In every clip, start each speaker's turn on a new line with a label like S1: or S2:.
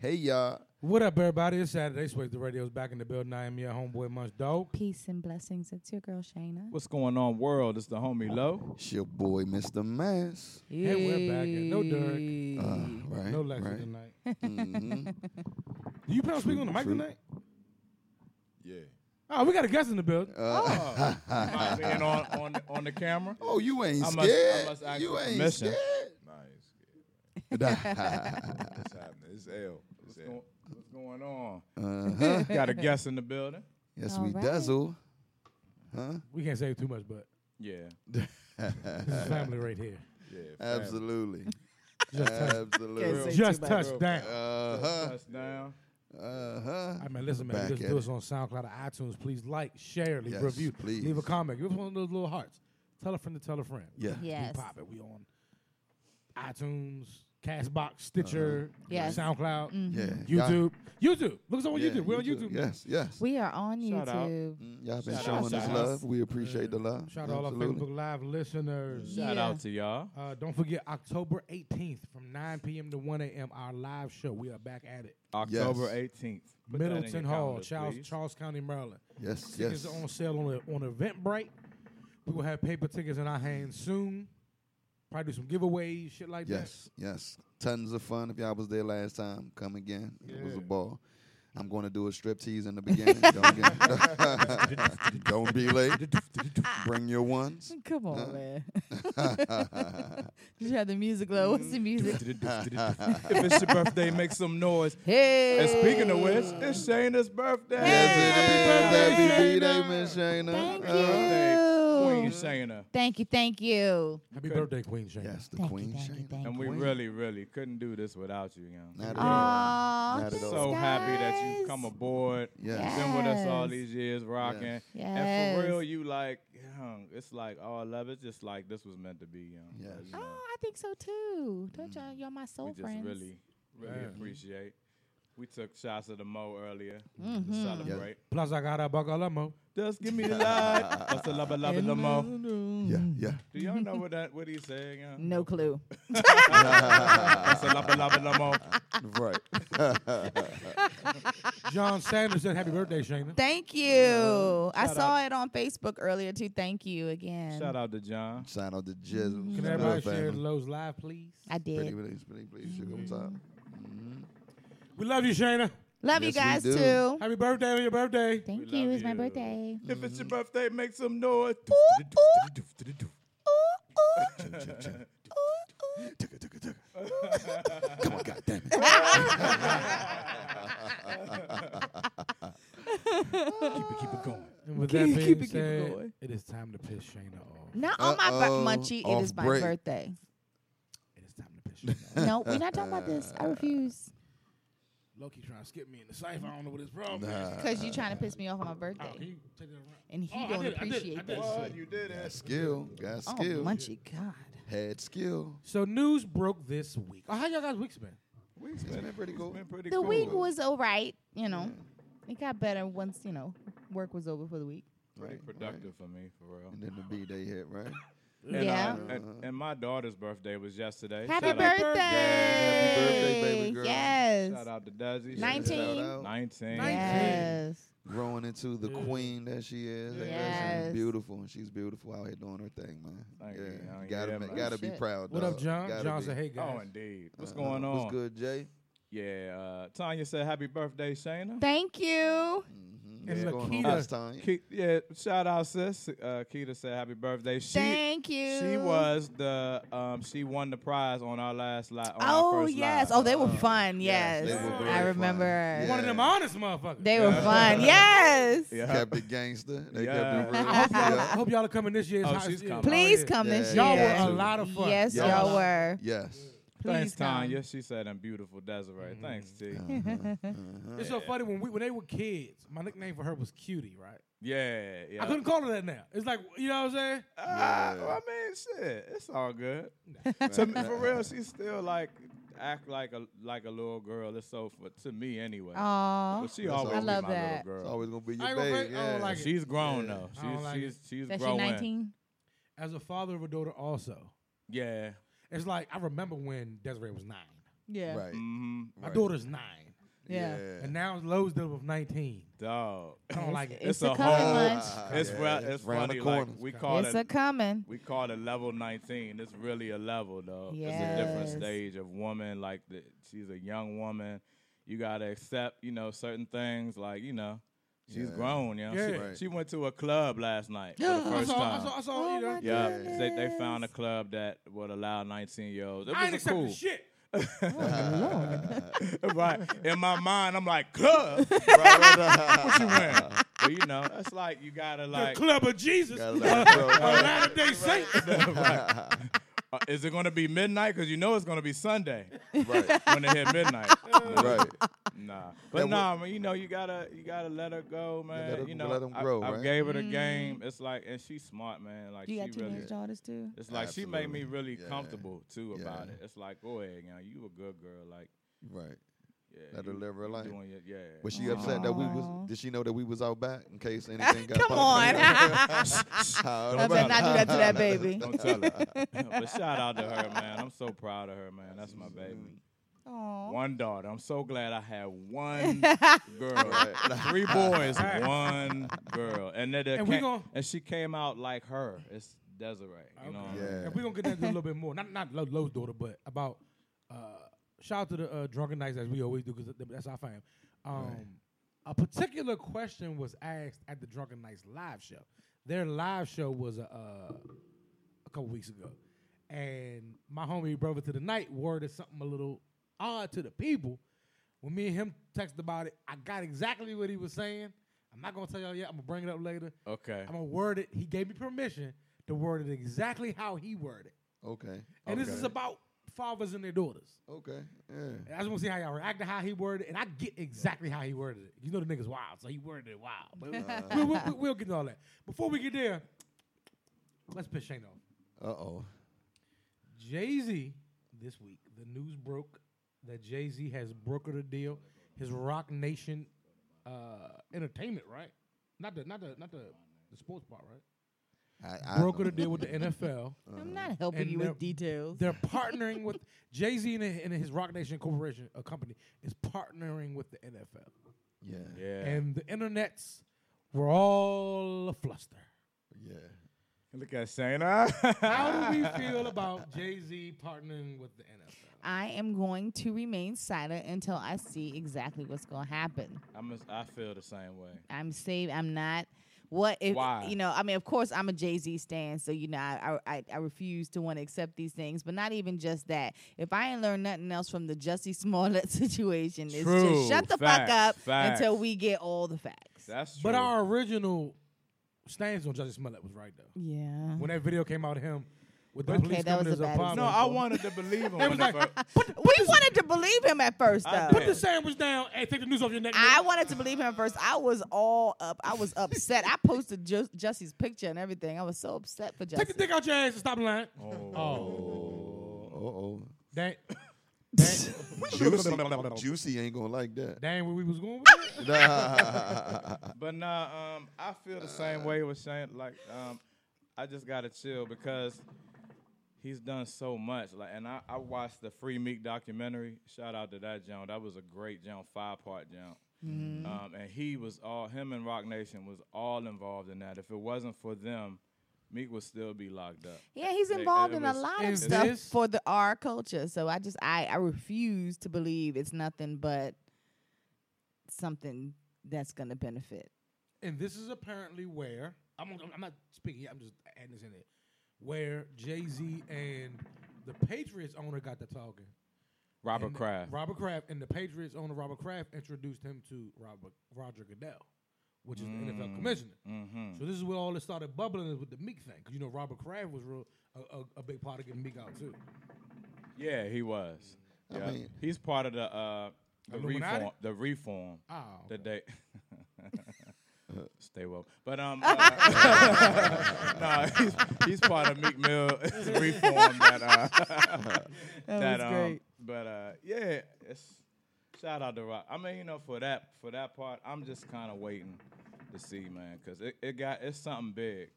S1: Hey, y'all.
S2: What up, everybody? It's Saturday. Switch the radio's back in the building. I am your homeboy, Munch Dog.
S3: Peace and blessings. It's your girl Shayna.
S4: What's going on, world? It's the homie Low.
S1: It's your boy, Mr. Mass.
S2: Hey, we're back. And no Dirk.
S1: Uh, right.
S2: No lecture
S1: right.
S2: tonight.
S1: Mhm.
S2: Do you plan on speaking on the mic
S1: True.
S2: tonight?
S4: Yeah.
S2: Oh, we got a guest in the building.
S1: Uh,
S4: Oh. Mind being on, on, on the camera?
S1: Oh, you ain't
S4: I must- I
S1: scared.
S4: must ask
S1: you
S4: a
S1: ain't
S4: permission.
S1: scared.
S5: Nah, it's good.
S1: uh-huh.
S5: It's happening. It's L. It's
S4: What's,
S5: L.
S4: going, what's going on? Got a guest in the building?
S1: Uh-huh. Yes,
S3: All
S1: we
S3: right.
S1: dazzle.
S2: We can't say too much, but
S4: Yeah.
S2: this
S1: uh,
S2: is family right here.
S5: Yeah, fam.
S1: Absolutely. uh,
S2: Just touch,
S1: Absolutely.
S6: say-
S2: just
S6: too much.
S1: uh,
S2: touch down.
S1: Uh-huh.
S4: Touchdown.
S1: Uh-huh.
S2: I mean, listen, man,
S1: Back
S2: just
S1: at
S2: do
S1: it.
S2: us on SoundCloud or iTunes. Please like, share, leave
S1: Yes,
S2: a review,
S1: please.
S2: leave a comment. Give us one of those little hearts. Tell a friend to tell a friend.
S1: Yeah.
S2: We
S3: Yes.
S2: pop it. We on iTunes, Castbox, Stitcher,
S1: Uh-huh.
S3: Yes.
S2: SoundCloud,
S1: Yeah.
S2: YouTube. YouTube. Look us up on
S1: Yeah,
S2: YouTube. We're on YouTube. now.
S1: Yes, yes.
S3: We are on
S4: Shout out.
S3: YouTube.
S1: Mm, Y'all been
S4: Shout out,
S1: showing us
S4: shout out.
S1: love. We appreciate the love.
S2: Shout out all our
S1: Absolutely.
S2: Facebook Live listeners.
S4: Shout
S3: Yeah.
S4: out to y'all.
S2: Uh, don't forget October 18th from 9 p.m. to 1 a.m. Our live show. We are back at it.
S4: October 18th. Put that in your
S2: Middleton Hall,
S4: calendar,
S2: Charles
S4: please.
S2: Charles County, Maryland.
S1: Yes,
S2: Tickets
S1: yes.
S2: are on sale on on Eventbrite. We will have paper tickets in our hands soon. Probably do some giveaways, shit like
S1: Yes, yes. Tons of fun. If y'all was there last time, come again. It was a
S2: Yeah.
S1: ball. I'm going to do a strip tease in the beginning. Don't, get- Don't be late. Bring your ones.
S6: Come on,
S1: Huh?
S6: man. Did you have the music low? What's the music?
S4: if it's your birthday, make some noise.
S6: Hey.
S4: And speaking of which, it's Shayna's birthday.
S1: Yes, it
S4: Happy
S1: is. Happy birthday,
S4: Shayna.
S1: Miss Shayna.
S3: Thank
S1: Uh,
S3: you.
S4: birthday, Queen Shayna.
S6: Thank you, thank you.
S2: that. Happy
S4: Okay.
S2: birthday, Queen Shane.
S1: Yes, the
S6: Thank you,
S1: Queen
S6: thank you,
S1: Shayna.
S6: thank
S4: And we
S1: Queen.
S4: really, really couldn't do this without you, you know.
S1: Not at all.
S6: Aw,
S1: Not at all.
S6: thanks,
S4: So happy that
S6: guys.
S4: you come aboard.
S1: Yes.
S4: Been with us all
S6: Yes.
S4: these years, rocking.
S1: Yes.
S4: And for
S6: Yes.
S4: real, you like, young. it's like all love. It's just like this was meant to be, young.
S1: Yes.
S4: You
S6: Oh,
S4: know,
S6: I think so too. Don't y'all, y'all my soul
S4: Mm. we just
S6: friends.
S4: really, really
S2: Yeah.
S4: appreciate. We took shots of the mo earlier to
S6: Mhm.
S4: celebrate.
S2: Plus, I got a Bagalamo.
S4: Just give me the light. What's the love, love, the mo?
S1: Yeah, yeah.
S4: Do y'all know what that what he's saying? young?
S6: No clue.
S4: What's the love, love, the mo?
S1: Right.
S2: John Sanders said, "Happy birthday, Shayna."
S6: Thank you. I
S4: Uh, shout
S6: saw it on Facebook earlier too. Thank you again.
S4: Shout out to John.
S1: Shout out to Jizzle. Shout
S2: Can everybody
S1: out
S2: share
S1: family.
S2: Lowe's live, please?
S6: I
S1: Pretty
S6: did.
S1: please, pretty please. Sugar on top.
S2: We love you, Shayna.
S6: Love you
S1: Yes,
S6: guys
S1: we do.
S6: too.
S2: Happy birthday on your birthday.
S3: Thank
S4: We
S3: you.
S4: love
S3: It's my
S4: you.
S3: birthday.
S4: If it's
S6: Mm-hmm.
S4: your birthday, make some noise.
S1: Ticka, ticka, ticka. Come on, goddamn it.
S4: keep it, keep it going.
S2: And with
S6: Keep-
S2: that being
S6: keep it- keep it
S2: said,
S6: going.
S2: it is time to piss Shayna off.
S6: Not on my
S1: Uh-oh,
S6: bir- munchie. It is
S1: off
S6: my
S1: break.
S6: birthday.
S2: It is time to piss Shayna off.
S6: no, we're not talking about this. I refuse.
S2: Loki trying to skip me in the cipher. I don't know what his problem is.
S1: Nah.
S6: Cause you trying to piss me off on my
S2: Oh, can
S6: birthday,
S2: you take that around?
S6: and he
S2: Oh, I
S6: don't
S2: did it, I did it, I
S6: appreciate
S2: did it.
S6: that
S4: What?
S6: shit.
S4: You did
S1: Got
S4: it.
S1: skill. Got
S6: Oh,
S1: skill.
S6: munchie, God.
S1: Had skill.
S2: So news broke this week. Oh, how y'all guys weeks been?
S4: We've
S1: It's been pretty cool.
S4: been pretty
S6: The
S4: cool.
S6: week was all right. You know, it got better once you know work was over for the week.
S4: pretty
S1: Right,
S4: productive for me, for real.
S1: And then the B day hit, right?
S4: And,
S6: Yeah.
S4: uh, and, and my daughter's birthday was yesterday.
S6: Happy
S4: shout
S6: birthday!
S1: birthday, baby girl.
S6: Yes.
S4: Out, shout out to Dazzy.
S6: Nineteen.
S1: Shout
S4: uh,
S1: out.
S4: 19.
S6: Yes.
S1: Growing into the queen that she is. That girl, she's
S6: Yes.
S1: beautiful. and She's beautiful out here doing her thing, man.
S4: Thank you,
S1: yeah.
S4: young.
S1: gotta
S4: Yeah,
S1: ma-
S4: man.
S1: gotta be
S6: Shit.
S1: proud.
S2: What up,
S1: dog.
S2: John?
S1: Gotta
S2: John
S1: be.
S2: said, "Hey guys,
S4: Oh, indeed. What's
S1: Uh,
S4: going on?
S1: What's good, Jay?
S4: Yeah. Uh, Tanya said happy birthday, Shayna.
S6: Thank you.
S1: Mm-hmm.
S2: And
S1: What's going
S2: Lakita.
S1: on this time?
S4: Ke- yeah, shout out, sis. Uh, Keita said happy birthday. She,
S6: Thank you.
S4: She was the um she won the prize on our last live.
S6: Oh yes. Oh, they were fun.
S4: yes,
S6: Yes,
S1: they were very
S6: I
S1: fun.
S6: remember.
S1: Yeah.
S2: one of them honest motherfuckers."
S6: They were fun. Yes.
S4: Yeah.
S1: Kept it gangster. They
S4: Yeah.
S1: kept it real.
S2: I hope y'all,
S1: Yeah.
S2: I hope y'all are coming this year.
S4: Oh, she's coming.
S6: Please come
S1: Yeah,
S6: this
S1: yeah,
S2: Y'all
S6: year.
S2: were a lot of fun.
S6: Yes,
S1: Y'all
S6: y'all
S1: was-
S6: were.
S1: Yes.
S4: Thanks,
S6: Please come.
S4: Tanya. She said I'm beautiful, Desiree. Thanks, T.
S1: Mm-hmm. Uh-huh.
S2: It's so funny when we when they were kids. My nickname for her was Cutie, right?
S4: Yeah, yeah.
S2: I couldn't call her that now. It's like you know what I'm saying.
S4: Ah, well, I mean, shit, it's all good. to me, for real, she still like act like a like a little girl. It's so for, to me anyway.
S6: Aw.
S4: But she
S1: That's
S4: always
S1: all- I
S4: be
S6: love
S4: my
S6: that.
S4: little
S1: It's
S4: girl.
S1: always gonna be
S2: I
S1: your
S2: ain't gonna
S1: babe.
S2: fake- I don't
S1: yeah.
S2: like it.
S4: She's grown
S1: Yeah.
S4: though.
S2: I
S4: She's
S2: don't like
S4: she's she's
S6: That she
S4: growing.
S6: 19?
S2: As a father of a daughter, also,
S4: Yeah.
S2: it's like I remember when Desiree was nine.
S6: Yeah.
S1: Right.
S4: hmm
S2: My
S1: Right.
S2: daughter's nine.
S6: Yeah.
S2: And now Lowe's done with 19.
S4: Dog.
S2: I don't like it.
S4: It's
S6: It's,
S4: a
S6: a coming
S4: whole-
S6: lunch.
S4: It's
S1: Yeah,
S4: well,
S1: it's
S4: it's
S1: round the
S4: funny. Like,
S1: corner.
S4: we call
S6: it's
S4: it
S6: a coming.
S4: we call it level 19. It's really a level though. It's a different
S6: Yes.
S4: stage of woman. Like the, she's a young woman. You gotta accept, you know, certain things. Like you know, she's
S1: Yeah.
S4: grown. You know,
S2: Yeah.
S4: she,
S1: Right.
S4: she went to a club last night for the
S2: I
S4: first
S2: saw, I
S4: time.
S2: saw, I saw,
S6: Oh
S2: you know,
S6: my
S4: Yeah,
S6: goodness.
S4: they, they found a club that would allow 19 year olds. It
S2: I ain't
S4: was a
S2: accepting
S4: cool,
S2: shit.
S4: right? In my mind, I'm like club,
S1: what you
S4: man. but you know, it's like you gotta like.
S2: the club of Jesus.
S1: Gotta
S2: A
S1: let it go, right.
S2: Latter day Saint.
S4: uh, is it gonna be midnight? Because you know it's gonna be Sunday
S1: right,
S4: when they hit midnight.
S1: right.
S4: Nah,
S1: Yeah,
S4: but
S1: wh-
S4: nah, man. You know, you gotta you gotta let her go, man.
S1: let her-
S4: you know,
S1: let 'em
S4: I-
S1: grow,
S4: I,
S1: right?
S4: gave her the game. It's like, and she's smart, man. Like
S6: Mm-hmm. You
S4: she
S6: got
S4: really.
S6: teenage daughters too.
S4: It's like she made me
S1: Absolutely.
S4: really
S1: Yeah.
S4: comfortable too about
S1: Yeah.
S4: it. It's like, go ahead, you know, you a good girl. Like,
S1: Right.
S4: yeah,
S1: Let
S4: you,
S1: her live her
S4: you
S1: life.
S4: Doing your, yeah.
S1: Was she upset that we
S6: Aw.
S1: was? Did she know that we was out back in case anything got?
S6: Come on. I
S1: I
S6: better not do that to that baby.
S4: Don't tell her. but shout out to her, man. I'm so proud of her, man. That's my baby.
S6: Aw.
S4: One daughter. I'm so glad I had one girl.
S1: Right.
S4: Three boys,
S2: Right.
S4: one girl, and that
S2: And
S4: and,
S2: we gon-
S4: and she came out like her. It's Desiree. You know.
S2: Okay.
S4: what I mean?
S1: Yeah.
S2: And we're gonna get into a little bit more. Not not Lo- Lowe's daughter, but about uh, shout out to the uh, drunken nights as we always do because that's our fam. Um, A particular question was asked at the drunken nights live show. Their live show was a, uh, a couple weeks ago, and my homie brother to the night worded something a little odd to the people. When me and him texted about it, I got exactly what he was saying. I'm not gonna tell y'all yet. I'm gonna bring it up later.
S4: Okay.
S2: I'm gonna word it. He gave me permission to word it exactly how he worded. it.
S1: Okay.
S2: And this is
S4: Okay.
S2: about fathers and their daughters.
S1: Okay. Yeah.
S2: And I just want to see how y'all react to how he worded it, and I get exactly how he worded it. You know the niggas wild, so he worded it wild. But
S1: Uh.
S2: we'll, we'll- we'll- we'll get into all that. Before we get there, let's piss Shane off.
S1: Uh oh.
S2: Jay Z this week, the news broke that Jay Z has brokered a deal. His Rock Nation uh, entertainment, right? Not the not the not the, the sports part, right?
S1: I, I
S2: brokered
S1: know.
S2: a deal with the NFL.
S6: I'm not helping
S2: And
S6: you
S2: they're-
S6: with details.
S2: They're partnering with Jay Z and, and his Rock Nation Corporation, a company, is partnering with the NFL,
S1: Yeah.
S4: Yeah.
S2: and the internets were all a fluster.
S1: Yeah.
S4: Look at Shayna.
S2: How do we feel about Jay Z partnering with the NFL?
S6: I am going to remain silent until I see exactly what's going to happen.
S4: I'm a, I feel the same way.
S6: I'm saved. I'm not. What if
S4: Why?
S6: you know? I mean, of course, I'm a Jay Z stan, so you know, I, I I- I refuse to want to accept these things. But not even just that. If I ain't learned nothing else from the Jussie Smollett situation, it's
S4: True.
S6: just shut the fuck
S4: Facts.
S6: up
S4: Facts.
S6: until we get all the facts.
S4: That's true.
S2: But our original stance on Justin Smollett was right though.
S6: yeah.
S2: When that video came out of him with the
S6: Okay,
S2: police
S6: that
S2: coming to
S6: was
S2: his
S6: a bad
S2: apartment,
S4: no, I wanted to believe him. when
S2: um, was
S4: the
S2: like,
S4: fir-
S6: we wanted to believe him at first,
S4: I
S6: though.
S2: put the sandwich down and take the news off your neck.
S6: I
S2: nigga.
S6: wanted to believe him at first. I was all up. I was upset. I posted Ju- Jussie's picture and everything. I was so upset for
S2: take the
S6: Jussie.
S2: dick out your ass and stop lying.
S1: Oh. oh.
S2: That, that,
S1: Juicy. Juicy ain't gonna like that.
S2: that ain't where we was going with that.
S4: But nah, um, I feel the same way with Shane. Like, um, I just gotta chill because he's done so much. Like, and I, I watched the Free Meek documentary. Shout out to that John. That was a great John, five part John. Um, and he was all him and Rock Nation was all involved in that. If it wasn't for them, Meek would still be locked up.
S6: Yeah, he's
S4: Like,
S6: involved
S4: it
S6: in a
S4: was-
S6: lot of
S2: Is
S6: stuff
S2: this-
S6: for the our culture. So I just I I refuse to believe it's nothing but something that's going to benefit.
S2: And this is apparently where I'm, I'm, I'm not speaking. yet, I'm just adding this in there. Where Jay Z and the Patriots owner got to talking.
S4: Robert
S2: And
S4: Kraft.
S2: Robert Kraft and the Patriots owner Robert Kraft introduced him to Robert Roger Goodell, which is the
S4: Mm.
S2: NFL commissioner.
S4: mm-hmm.
S2: So this is where all this started bubbling is with the Meek thing, because you know Robert Kraft was real a, a, a big part of getting Meek out too.
S4: Yeah, he was.
S1: I
S4: Yeah.
S1: mean-
S4: he's part of the uh, the
S2: Illuminati?
S4: reform. The reform.
S2: Oh,
S4: The day. Stay woke. But um, uh, no, he's, he's part of Meek Mill reform that uh,
S6: That, was
S4: um,
S6: great.
S4: But uh, yeah, it's shout out to Rock. I mean, you know, for that for that part, I'm just kind of waiting to see, man, because it, it got it's something big.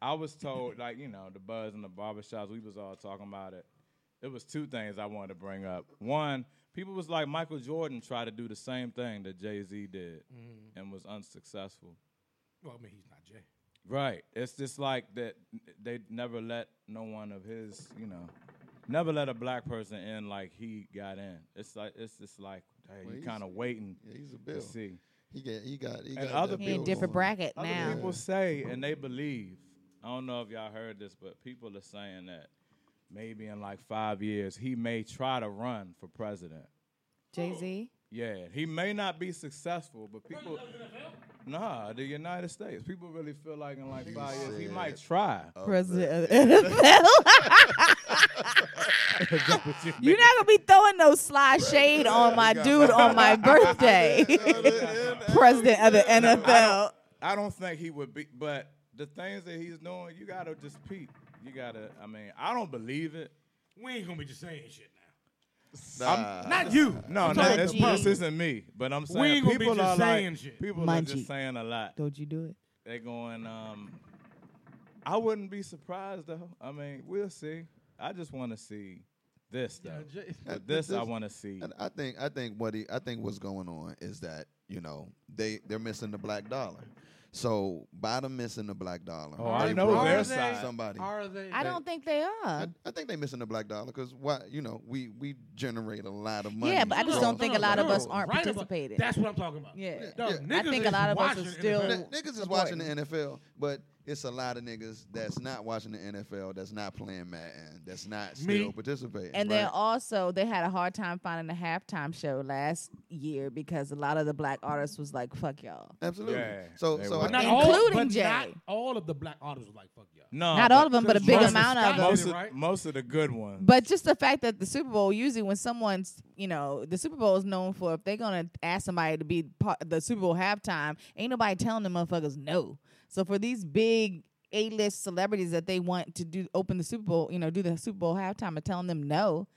S4: I was told, like you know, the buzz in the barbershops, we was all talking about it. It was two things I wanted to bring up. One, people was like Michael Jordan tried to do the same thing that Jay Z did
S2: Mhm.
S4: and was unsuccessful.
S2: Oh, Well, I mean, he's not Jay.
S4: Right. It's just like that they never let no one of his, you know, never let a black person in like he got in. It's like it's just like hey,
S1: Well,
S4: you
S1: he's-
S4: kind of waiting
S1: Yeah, he's a
S4: to
S1: bill.
S4: see.
S1: He got he got he
S4: And
S1: got
S4: other
S1: that
S6: He in
S1: bill
S6: different
S1: going.
S6: bracket
S4: Other
S6: now.
S4: people say and they believe. I don't know if y'all heard this, but people are saying that maybe in like five years he may try to run for president.
S6: Jay Z.
S4: Yeah, he may not be successful, but people. Nah, the United States. People really feel like in like
S1: He
S4: five years he
S1: said- uh,
S4: might try.
S6: President of the NFL. You're not gonna be throwing no sly shade on my dude on my birthday. President of the NFL.
S4: I don't think he would be, but the things that he's doing, you gotta just peep. You gotta. I mean, I don't believe it.
S2: We ain't gonna be just saying shit now.
S1: Nah.
S2: Not you.
S4: Uh, No,
S2: I'm
S4: no,
S2: talking
S4: this
S2: about
S4: this
S6: Munchie.
S4: isn't me. But I'm
S2: We
S4: saying
S2: ain't gonna be
S4: people
S2: just
S4: are
S2: saying
S4: like
S2: shit.
S4: people are
S6: Munchie.
S4: just saying a lot.
S6: Don't you do it?
S4: They're going. Um, I wouldn't be surprised though. I mean, we'll see. I just want to see this though.
S2: Yeah, Jay-
S4: But this I
S1: this-
S4: want to see.
S2: uh,
S1: And I think I think what he I think what's going on is that you know they they're missing the black dollar. So by them missing the black dollar,
S4: Oh, I
S1: they
S4: know
S1: brought
S2: their
S4: side.
S1: Somebody,
S2: Are they?
S6: I don't think they
S1: I,
S6: are.
S1: I think they missing the black dollar because why? You know, we we generate a lot of money.
S6: Yeah, but I just
S1: from-
S6: don't think a lot of us
S2: No,
S6: aren't
S2: right about-
S6: participating.
S2: That's what I'm talking about.
S6: Yeah.
S2: No,
S1: Yeah.
S6: I
S2: niggas
S6: think
S2: is
S6: a lot of us
S2: watching
S6: are
S2: the
S6: still.
S2: NFL.
S1: N- niggas is watching the NFL, but it's a lot of niggas that's not watching the NFL, that's not playing Madden, that's not still
S2: Me.
S1: participating.
S6: And
S1: right?
S6: then also, they had a hard time finding a halftime show last year because a lot of the black artists was like, "Fuck y'all."
S1: absolutely.
S4: Yeah,
S1: so
S4: they
S1: so
S4: were.
S1: I
S2: Not
S1: think,
S2: all,
S6: Including
S2: but
S6: Jay.
S2: Not all of the black artists was like, fuck y'all.
S4: no,
S6: Not all of them, but a big
S2: Most of
S6: amount of
S2: Scott
S6: them.
S2: did
S4: Most
S2: it,
S4: of,
S2: right?
S4: most of the good ones.
S6: But just the fact that the Super Bowl, usually when someone's, you know, the Super Bowl is known for if they're gonna ask somebody to be part the Super Bowl halftime, ain't nobody telling them motherfuckers no. So for these big A list celebrities that they want to do open the Super Bowl, you know, do the Super Bowl halftime and telling them no,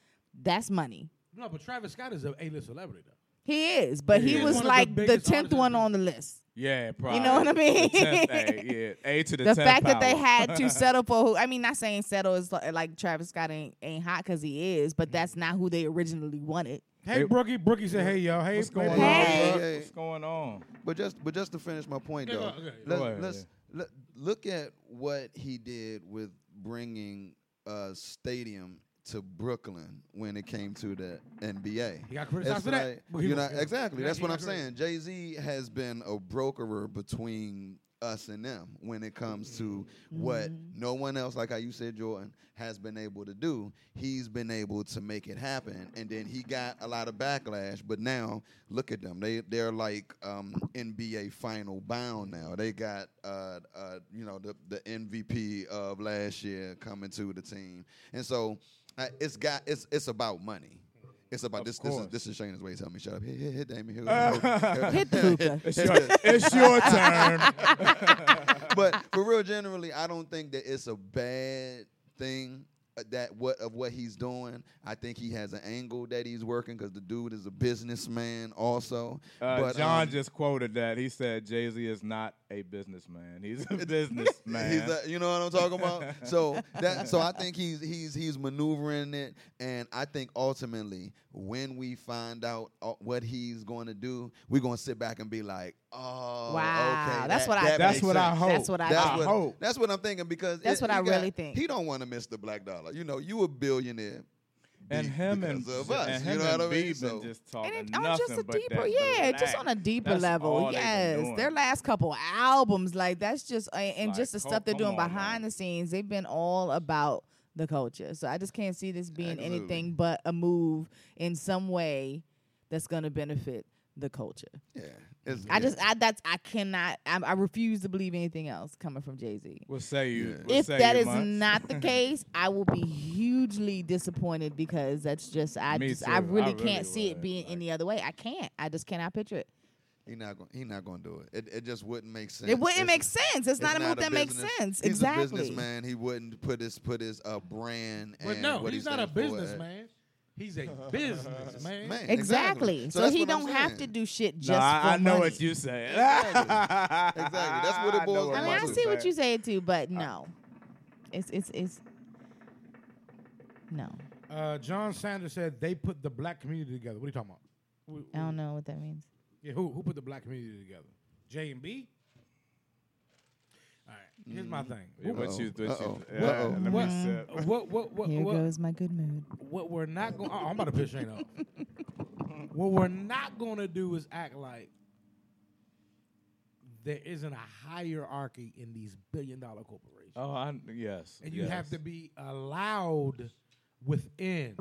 S6: that's money.
S2: No, but Travis Scott is an A-list celebrity though.
S6: He is, but
S4: He
S6: he,
S4: is
S6: was
S2: one of the
S6: like the
S2: biggest
S6: tenth
S2: artists
S6: one
S2: out there.
S6: on the list.
S4: yeah, probably.
S6: know what I mean?
S4: The tenth, A, yeah, A to the,
S6: the
S4: tenth
S6: fact that they
S4: power.
S6: had to settle for who I mean, not saying settle is li- like Travis Scott ain't ain't hot because he is, but that's not who they originally wanted.
S2: Hey,
S4: Hey.
S2: Brookie. Brookie said, hey, y'all. Hey,
S4: What's going
S2: hey,
S4: on?
S6: Hey.
S4: bro?
S1: Hey.
S4: What's going on?
S1: but just but just to finish my point
S2: Yeah,
S1: though,
S2: yeah, yeah.
S1: let's,
S4: Go ahead,
S1: let's let, look at what he did with bringing a stadium to Brooklyn when it came to the NBA.
S2: He got criticized
S1: It's
S2: for that,
S1: like-
S2: but he
S1: you
S2: was
S1: know,
S2: good.
S1: exactly.
S2: Yeah,
S1: That's
S2: he
S1: what
S2: got
S1: I'm
S2: criticized.
S1: saying. Jay Z has been a brokerer between us and them when it comes to
S4: Mm-hmm.
S1: what no one else, like how you said, Jordan, has been able to do. He's been able to make it happen, and then he got a lot of backlash. But now look at them; they they're like um, NBA final bound now. They got uh, uh, you know the the MVP of last year coming to the team, and so uh, it's got it's it's about money. It's about
S4: Of
S1: this. This is
S4: course.
S1: this is Shayna's way. Tell me, shut up. Hit, hit, hit Damien. Hit, hit,
S6: Hit the hookah.
S4: It's your, it's your turn.
S1: but for real, generally, I don't think that it's a bad thing uh, that what of what he's doing. I think he has an angle that he's working because the dude is a businessman also.
S4: Uh,
S1: but
S4: John
S1: um,
S4: just quoted that. He said Jay Z is not a businessman. He's a businessman.
S1: He's a, you know what I'm talking about. so that so I think he's he's he's maneuvering it, and I think ultimately when we find out uh, what he's going to do, we're going to sit back and be like, oh,
S6: Wow,
S1: okay,
S6: that's
S1: that-
S6: what I
S1: that
S6: think.
S4: That's
S1: makes
S4: what I
S1: sense.
S4: hope.
S6: That's what I
S1: that's
S6: think.
S1: what
S4: hope.
S1: that's what I'm thinking because it-
S6: That's what
S1: he
S6: I
S1: got-
S6: really think.
S1: He don't want to miss the black dollar. You know, you a billionaire,
S4: and
S1: be-
S4: him and,
S1: because of us,
S4: and
S1: you
S4: him
S1: know what
S4: and
S1: I mean?
S4: Beeb been
S1: So-
S4: just talking
S6: And it, on
S4: nothing
S6: just a
S4: but
S6: deeper,
S4: that
S6: yeah, just
S4: black.
S6: on a deeper
S4: That's all
S6: level.
S4: they been
S6: Yes,
S4: doing.
S6: their last couple albums, like that's just and, and
S4: Like,
S6: just the
S4: co-
S6: stuff they're
S4: come
S6: doing
S4: on,
S6: behind
S4: man.
S6: the scenes. They've been all about the culture, so I just can't see this being
S1: Absolutely.
S6: anything but a move in some way that's going to benefit the culture.
S1: yeah. It's-
S6: I just, I that's, I cannot, I, I refuse to believe anything else coming from Jay Z.
S4: We'll say you.
S1: Yeah.
S4: we'll
S6: if
S4: say
S6: that
S4: you,
S6: is
S4: Munch.
S6: not the case, I will be hugely disappointed because that's just I
S4: Me
S6: just I
S4: too. I
S6: really
S4: really
S6: can't see it
S4: would,
S6: being
S4: like-
S6: any other way. I can't. I just cannot picture it.
S1: he not going he not going to do it. it. It just wouldn't make sense.
S6: It wouldn't
S1: It's-
S6: make sense. It's, not a move that makes
S1: business-
S6: sense.
S1: He's
S6: exactly.
S1: a businessman. He wouldn't put his put his uh, brand.
S2: But
S1: and
S2: no,
S1: what he
S2: he's not a
S1: stands for
S2: businessman. He's a businessman.
S1: at- Man,
S6: Exactly. So,
S1: that's
S6: he
S1: what I'm
S6: don't have to
S1: saying.
S6: do shit just
S4: no, I,
S6: for
S4: I know
S6: money.
S4: what you say.
S1: Exactly. Exactly. That's what it
S4: I know
S1: boils
S6: I
S1: down
S6: mean, I
S1: Munch
S4: Munch
S1: is
S6: see what
S4: saying.
S6: you say too, but no, it's it's it's no.
S2: Uh, John Sanders said they put the black community together. What are you talking about? Who-
S6: I don't know what that means.
S2: Yeah, who who put the black community together? J and B. All right, here's my thing.
S4: Yeah,
S2: What-
S4: what you- what you-
S1: Uh-oh.
S4: Mm. yeah,
S1: Uh-oh.
S4: let me
S2: What-
S4: sit.
S2: What what what
S3: Here
S2: what,
S3: goes my good mood.
S2: what we're not going? I'm about to piss Shane off. what we're not going to do is act like there isn't a hierarchy in these billion dollar corporations.
S4: Oh, I, yes.
S2: and you have
S4: yes.
S2: to be allowed within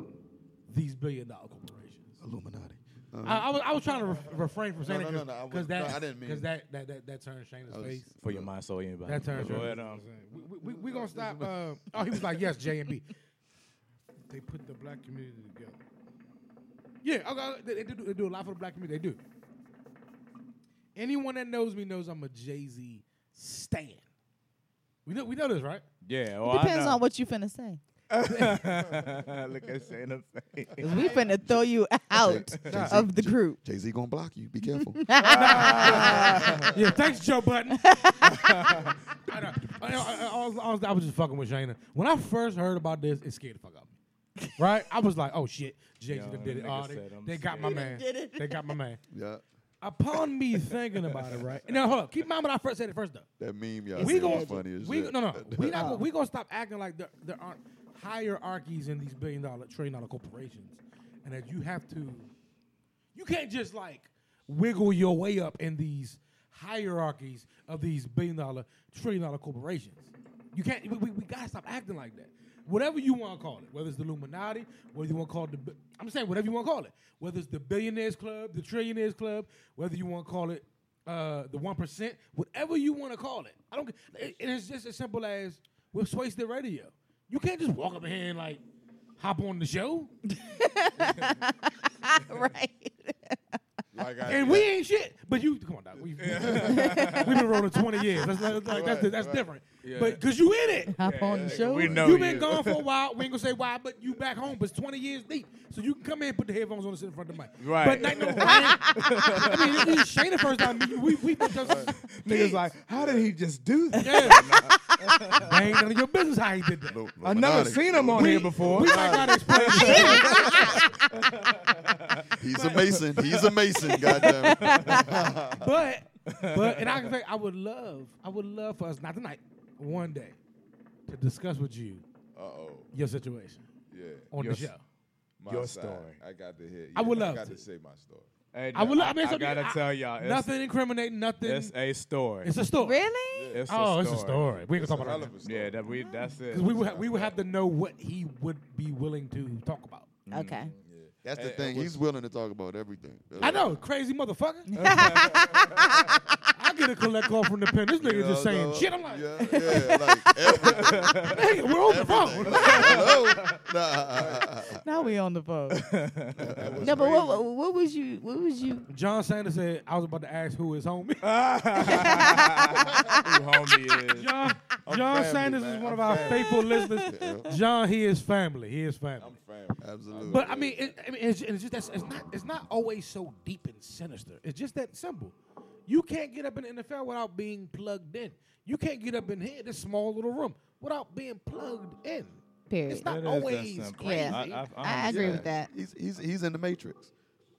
S2: these billion dollar corporations.
S1: Illuminati.
S2: I, I was I was trying to ref- refrain from saying
S1: Uh-huh. No,
S2: that
S1: no,
S2: because
S1: no, no, I was-
S2: that
S1: no, I didn't mean-
S2: because that that that, that turned Shayna's
S1: I was-
S2: face.
S4: for
S6: Oh.
S4: your mind, soul, anybody.
S2: That turned.
S4: Go
S2: Shayna's
S4: ahead.
S2: face.
S4: Um,
S2: we we, we gonna stop. Uh, oh, he was like, yes, J and B. They put the black community together. Yeah, okay, they, they do, they do a lot for the black community. They do. Anyone that knows me knows I'm a Jay Z stan. We know we know this, right?
S4: yeah.
S6: It
S4: Well,
S6: depends
S4: Oh, I
S6: on what you finna say.
S4: on. Look at Shayna's face.
S6: 'Cause we finna throw you out of the group.
S1: Jay Z gonna block you. Be careful.
S2: yeah, thanks, Joe Button. I, know, I, know, I- I was, I was- I was just fucking with Shayna. When I first heard about this, it scared the fuck out of me. Right? I was like, oh shit, Jay Z
S4: Yo,
S2: done did it.
S4: that
S2: Oh,
S4: nigga
S2: they,
S4: said I'm
S2: they got my man. They got my man.
S1: yeah,
S2: Upon me thinking about it, right? Now, hold up. Keep in mind when I first said it first, though.
S1: that meme y'all
S2: We
S1: said
S2: gonna,
S1: was funny as
S2: we,
S1: shit.
S2: no, no. We not, we gonna stop acting like there, there aren't hierarchies in these billion dollar, trillion dollar corporations, and that you have to, you can't just like wiggle your way up in these hierarchies of these billion dollar, trillion dollar corporations. You can't. We, we, we gotta stop acting like that. Whatever you want to call it, whether it's the Illuminati, whether you want to call it the, bi- I'm saying whatever you want to call it, whether it's the billionaires club, the trillionaires club, whether you want to call it uh, the one percent, whatever you want to call it. I don't. g- It, it is just as simple as with Swayze the radio. You can't just walk up in here and like hop on the show,
S6: right.
S5: Like I,
S2: and we ain't shit. But you come on, dog. We, have been rolling twenty years. That's like, like, that's, that's different. But because you in it.
S6: Hop on the show.
S4: we know
S2: You've been
S4: you.
S2: gone for a while. We ain't gonna say why, but you back home. But it's 20 years deep, so you can come in and put the headphones on and sit in front of the mic.
S4: Right.
S2: But not no rant. I mean, this is Shane the first time meeting you. we we just
S4: Niggas like, how did he just do that?
S2: yeah. that ain't none of your business how he did that.
S4: I've never seen him on
S2: We-
S4: here before.
S2: We might gotta explain this.
S1: He's a Mason. He's a Mason. Goddamn. it.
S2: but but and I can say I would love I would love for us not tonight one day to discuss with you
S5: Uh oh.
S2: your situation
S5: Yeah.
S2: on
S4: Your
S2: the
S4: s-
S2: show.
S5: My
S4: Your
S5: side.
S4: story.
S5: I got to hear.
S2: I would
S5: yeah,
S2: love
S5: I got
S2: to.
S5: to say my story.
S4: Hey,
S2: I would love- I
S4: I,
S2: mean, it's okay.
S4: gotta
S2: I-
S4: tell y'all, it's,
S2: nothing incriminating, nothing.
S4: It's a story.
S2: it's a story.
S6: Really?
S4: It's
S2: Oh,
S4: a
S2: it's a story. We ain't
S5: It's a
S2: gonna talk
S5: hell
S2: about it.
S5: of a story.
S4: Yeah, that we. That's it.
S2: Because we would ha- we would have to know what he would be willing to talk about.
S6: Okay.
S1: That's the
S5: Hey,
S1: thing.
S5: what's-
S1: He's willing to talk about everything. That's
S2: I
S1: what-
S2: know, crazy motherfucker. I get a collect call from the pen. This nigga
S1: You
S2: just
S1: know,
S2: saying
S1: so-
S2: shit. I'm like,
S1: yeah, yeah, like everything.
S2: nigga, we're on the phone.
S1: Like, hello. Nah.
S2: Mm-hmm.
S6: Now we on the phone. no, but what, what was you? What was you?
S2: John Sanders said I was about to ask who his homie.
S4: Who homie is?
S2: John, John
S5: family,
S2: Sanders
S5: man.
S2: is one
S5: I'm
S2: of our
S5: family.
S2: faithful listeners. John, he is family. He is family.
S5: I'm family.
S1: Absolutely.
S2: But I mean, it, I mean, it's, it's just that's it's not it's not always so deep and sinister. It's just that simple. You can't get up in the NFL without being plugged in. You can't get up in here, this small little room, without being plugged in.
S6: Period.
S2: It's not
S4: It is that
S2: always
S4: simple.
S2: crazy.
S6: Yeah.
S4: I,
S6: I agree
S1: Yeah.
S6: with that.
S1: He's he's he's in the Matrix.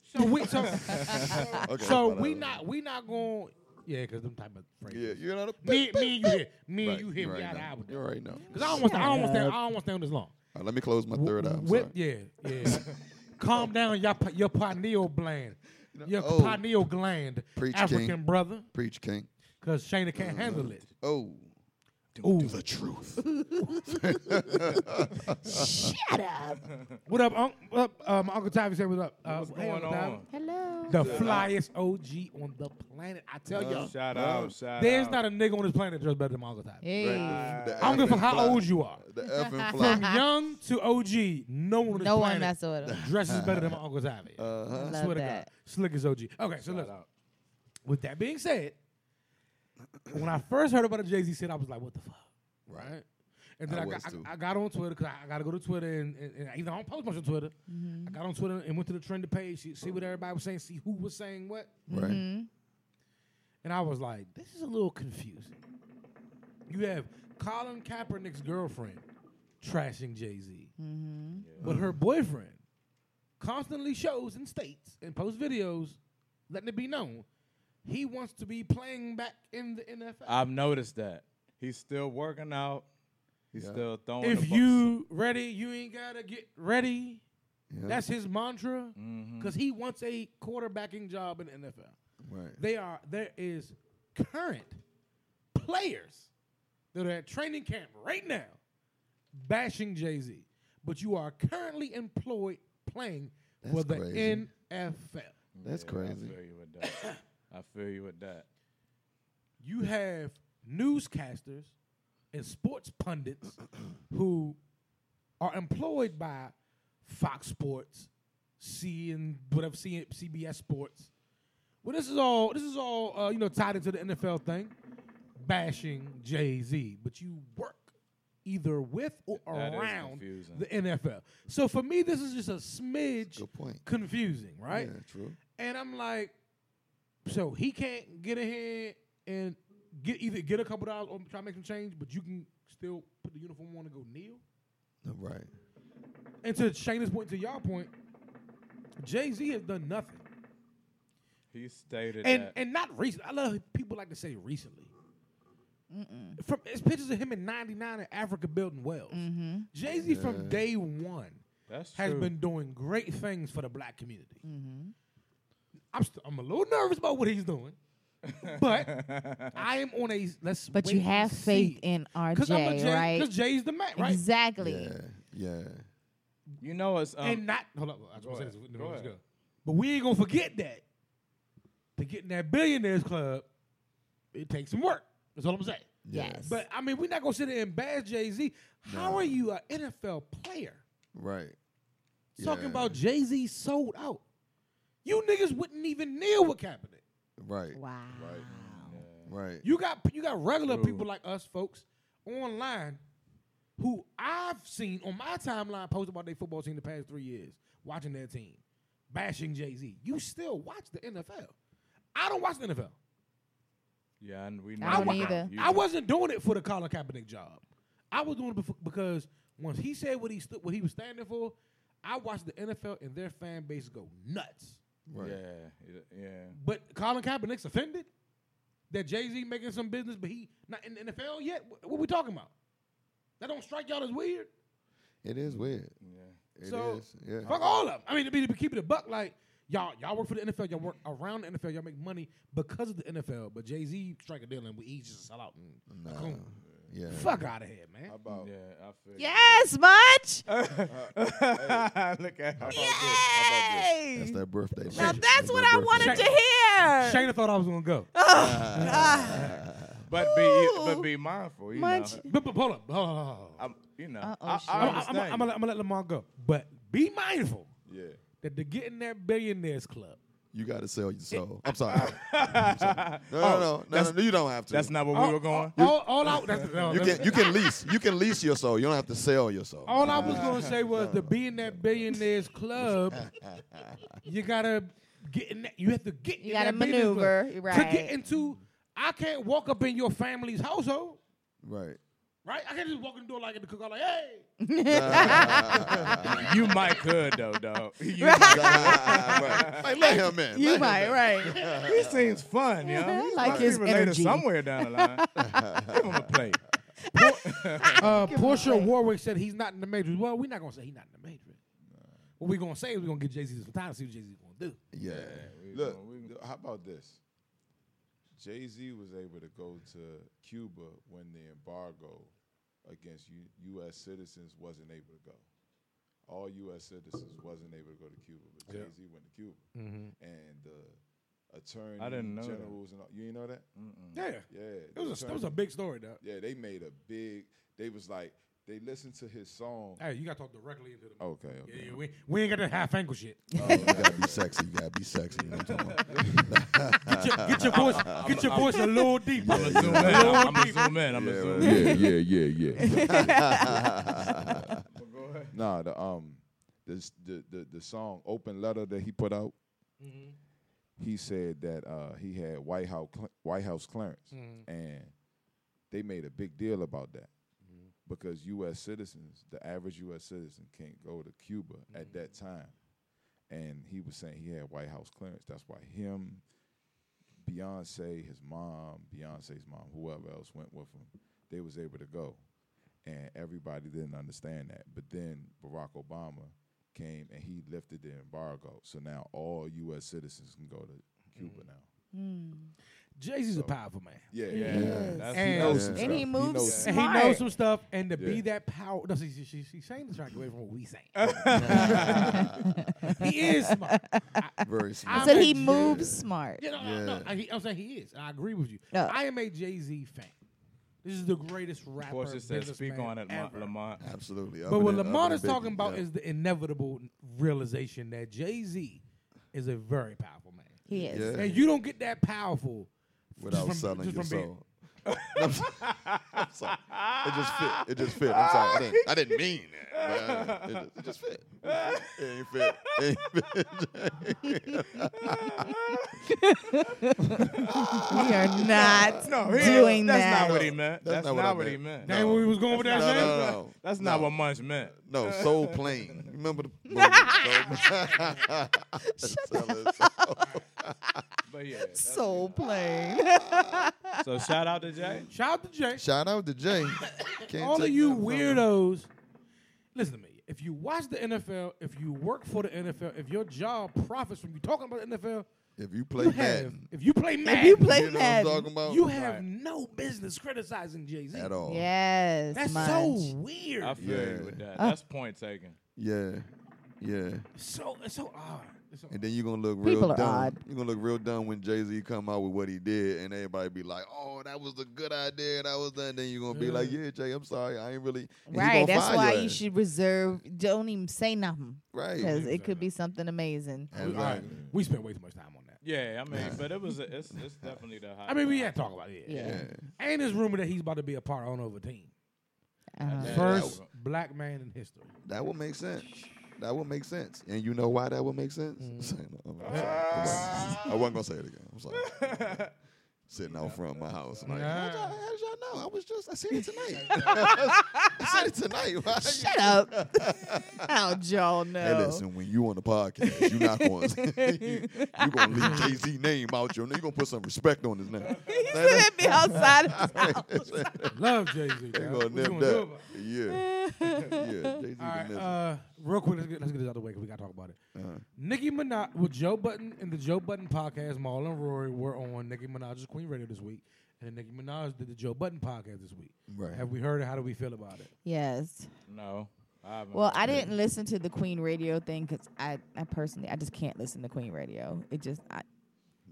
S2: So we so,
S1: Okay,
S2: so
S1: that's what
S2: we
S1: I-
S2: not we not going. Yeah, because them type of
S1: Yeah,
S2: phrases.
S1: you know the.
S2: Me, me and you here. Me
S1: Right,
S2: and you here.
S1: right
S2: we out
S1: now.
S2: out with
S1: You're
S2: that.
S1: right now.
S2: Because I don't want. I don't want. I don't want to stay on this long.
S1: All right, let me close my third eye. I'm
S2: Whip,
S1: sorry.
S2: yeah, yeah. Calm down, your pa- your pineal gland, your
S1: oh.
S2: pineal gland,
S1: Preach,
S2: African
S1: King.
S2: brother,
S1: Preach, King.
S2: because Shayna can't handle it.
S1: Oh,
S2: Ooh,
S1: the truth.
S6: Shut up.
S2: what up, Unc? What up? Uh, my uncle Tavi said, "What up?" Uh,
S4: What's
S2: hey,
S4: going
S2: Uncle Tavi.
S4: on?
S3: Hello.
S2: The flyest OG on the planet. I tell y'all,
S4: Shout out. Shout
S2: there's
S4: out.
S2: not a nigga on this planet that does better than my uncle Tavi.
S6: Hey.
S2: I don't give a fuck how old you are.
S1: The effing
S2: From
S1: fly.
S2: young to OG, no one on this
S6: Uh-huh. No one
S2: planet
S6: messing with him.
S2: dresses better than my uncle Tavi.
S4: Uh,
S1: Uh-huh.
S6: Love
S2: Swear to God.
S6: that.
S2: Slick as OG. Okay, so look. With that being said, when I first heard about the Jay Z shit, I was like, what the fuck? Right? And then
S1: I
S2: I,
S1: was
S2: got,
S1: too.
S2: I, I got on Twitter because I, I got to go to Twitter and, and, and either I don't post much on Twitter. I got on Twitter and went to the trending page, see, see what everybody was saying, see who was saying what.
S1: Right.
S2: And I was like, this is a little confusing. You have Colin Kaepernick's girlfriend trashing Jay Z. But her boyfriend constantly shows and states and posts videos letting it be known he wants to be playing back in the NFL.
S4: I've noticed that he's still working out. He's
S1: Yeah.
S4: still throwing. the
S2: if
S4: ball.
S2: you ready, you ain't gotta get ready.
S1: Yeah.
S2: That's his mantra
S4: Mhm.
S2: because he wants a quarterbacking job in the NFL.
S1: right.
S2: They are there is current players that are at training camp right now bashing Jay Z, but you are currently employed playing
S1: That's
S2: for the
S1: crazy.
S2: NFL.
S1: That's crazy.
S4: I feel you with that. I feel you with that.
S2: You have newscasters and sports pundits who are employed by Fox Sports, C and whatever C, CBS Sports. Well, this is all this is all uh, you know tied into the NFL thing, bashing Jay Z. But you work either with or
S4: That is
S2: around
S4: confusing.
S2: the NFL. So for me, this is just a smidge
S1: Good point.
S2: confusing, right?
S1: Yeah, true.
S2: And I'm like, so he can't get ahead and get either get a couple dollars or try to make some change, but you can still put the uniform on and go kneel.
S1: Right.
S2: And to Shayna's point, to y'all point, Jay Z has done nothing,
S4: He stated
S2: and
S4: that.
S2: and not recent. I love people like to say recently. From it's pictures of him in '99 in Africa building wells. Jay Z from day one
S4: That's
S2: has
S4: true.
S2: been doing great things for the black community. I'm st- I'm a little nervous about what he's doing, but I am on a let's.
S6: But you
S2: wait and
S6: have faith
S2: see.
S6: in
S2: Cause I'm a
S6: RJ,
S2: Jay,
S6: right?
S2: Because Jay's the man, right?
S6: Exactly.
S1: Yeah. Yeah.
S4: you know it's um,
S2: and not hold up. I was
S4: Go
S2: gonna say
S4: ahead.
S2: this.
S4: Go
S2: no, let's
S4: ahead.
S2: go. But we ain't gonna forget that. To get in that billionaires club, it takes some work. That's all I'm saying.
S6: Yes.
S2: But I mean, we're not gonna sit there and bash Jay Z. How are you an NFL player
S1: Right.
S2: talking
S1: Yeah.
S2: about Jay Z sold out? You niggas wouldn't even kneel what happened.
S1: Right.
S6: wow.
S1: Right.
S2: You got you got regular
S4: True.
S2: people like us folks online who I've seen on my timeline post about their football team the past three years, watching their team, bashing Jay Z. You still watch the NFL. I don't watch the NFL.
S4: yeah, and we know
S6: I
S2: I,
S6: don't
S2: wa-
S4: you-
S6: either.
S4: you
S2: I wasn't doing it for the Colin Kaepernick job. I was doing it befo- because once he said what he stood, what he was standing for, I watched the NFL and their fan base go nuts.
S1: Right.
S4: Yeah, yeah,
S2: But Colin Kaepernick's offended that Jay Z making some business, but he not in the NFL yet. Wh- What we talking about? That don't strike y'all as weird.
S1: It is weird.
S4: yeah.
S1: It is.
S2: So,
S1: Yeah.
S2: Fuck all of them. I mean, to be to keep it a buck, like y'all y'all work for the NFL, y'all work around the NFL, y'all make money because of the NFL. But Jay Z strike a deal and we each just sell out and
S1: Nah.
S2: cocoon.
S1: Yeah.
S2: fuck out of here, man.
S5: How about
S4: Yeah, I feel. you.
S6: Yes, much.
S4: Look at her.
S1: That's
S6: Yay.
S1: that birthday.
S6: Now
S1: bitch.
S6: that's what I
S1: that
S6: wanted to
S2: Shame.
S6: hear.
S2: Shayna thought I was gonna go,
S4: But be but
S6: Ooh.
S4: be mindful. You
S6: Munch.
S4: know,
S2: but, but hold up, hold up, hold up.
S4: I'm, you know,
S6: Uh-oh,
S4: I,
S6: shit.
S4: I
S2: I'm, I'm,
S4: understand.
S2: I'm, I'm, gonna- I'm gonna let Lamar go, but be mindful
S5: yeah?
S2: that to get in that billionaires club.
S1: You got to sell your soul. I'm sorry. I'm sorry. No, no, no, no, no, no. You don't have to.
S4: That's not where we were going.
S2: All, all out. That's, no,
S1: You
S2: that's-
S1: can you can lease. You can lease your soul. You don't have to sell your soul.
S2: All I was gonna say was to be in that billionaires club, you gotta get in that. You have to get.
S6: You
S2: in
S6: gotta
S2: that billionaires club.
S6: maneuver,
S2: To
S6: right.
S2: get into, I can't walk up in your family's household,
S1: Right.
S2: right? I can't just walk in the door like at the cookout, like, hey,
S4: you might could though, dog. You
S1: right. Like, let him in.
S6: You
S1: Let him
S6: might,
S1: in.
S6: right.
S4: He seems fun, yo.
S6: Mhm,
S4: He's
S6: like
S4: must
S6: his
S4: be related
S6: energy.
S4: somewhere down the line. Give him a plate.
S2: uh, Portia Warwick said he's not in the majors. Well, we're not gonna say he's not in the majors. What we're gonna say is we're gonna get Jay Z some time to see what Jay Z's gonna do.
S1: Yeah.
S5: Look, th- how about this? Jay Z was able to go to Cuba when the embargo against U- U.S. citizens wasn't able to go. All U.S. citizens wasn't able to go to Cuba, but Jay Z went to Cuba,
S2: Mm-hmm.
S5: and the attorney
S4: didn't know that.
S5: generals and all, you ain't know that.
S2: Yeah,
S5: Yeah,
S2: Mm. it
S5: the
S2: was a, that was a
S5: attorney-
S2: big story, though.
S5: yeah. They made a big. They was like they listened to his song.
S2: Hey, you gotta talk directly into the.
S5: Okay, okay.
S2: Yeah, yeah, we, we ain't got that half ankle shit.
S1: Oh, you gotta be sexy. You gotta be sexy. You know what I'm talking about?
S2: Get your, get your voice, get your voice a little deeper.
S4: I'm gonna zoom in. I'm gonna zoom in. I'm gonna zoom in.
S5: yeah, yeah, yeah, yeah. nah, the um, this, the the the song "Open Letter" that he put out.
S4: Mm-hmm,
S5: He said that uh, he had White
S4: mm-hmm.
S5: House cl- White House clearance, and they made a big deal about that because U.S. citizens, the average U.S. citizen, can't go to Cuba at that time. And he was saying he had White House clearance. That's why him, Beyonce, his mom, Beyonce's mom, whoever else went with him, they was able to go. And everybody didn't understand that. But then Barack Obama came and he lifted the embargo. So now all U.S. citizens can go to Cuba now.
S2: Jay Z's a
S5: So-
S2: powerful man.
S5: Yeah,
S6: He
S5: yeah.
S6: is.
S5: That's-
S2: And-
S5: knows some
S6: and he
S5: stuff.
S6: moves
S5: knows
S2: And he
S6: Smart.
S2: knows some stuff, and to be
S5: Yeah.
S2: that power. No, see, she, she, she's saying to try to get away from what we saying. he is smart.
S1: Very
S6: I
S1: smart.
S6: said
S2: I'm
S6: he
S2: a-
S6: moves smart.
S2: You know, I- no,
S1: Yeah.
S2: I, am saying he is. and I agree with you.
S6: No.
S2: I am a Jay Z fan. This is the greatest rapper.
S4: Portia said, "Speak
S2: businessman
S4: on it, Ma-
S2: ever.
S4: Lamont."
S1: Absolutely.
S2: But what Lamont is talking about is the inevitable realization that Jay Z is a very powerful man,
S6: He is.
S1: Yeah.
S2: and you don't get that powerful just
S1: without
S2: from-
S1: selling
S2: just
S1: your
S2: from being-
S1: soul. I'm sorry. I'm sorry. It just fit. It just fit. I'm sorry. I didn't, I didn't mean that. but, uh, it, just, it just fit. It ain't fit. It ain't fit.
S6: We are not
S4: No, he-
S6: doing
S4: that's
S6: that.
S4: not what he meant. That's, not, what, he meant.
S2: That ain't where we was going with that.
S1: No, no,
S2: Jay?
S1: no, no.
S4: That's not what Munch meant.
S1: No, Soul Plane. Remember the movie? Soul Plane?
S4: But yeah. that's-
S6: so plain.
S4: So shout out to Jay.
S2: Shout out to Jay.
S1: Shout out to Jay. Can't
S2: all of
S1: take
S2: you
S1: nothing from him.
S2: weirdos, listen to me. If you watch the NFL, if you work for the NFL, if your job profits from you talking about the NFL,
S1: If you play
S2: you have,
S1: Madden,
S2: if you play Madden,
S6: if you play
S1: you know what I'm
S6: Madden,
S1: talking about?
S2: you have
S4: Right.
S2: no business criticizing Jay Z.
S1: at all.
S6: yes,
S2: That's
S6: Munch.
S2: so weird.
S4: I feel
S1: Yeah.
S4: you with
S6: Uh,
S4: that. That's point taken.
S1: Yeah. Yeah.
S2: so it's so odd. It's so
S1: And then you're gonna look
S6: People
S1: real
S6: are
S1: dumb.
S6: odd.
S1: You're gonna look real dumb when Jay Z come out with what he did, and everybody be like, "Oh, that was a good idea. That was done." Then you're gonna be like, "Yeah, Jay, I'm sorry, I ain't really." and he
S6: Mm. Right,
S1: gonna
S6: that's
S1: fire
S6: why
S1: your
S6: you
S1: ass.
S6: should reserve. Don't even say nothing
S1: Right.
S6: because it could be something amazing.
S2: odd. All right,
S1: Exactly.
S2: we spent way too much time on that.
S4: Yeah, I mean, but it was a, it's it's definitely the hot.
S2: I mean, we had to talk about it.
S6: Yeah.
S2: And there's rumor that he's about to be a part owner of a team.
S6: Uh-huh.
S4: Yeah.
S2: First black man in history.
S1: That would make sense. That would make sense. And you know why that would make sense?
S6: Mm.
S1: I'm sorry. I'm sorry. I'm sorry. I wasn't gonna say it again. I'm sorry. Sitting out front of my house, like, how did y'all, how did y'all know? I was just, I said it tonight. I said it tonight. Why you-
S6: Shut up. How'd y'all know?
S1: Hey, listen, when you on the podcast, you not going to you, you gonna leave Jay Z name out your you gonna put some respect on his name.
S6: He said it'd be outside of town.
S2: Love Jay Z.
S1: They gonna nip that. Yeah. yeah. Jay Z
S2: All right,
S1: nip
S2: uh, Uh-huh. real quick, let's get, let's get this out of the way because we got to talk about it. Nicki Minaj with Joe Button and the Joe Button podcast, Marlon and Rory were on Nicki Minaj's Queen Radio this week, and then Nicki Minaj did the Joe Button podcast this week.
S1: Right.
S2: Have we heard it? How do we feel about it?
S6: yes.
S4: No. I haven't.
S6: Well, I didn't listen to the Queen Radio thing because I, I personally, I just can't listen to Queen Radio. It just, I,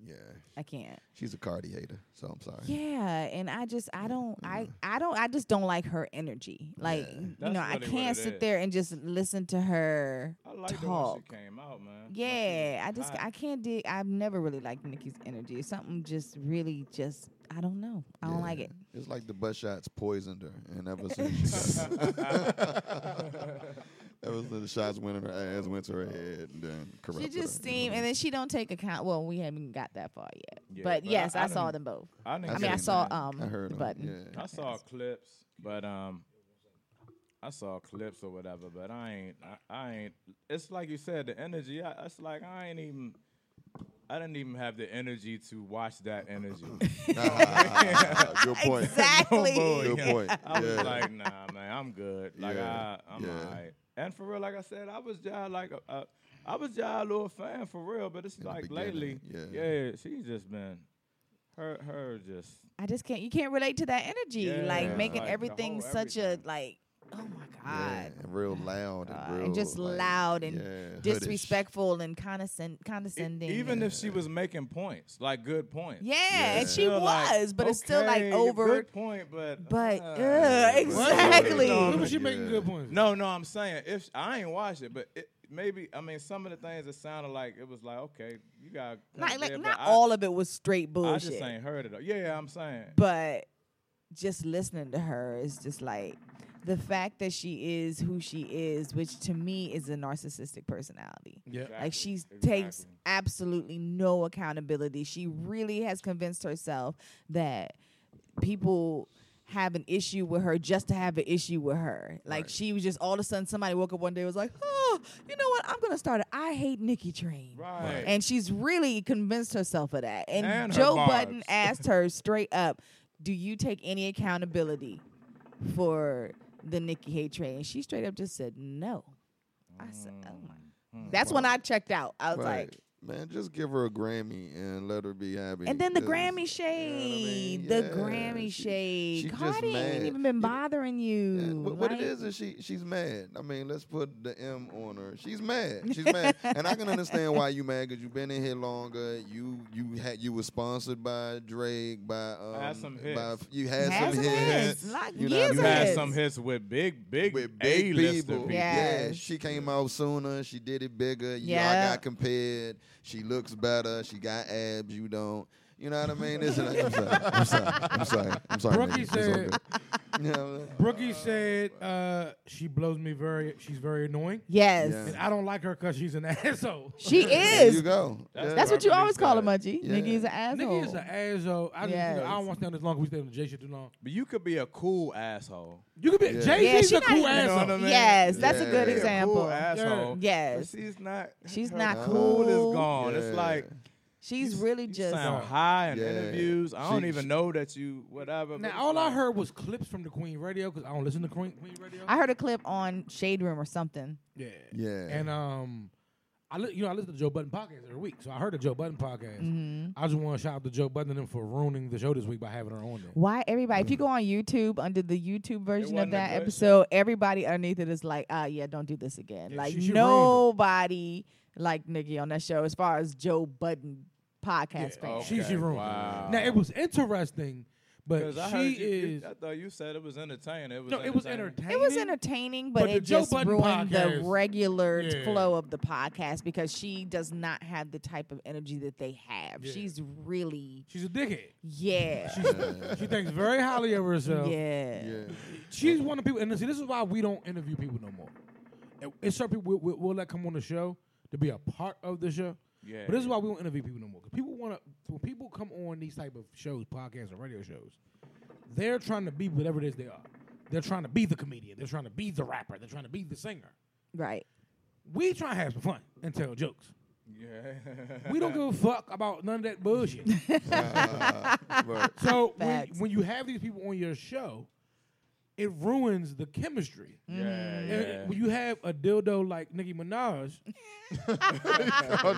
S1: yeah.
S6: I can't.
S1: She's a Cardi hater, so I'm sorry.
S6: Yeah, and I just I don't I I don't I just don't like her energy. Like you
S4: Mm. That's
S6: know I
S4: really what
S6: can't
S4: it
S6: sit
S4: is.
S6: there and just listen to her
S4: I like the
S6: talk.
S4: one she came out, man. Like, she was
S6: Yeah, I just
S4: hot.
S6: I can't dig. I've never really liked Nikki's energy. Something just really just I don't know. I don't like it.
S1: It's like the butt shots poisoned her, and ever since she got- ever since the shots went in her ass, went to her head, and then
S6: She
S1: corrupted
S6: just
S1: her.
S6: seemed, and then she don't take account. Well, we haven't got that far yet.
S4: Yeah,
S6: but,
S4: but
S6: yes,
S4: I-
S6: I,
S4: I
S6: saw
S4: done-
S6: them both.
S4: I, didn't
S6: I
S4: see
S6: mean, I
S4: it,
S6: saw
S4: man.
S6: um
S1: I heard
S6: the
S1: him,
S6: button.
S1: yeah.
S4: I saw clips, but um, I saw clips or whatever, but I ain't, I, I ain't. It's like you said, the energy. I, it's like I ain't even. I didn't even have the energy to watch that energy.
S1: Nah, good
S4: oh,
S1: point.
S6: Exactly.
S1: Good point.
S4: I was
S1: Yeah.
S4: like, nah, man, I'm good. Like
S1: Yeah,
S4: I, I'm
S1: yeah.
S4: alright. And for real, like I said, I was just like a, a, I was just a little fan for real. But it's
S1: the
S4: like
S1: beginning,
S4: lately,
S1: yeah.
S4: yeah, she's just been, her, her just e,
S6: I just can't. You can't relate to that energy.
S4: Yeah,
S6: like
S1: Yeah.
S6: making
S4: like the
S6: everything
S4: whole
S6: such
S4: everything.
S6: a like. Oh my
S1: Yeah,
S6: god.
S1: and real loud and
S6: God,
S1: real
S6: and just
S1: like,
S6: loud and
S1: yeah, hoodish.
S6: disrespectful and condescend-
S4: E-
S6: condescending.
S4: Even
S6: and-
S4: if she was making points, like good points.
S6: yeah,
S1: Yeah.
S6: and she
S4: Still like,
S6: was, but it's still like
S4: okay,
S6: over.
S4: Good point, but
S6: But
S4: uh,
S6: ugh, exactly.
S2: When was she making
S1: Yeah.
S2: good points?
S4: no, no. I'm saying if sh- I ain't watched it, but it, maybe I mean some of the things that sounded like it was like okay, you got a point
S6: Not, like
S4: there, but
S6: not
S4: I-
S6: all of it was straight
S4: I
S6: bullshit,
S4: just ain't heard it. Yeah, I'm saying.
S6: but just listening to her is just like the fact that she is who she is, which to me is a narcissistic personality.
S2: Yeah.
S6: Like she
S4: Exactly,
S6: takes
S4: exactly.
S6: absolutely no accountability. She really has convinced herself that people have an issue with her just to have an issue with her. Like
S1: Right.
S6: she was just all of a sudden somebody woke up one day and was like, oh, you know what? I'm gonna start a I hate Nikki train.
S4: Right.
S6: And she's really convinced herself of that. And,
S4: And her
S6: Joe
S4: vibes.
S6: Button asked her straight up, "Do you take any accountability for the Nikki hate train?" And she straight up just said, "No." I said, "Oh my."
S1: Mm-hmm.
S6: That's when I checked out. I was
S1: Right.
S6: like,
S1: man, just give her a Grammy and let her be happy.
S6: and then the
S1: Just-
S6: Grammy
S1: mean?
S6: shade,
S1: Yeah,
S6: the Grammy
S1: she-
S6: shade.
S1: she just
S6: Cardi
S1: mad.
S6: ain't even
S1: You-
S6: been bothering you.
S1: Yeah, what, what it
S6: Like,
S1: is is she she's mad. I mean, let's put the M on her. She's mad. She's mad, and I can understand why you mad because you've been in here longer. You you had you were sponsored by Drake by um,
S4: had some
S1: by
S4: hits.
S1: you had
S6: Has
S1: some
S6: some
S1: hits.
S6: hits. Like
S1: You know,
S6: years
S4: You
S1: of
S4: had
S1: hits.
S4: some hits with big, big,
S1: With big
S4: A-lister
S1: people, yeah.
S6: Yes.
S1: She came out sooner. She did it bigger. Yeah, I
S6: Yeah.
S1: got compared. She looks better. She got abs. You don't. You know what I mean? It's like, I'm sorry. I'm sorry. I'm sorry. I'm sorry.
S2: Brookie
S1: niggas. It's all
S2: said-
S1: good. You know what I'm saying?
S2: Brookie said uh, she blows me very. She's very annoying,
S6: Yes,
S1: Yeah.
S2: and I don't like her because she's an asshole.
S6: she
S1: There you
S6: is.
S1: go.
S4: That's
S6: That's what you
S4: Properly
S6: always call her,
S4: said.
S6: Munchie.
S1: Yeah.
S6: Nigga is an asshole.
S2: Nigga is an asshole. I, just, you know, I don't
S6: Yes.
S2: want to stay on this long. We stay on the J shit too long.
S4: But you could be a cool asshole.
S2: You could be
S1: Yeah.
S2: Jay
S6: Yeah,
S2: Z's
S6: she
S2: a
S6: not
S2: cool
S6: even- You know
S2: asshole.
S4: what I mean?
S6: Yes, that's
S1: Yeah.
S6: a good
S1: Yeah, cool
S6: example.
S4: Cool asshole. But
S6: Yes,
S4: she's not.
S6: She's
S4: her
S6: not
S4: cool.
S6: cool.
S4: is gone. It's
S1: Yeah.
S4: like
S6: she's
S4: you-
S6: really
S4: you
S6: just.
S4: sound high in
S1: Yeah.
S4: interviews. I don't
S1: She-
S4: even
S1: she-
S4: know that you whatever. but
S2: Now
S4: it's
S2: all I
S4: like-
S2: heard was clips from the Queen Radio because I don't listen to Queen, Queen Radio.
S6: I heard a clip on Shade Room or something.
S2: yeah.
S1: Yeah.
S2: And um, I li- you know I listen to Joe Budden podcast every week, so I heard the Joe Budden podcast.
S6: Mhm.
S2: I just want to shout out to Joe Budden and them for ruining the show this week by having her on there.
S6: Why everybody? If you go on YouTube under the YouTube version
S4: wasn't
S6: of
S4: a
S6: that
S4: good
S6: episode, everybody underneath it is like, ah, yeah, don't do this again.
S2: Yeah,
S6: like
S2: she- she ruined it.
S6: nobody like Nikki on that show as far as Joe Budden podcast
S2: Yeah,
S6: fans.
S2: She she
S4: Okay,
S2: ruined.
S4: wow.
S2: It. Now it was interesting, but
S4: 'Cause I heard
S2: she
S4: you- you-
S2: is.
S4: I thought you said it was entertaining. It was
S2: no, it was entertaining.
S6: It was entertaining, but,
S2: But the
S6: it
S2: Joe
S6: just
S2: Budden
S6: ruined the
S2: podcast-
S6: regular
S2: Yeah.
S6: flow of the podcast because she does not have the type of energy that they have.
S2: Yeah.
S6: She's really,
S2: She's a dickhead.
S6: yeah,
S1: Yeah.
S2: She thinks very highly of herself.
S6: yeah.
S1: yeah.
S2: She's one of the people, and see, this is why we don't interview people no more. And It's certain people we'll, we'll, we'll let come on the show to be a part of the show,
S4: Yeah.
S2: but this is why we don't interview people no more. 'Cause people want to, when people come on these type of shows, podcasts, or radio shows, they're trying to be whatever it is they are. They're trying to be the comedian. They're trying to be the rapper. They're trying to be the singer.
S6: right.
S2: We try to have some fun and tell jokes.
S4: Yeah.
S2: We don't give a fuck about none of that bullshit.
S1: But
S2: so when,
S6: Facts.
S2: when you have these people on your show, it ruins the chemistry.
S4: Yeah,
S2: And
S4: Mm. yeah.
S2: When you have a dildo like Nicki Minaj,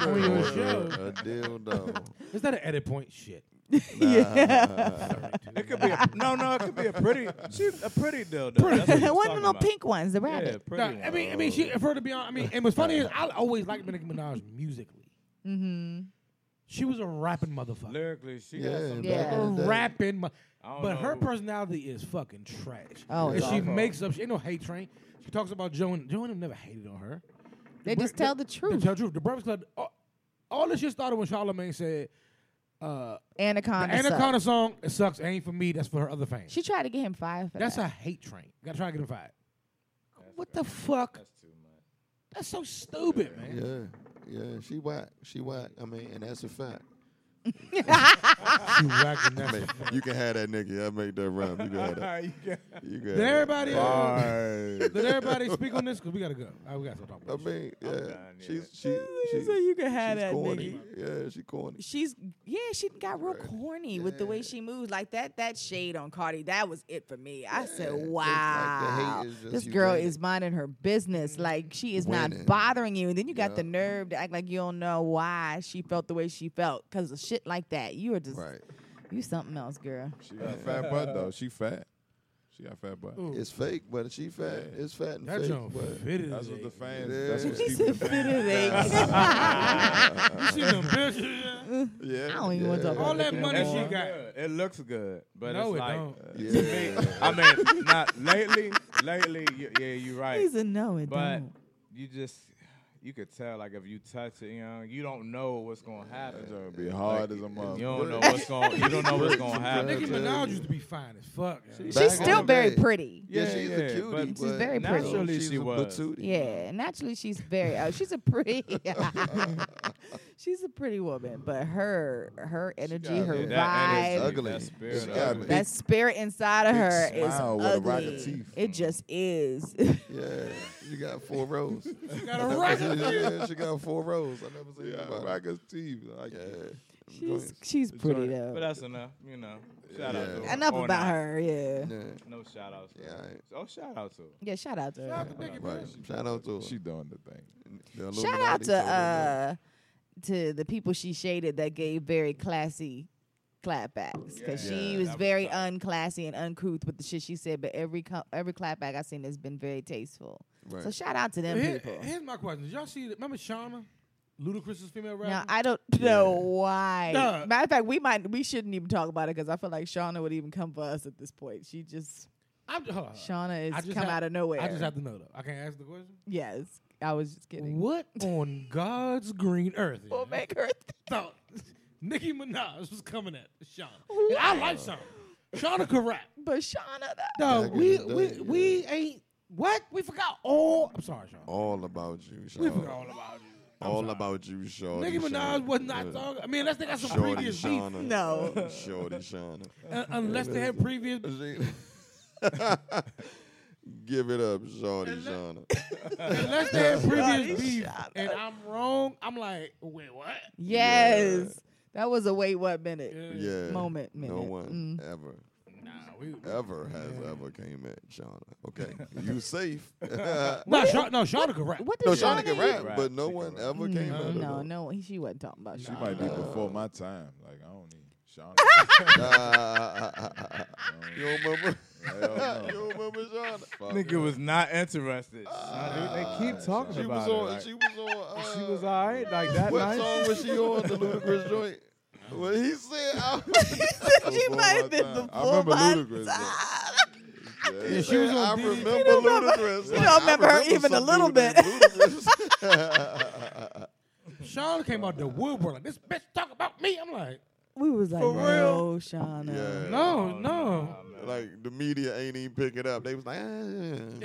S1: on
S2: your show.
S1: A dildo.
S2: is that an edit point? Shit.
S1: yeah.
S4: It could be a, no, no. It could be a pretty, she's a pretty dildo. That's what he was
S6: One
S4: talking
S6: of the
S4: about.
S6: pink ones, the
S4: Yeah,
S6: rabbit.
S4: pretty
S2: Nah,
S4: one.
S2: I mean, I mean, she. For her to be honest, I mean, and what's funny is I always liked Nicki Minaj musically.
S6: Mm-hmm.
S2: She was a rapping motherfucker.
S4: lyrically, she
S1: Yeah,
S4: got some.
S1: back
S6: Yeah.
S2: A
S1: in the day.
S2: rapping, mo-
S4: I don't
S2: but
S4: know
S2: her
S4: who-
S2: personality is fucking trash.
S6: Oh,
S2: and
S6: it's
S2: she
S4: awful.
S2: makes up. She ain't no hate train. She talks about Joe and Joe and them never hated on her.
S6: They
S2: Bre-
S6: just tell the
S2: They
S6: truth.
S2: tell the truth. The Breakfast Club. All, all this shit started when Charlamagne said, uh, "The
S6: Anaconda. suck.
S2: Anaconda song it sucks. It ain't for me. That's for her other fans."
S6: She tried to get him fired. For
S2: That's
S6: that.
S2: a hate train. Gotta try to get him fired.
S4: That's
S2: What
S4: right.
S2: the fuck?
S4: That's too much.
S2: That's so stupid, man.
S1: Yeah. Yeah. She whack. She whack. I mean, and that's a fact.
S2: You rocking that
S1: Man,
S2: shit.
S1: you can have that nigga. I make that rhyme. You can have that.
S4: You got-
S1: You can have
S2: Did everybody, uh, did
S1: Bye.
S2: everybody speak on this? Cause we gotta go. All right, we gotta stop talking.
S1: I
S2: About this shit.
S1: mean, yeah.
S4: done, yeah.
S1: She's she she's,
S6: so you can have
S1: she's
S6: that
S1: corny.
S6: nigga.
S1: Yeah, she corny.
S6: She's yeah, she got real corny with the way
S1: Yeah.
S6: she moves. Like that that shade on Cardi, that was it for me. I
S1: Yeah,
S6: said,
S1: it's like the hate
S6: Wow.
S1: is just
S6: this
S1: you
S6: girl
S1: winning.
S6: is minding her business. Like she is
S1: Winning.
S6: not bothering you. And then you got the
S1: Yeah.
S6: nerve to act like you don't know why she felt the way she felt. Cause of shit like that. You are just
S1: Right.
S6: you something else, girl.
S5: She got a fat butt though. She fat. She got a fat butt.
S2: Ooh,
S1: It's fake, but she fat.
S5: Yeah.
S1: It's fat and
S2: that
S1: fake.
S2: joint
S1: but
S2: fit
S5: That's
S2: as
S5: what
S2: a-
S5: the fans.
S1: Yeah.
S5: That's what's
S1: She
S5: keeping the fans.
S2: You see them bitches?
S1: yeah.
S6: I don't even wanna talk
S1: yeah.
S6: about
S2: All that
S6: Looking
S2: money she
S6: good.
S2: got.
S4: good. It looks good, but
S2: No,
S4: it's
S2: it
S4: like.
S2: don't.
S1: Yeah.
S4: to me- I mean, not lately. Lately, y- yeah, you're right.
S6: He's a no, it
S4: But
S6: don't.
S4: you just, you could tell like if you touch it, you know, you don't know what's gonna happen.
S5: That joint be hard as a
S4: You
S5: mother.
S4: don't know what's going. You don't know what's going to
S2: Nicki
S4: happen.
S1: Virgin.
S2: Minaj used to be fine as fuck.
S1: She's
S6: She's
S1: back
S6: still
S1: on the day.
S6: very pretty.
S1: Yeah,
S4: Yeah,
S1: she's
S4: yeah,
S1: a cutie.
S4: but-
S1: but
S6: She's very pretty.
S4: Naturally
S1: she's
S4: she
S1: a
S4: was.
S1: Batootie.
S6: oh, Yeah, naturally she's very. Uh, she's a pretty. She's a pretty woman, but her her energy,
S5: got
S6: her vibe,
S5: it.
S4: That energy,
S1: vibe. Ugly.
S4: That
S5: It's
S4: spirit
S5: gotta
S4: ugly.
S5: be.
S6: that spirit inside of
S5: big
S6: her is
S5: smile with a rock of
S6: ugly.
S5: teeth. Mm.
S6: It just is.
S1: Yeah, you got four rows.
S2: You got a
S1: yeah,
S2: record.
S1: yeah, she got four rows. I never seen
S5: Yeah,
S1: nobody.
S5: rock of teeth. Like,
S1: Yeah.
S6: she's she's pretty though.
S4: But that's enough, you know. Shout out
S1: Yeah.
S4: to her.
S6: Enough
S4: Or
S6: about
S4: not.
S6: her, yeah.
S1: Yeah.
S4: No shout outs.
S1: Yeah, I-
S4: Oh, shout out to her.
S6: Yeah, shout out to her.
S1: Right. Shout out to her.
S5: She doing the thing.
S1: The
S6: Shout
S1: Illuminati
S6: out to
S1: told her
S6: uh to the people she shaded that gave very classy clapbacks because she
S1: Yeah,
S6: was
S4: that was
S6: very
S4: tough.
S6: unclassy and uncouth with the shit she said. But every co- every clapback I've seen has been very tasteful.
S1: no.
S6: So
S1: Right.
S6: shout out to them
S2: Here-
S6: people.
S2: here's my question. Did y'all see? Remember Shauna, Ludacris's female rapper?
S6: Now I don't know why.
S2: Nah.
S6: Matter of fact, we might we shouldn't even talk about it because I feel like Shauna would even come for us at this point. She just
S2: I'm, hold on.
S6: Shauna
S2: I
S6: is
S2: just
S6: come
S2: have-
S6: out of nowhere.
S2: I just have to know though. I can't ask the question.
S6: yes, I was just kidding.
S2: What on God's green earth?
S6: Will
S2: yeah,
S6: make her?
S2: thought Nicki Minaj was coming at Shauna. And I like Shauna. Shauna could rap.
S6: but Shauna,
S2: No,
S6: though.
S1: Back in
S2: we
S1: the day,
S2: we,
S1: yeah.
S2: we ain't what we forgot all. I'm sorry, Shauna.
S1: All about you, Shaw.
S2: We forgot all about you. I'm
S1: All
S2: sorry.
S1: about you, Shaw.
S2: Nicki Minaj was not talking. I mean, unless they got some previous beef,
S6: No.
S1: Shorty Shauna.
S2: Uh, unless they had previous.
S1: Give it up, Shorty Shauna.
S2: Unless they had
S6: Shawty,
S2: previous beef,
S6: shut
S2: and I'm wrong, I'm like, wait, what?
S6: Yes. That was a wait what minute.
S1: Yeah. Uh,
S6: Moment, minute. Mm.
S1: No
S4: Mm.
S1: one ever,
S2: Nah, we.
S1: ever has ever came at Shauna. Okay, you safe.
S2: No, Sha- no, Shauna could rap.
S6: What did
S1: No,
S6: Shauna
S1: Shauna can rap,
S4: Rap,
S1: but no
S4: she
S1: one
S4: can
S1: ever
S6: even-
S1: came
S6: No,
S1: at her.
S6: Mm, no,
S1: though.
S6: no, he- she wasn't talking about
S5: She
S6: Shauna.
S5: might be
S1: Nah.
S5: before my time. Like I don't need Shauna.
S1: Nah, you don't remember?
S5: Hell
S1: you don't
S5: no.
S1: remember Shauna?
S4: Nigga was not interested.
S1: Oh, Ah,
S4: they keep talking
S1: She was
S4: about
S1: on.
S4: it. Like,
S1: she was on. Uh,
S4: she was all right like that
S1: What
S4: night.
S1: song was she on? The Ludacris joint. Well, he said, I,
S6: she might
S5: Before my
S6: have been
S5: time. I
S6: before
S5: remember
S6: my
S5: Ludacris, though.
S6: time.
S5: Yeah.
S1: he
S5: Yeah.
S2: she was
S1: said,
S2: on
S1: I
S2: DD.
S1: remember
S2: You
S6: don't remember-
S1: Ludacris.
S6: you don't remember her
S1: I remember
S6: even a
S1: some
S6: little
S1: dude named
S6: bit.
S1: Ludacris.
S2: Shauna came out the woodwork like this bitch talk about me. I'm like,
S6: We was like,
S2: For
S6: no, Shauna.
S1: Yeah.
S2: no,
S4: Oh,
S2: no.
S4: nah, man.
S1: Like the media ain't even pick it up. They was like, ah.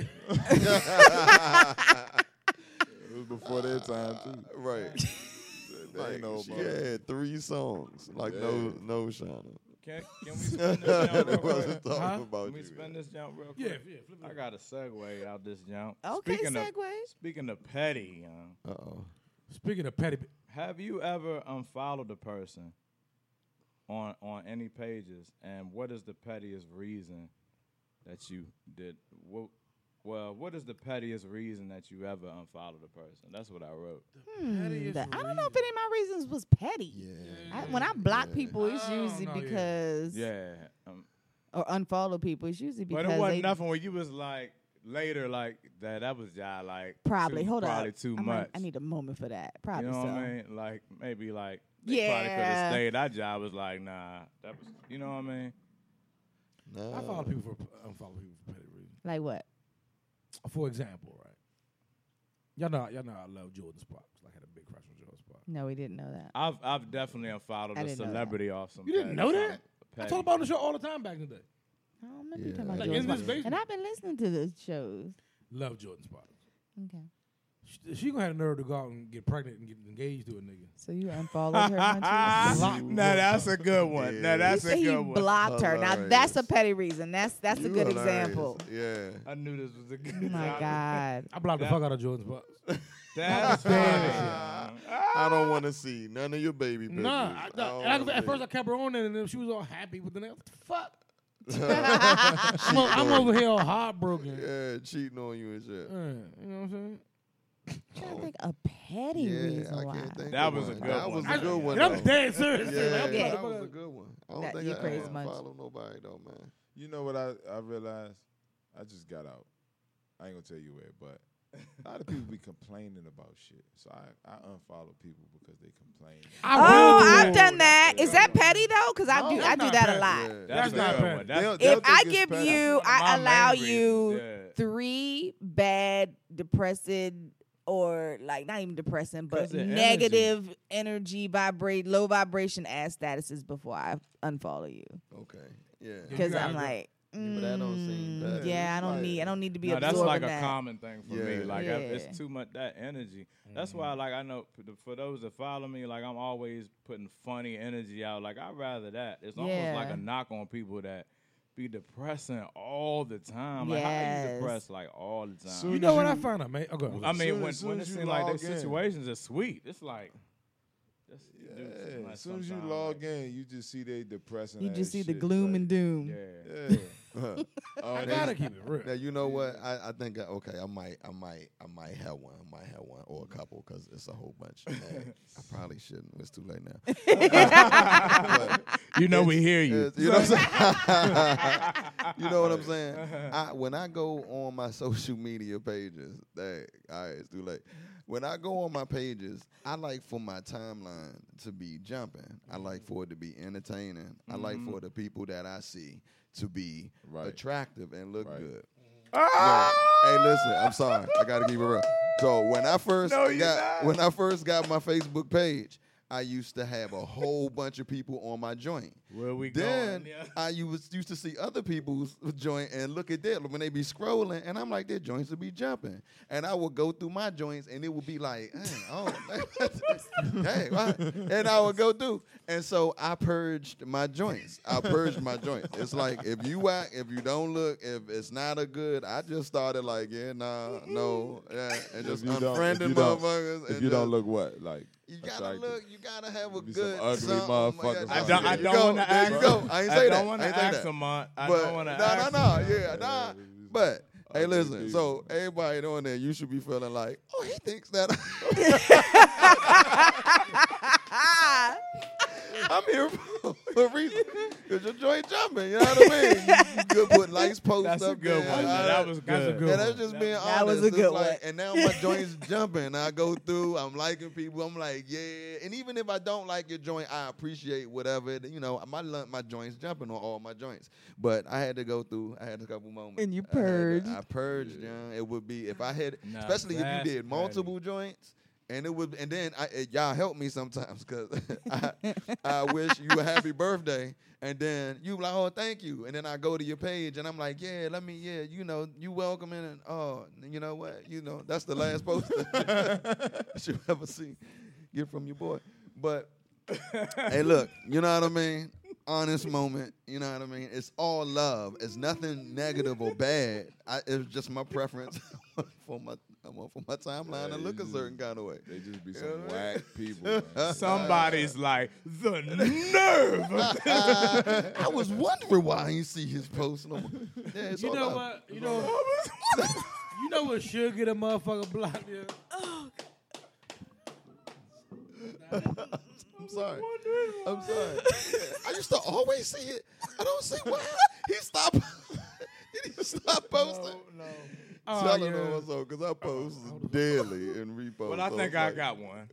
S5: It was before their time too.
S1: right.
S5: They ain't know
S1: Like, she
S5: about it.
S1: had three songs. Like no, no, Shauna.
S4: Can, can we spin this jump
S1: they
S4: real
S1: wasn't
S4: quick?
S1: talking
S2: Huh?
S1: about
S4: Can we
S1: you.
S4: spin this jump real quick?
S2: Yeah, yeah. Flip
S4: I
S2: it.
S4: got a segue out this jump.
S6: Okay,
S4: Speaking of-
S6: segue.
S4: Speaking of petty, um,
S1: Uh oh.
S2: Speaking of petty,
S4: have you ever unfollowed a person on on any pages? And what is the pettiest reason that you did? What, well, what is the pettiest reason that you ever unfollowed a person? That's what I wrote.
S6: Hmm,
S2: Pettiest
S6: I don't know if
S2: reason.
S6: any of my reasons was petty.
S1: Yeah.
S6: I, when I block
S1: Yeah.
S6: people, it's
S2: I don't
S6: usually
S2: know, yeah.
S6: because
S4: Yeah, um,
S6: or unfollow people. It's usually because
S4: but it wasn't
S6: they
S4: nothing where you was like later, like that. That was y'all like
S6: probably
S4: too,
S6: hold
S4: probably
S6: up.
S4: too
S6: I might-
S4: much.
S6: I need a moment for that. Probably
S4: You know
S6: so.
S4: what I mean? Like maybe like they probably could
S6: Yeah.
S4: have stayed. Our job was like, nah, that was you know what I mean?
S1: Nah.
S2: I follow people for unfollow people for petty reasons.
S6: Like what?
S2: For example, right? Y'all know, y'all know, I love Jordan Sparks. Like, had a big crush on Jordan Sparks.
S6: No, we didn't know that.
S4: I've I've definitely unfollowed
S6: I
S4: a
S6: didn't know that.
S4: celebrity off some.
S2: You didn't know
S4: petty-
S2: that?
S4: some
S2: I talk
S4: petty-
S2: about on the show all the time back in the day.
S6: I don't remember
S1: Yeah,
S6: you talking
S1: I
S6: about
S2: Like
S6: Jordan
S2: in this
S6: Sparks.
S2: basement,
S6: And I've been listening to the shows.
S2: love Jordan Sparks.
S6: Okay.
S2: She, she gonna have the nerve to go out and get pregnant and get engaged to a nigga.
S6: So you unfollowed her hunches?
S2: Block-
S4: Now that's a good one.
S1: Yeah.
S4: Now that's
S6: you
S4: a
S6: say he
S4: good one.
S6: blocked her. Now that's a
S1: Hilarious.
S6: petty reason. That's that's a
S1: You
S6: good
S1: hilarious.
S6: example.
S1: Yeah.
S4: I knew this was a good.
S6: Oh my
S4: topic.
S6: God.
S2: I blocked
S4: That-
S2: the fuck out of Jordan Sparks.
S4: That's
S1: Damn.
S4: funny.
S1: I don't want to see none of your baby pictures.
S2: Nah, I,
S1: don't
S2: and I-
S1: wanna
S2: at
S1: see
S2: first
S1: it.
S2: I kept her on there, and then she was all happy. But then I, what the fuck,
S1: Cheating
S2: I'm, o- I'm
S1: on you.
S2: over here all heartbroken.
S1: Yeah, cheating on you and shit.
S2: Uh, you know what I'm saying?
S6: I'm trying to think a petty
S1: yeah,
S6: reason
S1: I
S6: why.
S1: can't think
S4: That
S1: of
S4: was a
S1: one.
S4: good
S1: That
S4: one.
S1: was
S4: I-
S1: a good one.
S2: And I'm
S1: though.
S2: dead serious. too.
S1: Yeah,
S2: Like,
S1: that
S2: I'm
S1: was a
S2: motherfucker-
S1: good one. I don't
S6: That-
S1: think
S6: you
S1: I
S6: crazy
S1: ever
S6: much.
S1: follow nobody though, man.
S5: You know what I, I realized? I just got out. I ain't gonna tell you where, but a lot of people be complaining about shit. So I, I unfollow people because they complain.
S2: I
S6: Oh,
S2: will do that.
S6: I've done that. Is that petty though? Because I
S2: No,
S6: do
S2: that's
S6: I do
S2: not
S6: that a
S2: petty.
S6: lot.
S1: Yeah.
S2: That's
S4: a good
S2: not
S4: one.
S2: bad.
S4: That's
S5: They'll-
S4: that's
S5: they'll
S6: If I
S5: think it's
S6: give
S5: petty.
S6: you,
S4: one of
S6: I
S4: my main
S6: allow
S4: reasons.
S6: you
S4: Yeah.
S6: three bad, depressing, or like not even depressing, but
S4: 'Cause of energy.
S6: negative energy, vibrate, low vibration ass statuses before I unfollow you.
S1: Okay. Yeah.
S2: Yeah.
S6: Because
S2: gotta
S6: I'm
S2: go.
S6: like,
S1: But that don't seem
S6: Mm,
S1: bad.
S6: yeah, I don't
S5: Like-
S6: need. I don't need to be
S4: No, that's
S6: absorbing
S4: like a
S6: that.
S4: common thing for me.
S1: Yeah. Mm-hmm.
S4: Like
S6: Yeah.
S4: I, it's too much that energy. That's why, like I know p- the- for those that follow me, like I'm always putting funny energy out. Like I would rather that. It's almost like
S6: Yeah.
S4: a knock on people that be depressing all the time. Like how you
S6: Yes.
S4: depressed like all the time.
S5: Soon
S2: You
S5: as
S2: know what I found out, man? Okay.
S4: I
S5: As soon-
S4: mean, when
S5: as soon
S4: when it
S5: as you
S4: seems like
S5: log
S4: those
S5: in.
S4: situations are sweet, it's like. That's, you do too
S5: Yeah,
S4: much
S5: as soon as you
S4: sometime,
S5: log
S4: like-
S5: in, you just see they depressing.
S6: You
S5: ass
S6: just see the
S5: shit,
S6: gloom
S5: like,
S6: and doom.
S4: Yeah.
S5: Yeah.
S2: I
S5: Um,
S2: gotta keep it real.
S1: Now you know what I, I think. uh, Okay, I might, I might, I might have one. I might have one or a couple because it's a whole bunch. Uh, I probably shouldn't. It's too late now.
S4: You know we hear you.
S1: It's- you know what I'm saying? you know what I'm saying? I, when I go on my social media pages, that all right, it's too late. When I go on my pages, I like for my timeline to be jumping. I like for it to be entertaining. I like for the people that I see to be
S5: Mm-hmm. Right.
S1: attractive and look
S5: Right. Ah!
S1: good. Look, hey, listen, I'm sorry. I gotta keep it real. So when I first got when I first got my Facebook page, I used to have a whole bunch of people on my joint.
S4: Where we
S1: Then
S4: going? Yeah.
S1: I used, used to see other people's joint and look at that when they be scrolling, and I'm like, their joints would be jumping, and I would go through my joints, and it would be like, eh, oh, dang, why? and I would go through, and so I purged my joints. I purged my joints. It's like if you whack, if you don't look, if it's not a good, I just started like, yeah, nah, no, yeah, and
S5: If
S1: just
S5: you don't- if
S1: unfriending
S5: you don't-
S1: motherfuckers.
S5: If
S1: and
S5: you don't
S1: just-
S5: look what like
S1: you gotta
S5: attractive.
S1: look. You gotta have a
S5: Be some
S1: good
S5: ugly
S1: something.
S5: motherfuckers
S4: I
S5: out
S4: don't,
S5: there.
S1: There
S4: I
S1: you
S4: don't
S1: go,
S4: want
S1: there
S4: to ask.
S1: you go. I ain't say
S4: I
S1: that.
S4: don't want
S1: I ain't
S4: to
S1: say
S4: ask
S1: that.
S4: him. uh, I
S1: but
S4: don't want to
S1: no,
S4: ask.
S1: no, no,
S4: him.
S1: yeah, nah. But hey,
S5: Ugly
S1: listen. So
S5: people.
S1: everybody on there, you should be feeling like, oh, he thinks that
S6: Ah,
S1: I'm here for a reason. Cause your joint jumping. You know what I mean? You, you could put nice posts
S4: That's
S1: up
S4: a good
S1: there.
S4: one.
S1: all
S4: That was
S2: That's a
S4: good.
S2: good
S1: yeah,
S2: one.
S1: that's just being honest.
S6: That was a
S1: It's
S6: good
S1: like,
S6: one.
S1: And now my joints jumping. I go through. I'm liking people. I'm like, yeah. And even if I don't like your joint, I appreciate whatever. It, you know, my lu- my joints jumping on all my joints. But I had to go through. I had a couple moments.
S6: And you
S1: I had to-
S6: purged.
S1: I, purged, young. It would be if I had,
S4: Nah,
S1: especially if
S4: that's
S1: you did multiple joints. And it would, and then I, it, y'all help me sometimes because I, I wish you a happy birthday, and then you like, oh, thank you, and then I go to your page, and I'm like, yeah, let me, yeah, you know, you welcome in, and oh, you know what, you know, that's the last post you ever see, get from your boy, but hey, look, you know what I mean? Honest moment, you know what I mean? It's all love. It's nothing negative or bad. I, it's just my preference for my I want for my timeline to
S5: Yeah,
S1: look a
S5: you-
S1: certain kind of way.
S5: They just be
S1: know
S5: some
S1: what I
S5: whack people. man.
S4: Somebody's like the nerve. of this."
S1: Uh, I was wondering why I ain't see his post no more. Yeah, it's
S2: You
S1: all
S2: know
S1: love.
S2: what? You know. you know what should get a motherfucker blocked? Yeah.
S1: I'm sorry. I'm sorry. I used to always see it. I don't see why he stopped. Did he stop posting?
S2: Oh,
S1: Tell
S2: yeah.
S1: him it was on because I post daily and repost.
S4: But I
S1: so
S4: think
S1: it's
S4: I
S1: like-
S4: got one.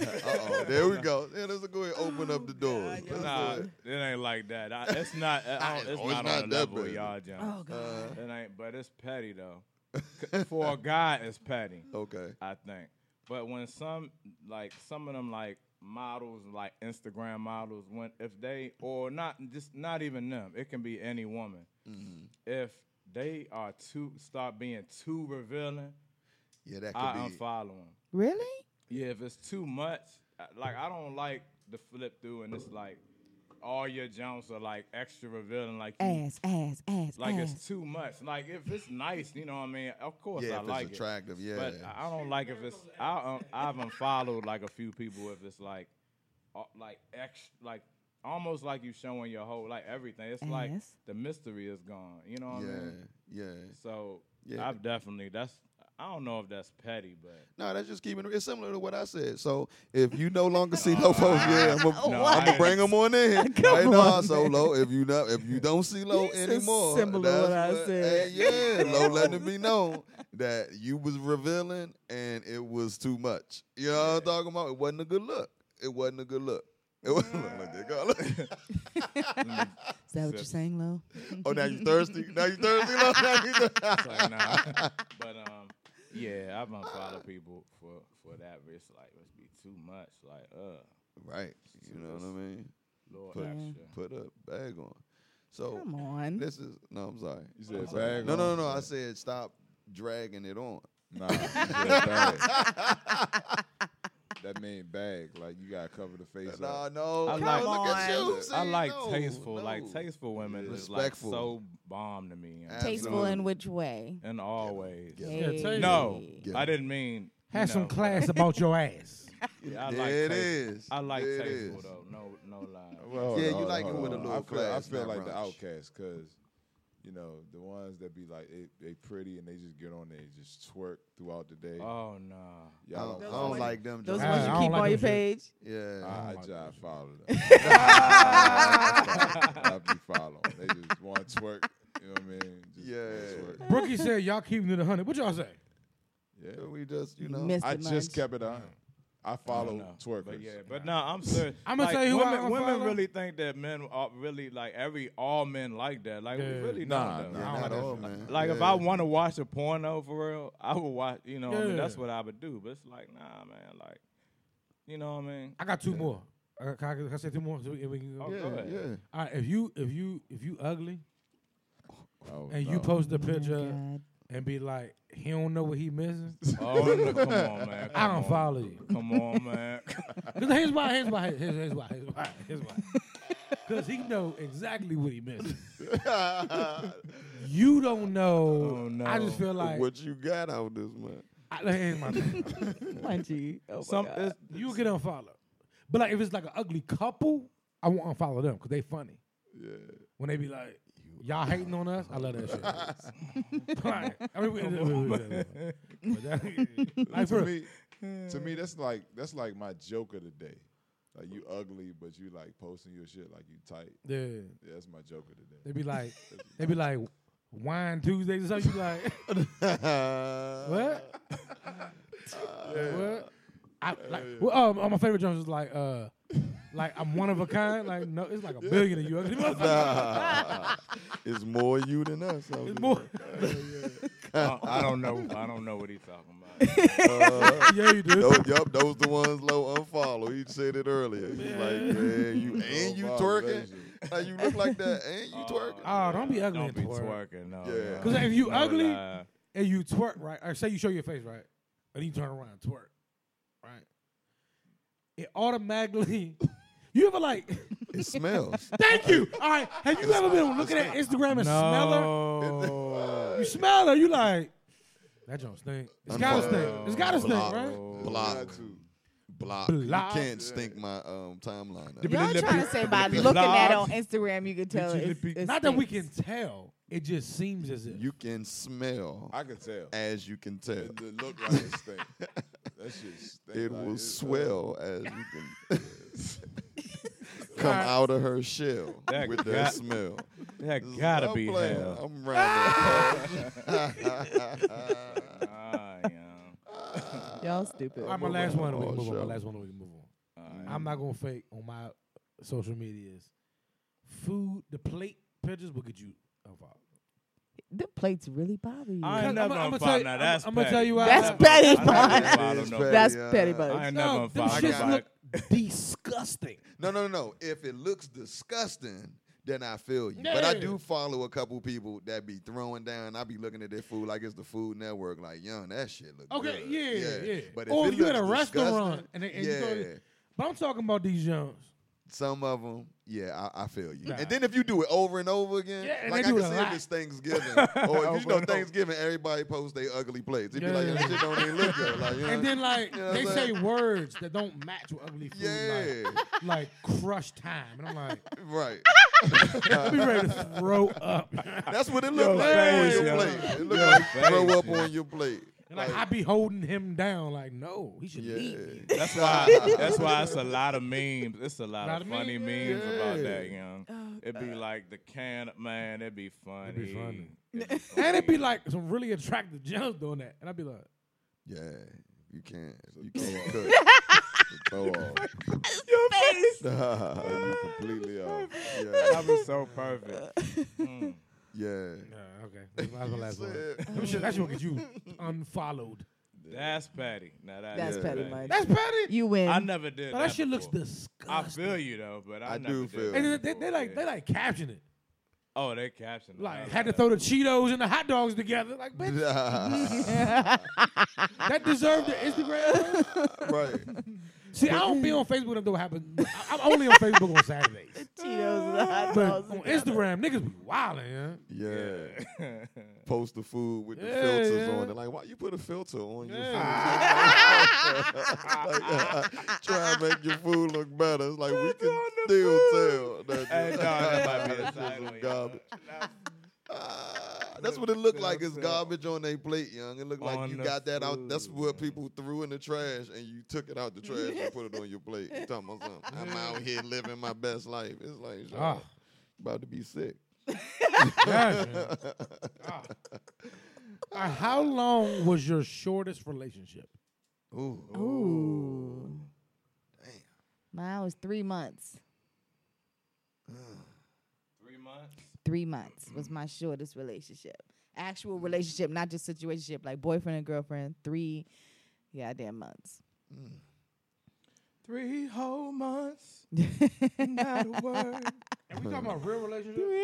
S1: Uh-oh, there we go. Yeah, let's go ahead and open up the door. Let's
S4: Nah,
S1: do
S4: it
S1: it.
S4: ain't like that. I, it's not. I don't, it's
S1: Oh, it's
S4: not
S1: not that
S4: on the level
S1: bad.
S4: y'all jump.
S6: Oh God.
S4: It ain't. But it's petty though. C- For a guy, it's petty.
S1: Okay.
S4: I think. But when some like some of them like models, like Instagram models, when if they or not just not even them, it can be any woman. Mm-hmm. If they are too start being too revealing,
S1: Yeah, that could
S4: I
S1: be.
S4: unfollow them.
S6: Really?
S4: Yeah, if it's too much, I- like I don't like the flip through and it's like all your jumps are like extra revealing, like you,
S6: Ass, ass, ass,
S4: like
S6: ass.
S4: it's too much. Like if it's nice, you know what I mean. Of course,
S1: yeah,
S4: I
S1: if
S4: like
S1: it's
S4: it.
S1: attractive. Yeah.
S4: But I I don't like if it's I um, I've unfollowed like a few people if it's like uh, like ex like almost like you showing your whole like everything. It's like
S6: Ass.
S4: the mystery is gone. You know what I
S1: yeah.
S4: mean?
S1: Yeah.
S4: So
S1: Yeah.
S4: I've definitely that's I don't know if that's petty, but
S1: No, that's just keeping it. It's similar to what I said. So if you no longer see no folks, yeah, I'm gonna
S4: No,
S1: I'm
S4: I-
S1: gonna bring them on in.
S6: Come
S1: hey, nah,
S6: on,
S1: so
S6: man.
S1: low. If you not, if you don't see low
S6: You said
S1: anymore,
S6: similar to what I
S1: Hey,
S6: said.
S1: yeah, low letting it be known that you was revealing and it was too much. You know what I'm talking about? It wasn't a good look. It wasn't a good look. It wasn't look like that. Go look.
S6: Is that what you're saying, Lo?
S1: Oh, now you thirsty? Now you thirsty? Low? Now you thirsty?
S4: it's like, nah. but um, yeah, I've unfollowed people for for that. but It's like must be too much. Like uh,
S1: Right. You know what I mean?
S4: Lord
S1: Put-
S4: extra.
S1: Put a bag on. So
S6: Come on.
S1: Oh. this is no. I'm sorry.
S5: You said bag.
S1: No, no, no,
S5: on?
S1: no. I said stop dragging it on.
S5: Nah, you said bag. that mean bag. Like you gotta cover the face.
S1: No,
S5: up.
S1: no.
S4: I
S1: no,
S4: like-
S1: look at
S6: Come
S1: you.
S5: on.
S1: See,
S4: I like
S1: no,
S4: tasteful,
S1: no.
S4: like tasteful women is like
S1: Respectful.
S4: so bomb to me, and-
S1: Absolutely.
S6: Tasteful in which way?
S4: and always.
S2: Yeah,
S6: Hey.
S2: tasteful.
S4: No,
S1: Yeah.
S4: I didn't mean. you
S2: Have some
S4: know,
S2: class about your ass.
S4: but I
S1: There
S4: like
S1: it
S4: taste-
S1: is.
S4: I like
S1: There it
S4: tasteful
S1: is.
S4: though. No, no lie.
S5: Well, hold
S1: Yeah, you
S5: on, hold on,
S1: like it
S5: hold
S1: with a
S5: on.
S1: little
S5: I feel,
S1: class,
S5: I feel
S1: not
S5: like the
S1: brunch.
S5: outcast because, you know, the ones that be like they, they pretty and they just get on there and just twerk throughout the day.
S4: Oh no.
S1: I
S5: Y'all
S1: don't, I
S5: don't,
S6: Those
S1: don't
S6: ones-
S1: like them.
S6: Those
S2: Yeah,
S1: jokes.
S2: I
S6: ones you
S2: don't
S6: keep
S2: like
S6: on your
S2: those
S6: page.
S1: Yeah.
S5: I, I
S2: like
S5: job
S2: those
S5: follow them. I be following. They just want to twerk. You know what I mean? Just
S1: Yeah.
S5: Twerk.
S2: Brookie said y'all keeping it a hundred. What y'all say?
S5: Yeah.
S1: So we just, you know.
S6: Missed
S5: I
S6: it much.
S5: just kept it on. I follow
S4: know.
S5: twerkers.
S4: But yeah, but no, I'm serious.
S2: I'ma
S4: like,
S2: tell you who I
S4: women, women
S2: unfollow.
S4: really think that men are really like every all men like that. Like we
S2: Yeah.
S4: really
S5: Nah,
S4: not. though.
S5: nah,
S1: Yeah,
S5: I
S1: not
S5: don't
S1: all,
S5: know.
S1: man.
S4: Like if
S1: Yeah.
S4: I want to watch a porno for real, I would watch. You know, what I mean, that's
S2: Yeah.
S4: what I would do. But it's like, nah, man, like, you know what I mean?
S2: I got two more. I got, can I, can I say two more? So we, we can go?
S4: Oh,
S1: Yeah,
S4: go ahead.
S1: yeah.
S2: All right, if you if you if you ugly
S5: Oh,
S2: and you
S5: no.
S2: post a
S3: Oh my
S2: picture
S3: God.
S2: and be like, he don't know what he missing.
S4: Oh, no, come on, man.
S2: I
S4: come
S2: don't
S4: on.
S2: follow you.
S4: Come on, man.
S2: Look, here's why. Here's why. Here's, here's why. Here's why. Here's why. Because he know exactly what he missing. you don't know.
S4: Oh, no.
S2: I just feel like
S1: what you got out this month?
S2: I, look, here's my thing.
S6: Punchy. Oh my
S4: Some
S6: God.
S4: it's,
S2: You get unfollowed. But like if it's like an ugly couple, I won't unfollow them because they funny. When they be like, y'all hating on us, I love that shit. like, I mean, wait, wait, wait, wait, wait, wait. But that- like,
S5: to
S2: for-
S5: me, to me, that's like that's like my joke of the day. Like you ugly, but you like posting your shit like you tight.
S2: yeah,
S5: Yeah, that's my joke of the day.
S2: they be like, they be like, wine Tuesdays or something. You like, what? What? I, like, well, um, my favorite jokes is like, uh, like I'm one of a kind. Like, no, it's like a billion of you. ugly motherfucker.
S1: Nah. it's more you than us. out
S2: It's
S1: this
S2: more.
S4: I, Uh, I don't know. I don't know what he's talking about.
S1: month.
S2: yeah, you do.
S1: Uh, Those, yup, those the ones low unfollow. He said it earlier. He's like, yeah, you and you twerking. Like you look like that and you twerking.
S2: Oh, don't be ugly
S4: Uh,
S2: and
S4: Don't be
S2: twerk.
S4: twerking. No.
S1: Yeah.
S4: no.
S2: 'Cause if you
S4: No
S2: ugly-
S4: lie.
S2: and you twerk right, or say you show your face right, and you turn around and twerk, right? It automatically. You ever like?
S1: It smells.
S2: Thank you. All right. Have you ever been looking at Instagram and smell
S4: no.
S2: her? You smell her. You like that don't stink. It's gotta
S1: Unfollow.
S2: stink. It's gotta stink,
S1: Block.
S2: right?
S1: Block. Block.
S2: Block.
S1: You can't stink my um timeline. up.
S6: Y'all
S4: Lip-
S6: trying to say by
S4: lip-
S6: looking at it on
S4: Lobs.
S6: Instagram, you can tell. It's, it's
S2: Not that we can tell. It just seems as if.
S1: You can smell
S5: I could tell.
S1: as you can tell.
S5: It, it looked like it stink. that shit stink.
S1: It
S5: like
S1: will
S5: it's, uh,
S1: swell as you can come out of her shell
S4: That
S1: with
S4: got-
S1: that smell.
S4: That gotta
S1: I'm
S4: be
S1: playing.
S4: hell.
S1: I'm rounding.
S4: Ah, yeah.
S6: Y'all stupid.
S2: All right, my last one. and We
S1: Oh,
S2: can move
S1: sure.
S2: on. My last one. and We can move on.
S4: All right.
S2: I'm not gonna fake on my social medias. Food, the plate pictures will get you involved.
S6: The plates really bother you.
S4: I ain't
S2: I'ma-
S4: never
S2: I'ma
S4: unfollowed.
S2: tell you-
S4: now,
S2: I'ma-
S4: that's
S2: I'ma
S4: petty.
S2: tell you why.
S6: That's
S4: I never-
S6: petty,
S4: I never
S6: Bud.
S4: unfollowed
S1: It's
S4: nobody.
S1: petty.
S6: That's
S1: yeah.
S6: petty,
S4: I
S6: bud.
S4: ain't
S2: No,
S4: never
S2: them
S4: unfollowed.
S2: shits
S4: nobody.
S2: look disgusting.
S1: No, no, no, no. If it looks disgusting, then I feel you.
S2: Yeah.
S1: But I do follow a couple people that be throwing down. I be looking at their food like it's the Food Network. Like, young, that shit look
S2: Okay,
S1: good.
S2: yeah, yeah.
S1: But if
S2: or
S1: it
S2: if you at
S1: looks
S2: a restaurant
S1: disgusting,
S2: and, they, and
S1: yeah.
S2: you throw it- But I'm talking about these Jones.
S1: Some of them, yeah, I, I feel you.
S2: Nah.
S1: And then if you do it over and over again,
S2: Yeah, and
S1: like
S2: they
S1: I
S2: do
S1: can
S2: it a
S1: see
S2: lot.
S1: if it's Thanksgiving, or if
S4: Over
S1: you know
S4: and over.
S1: Thanksgiving, everybody posts their ugly plates. It'd
S2: Yeah,
S1: be like, yeah,
S2: yeah,
S1: that
S2: yeah.
S1: shit don't even look good. Like, you know,
S2: And then like
S1: you know what
S2: they
S1: I'm
S2: say
S1: saying?
S2: words that don't match with ugly food,
S1: yeah,
S2: like, like crush time, and I'm like,
S1: right.
S2: I'll be ready to throw up. and
S1: That's what it looked like
S4: face,
S1: on your
S4: yo.
S1: plate. It looked
S4: Your
S1: like
S4: face,
S1: throw up
S4: yo.
S1: on your plate.
S2: like I be holding him down, like no, he should leave.
S1: yeah.
S4: That's why. that's why it's a lot of memes. It's a lot,
S2: Lot
S4: of,
S2: of
S4: funny memes
S2: memes, Oh,
S4: about
S1: yeah.
S4: that, young. it'd be like the can. Man, it'd be funny.
S2: be funny.
S4: It'd be
S2: And it'd be
S4: funny.
S2: like some really attractive Jones doing that, and I'd be like,
S1: Yeah, you can't. You
S5: Throw
S1: can't cook.
S5: off. Throw off.
S1: Nah,
S5: You completely off.
S1: yeah,
S4: That was so perfect. Mm.
S1: yeah.
S2: nah, okay, that's my last one.
S1: Said-
S2: Them shit- That shit will get you unfollowed.
S4: That's petty. Now that
S6: That's
S4: is
S6: petty, Mike.
S2: That's petty.
S6: You win.
S4: I never did.
S2: But
S4: that
S2: that shit looks
S4: before. I
S2: disgusting.
S4: feel you though, but I,
S1: I
S4: never
S1: do
S4: did
S1: feel
S4: that
S2: And
S1: you.
S2: they, they,
S4: before,
S2: they like
S4: yeah.
S2: they like caption it.
S4: Oh, they captioned. it.
S2: Like
S4: I
S2: had to
S4: like
S2: throw the Cheetos and the hot dogs together. Like, bitch, that deserved the Instagram. post.
S1: right.
S2: See, I don't be on Facebook until it happens. I- I'm only on Facebook on Saturdays.
S6: Cheetos and the hot
S2: But
S6: dogs.
S2: on Instagram, niggas be wilding.
S1: Yeah.
S4: that.
S1: Post the food with the
S2: Yeah,
S1: filters
S2: yeah.
S1: on it. Like, why you put a filter on your food?
S4: Yeah.
S1: Try and make your food look better. It's like we
S4: Filter
S1: can
S4: on the
S1: still
S4: food.
S1: tell that
S4: Hey,
S1: this-
S4: no, that might be
S1: this
S4: a
S1: is
S4: sideways.
S1: garbage. Ah, that's what it looked like. It's garbage on their plate, young. It looked like
S4: On
S1: you
S4: the
S1: got that out. That's
S4: food,
S1: what
S4: man.
S1: people threw in the trash, and you took it out the trash and put it on your plate. You talking about something? I'm out here living my best life. It's like,
S2: Ah.
S1: ah. about to be sick.
S2: Yeah. yeah. Uh, Ah. how long was your shortest relationship?
S1: Ooh,
S6: Ooh.
S1: damn.
S6: Mine was three months.
S4: Three months.
S6: Three months was my shortest relationship. Actual relationship, not just situationship, like boyfriend and girlfriend. Three goddamn months.
S4: Three whole months. Not a word.
S2: And we talking about real relationship?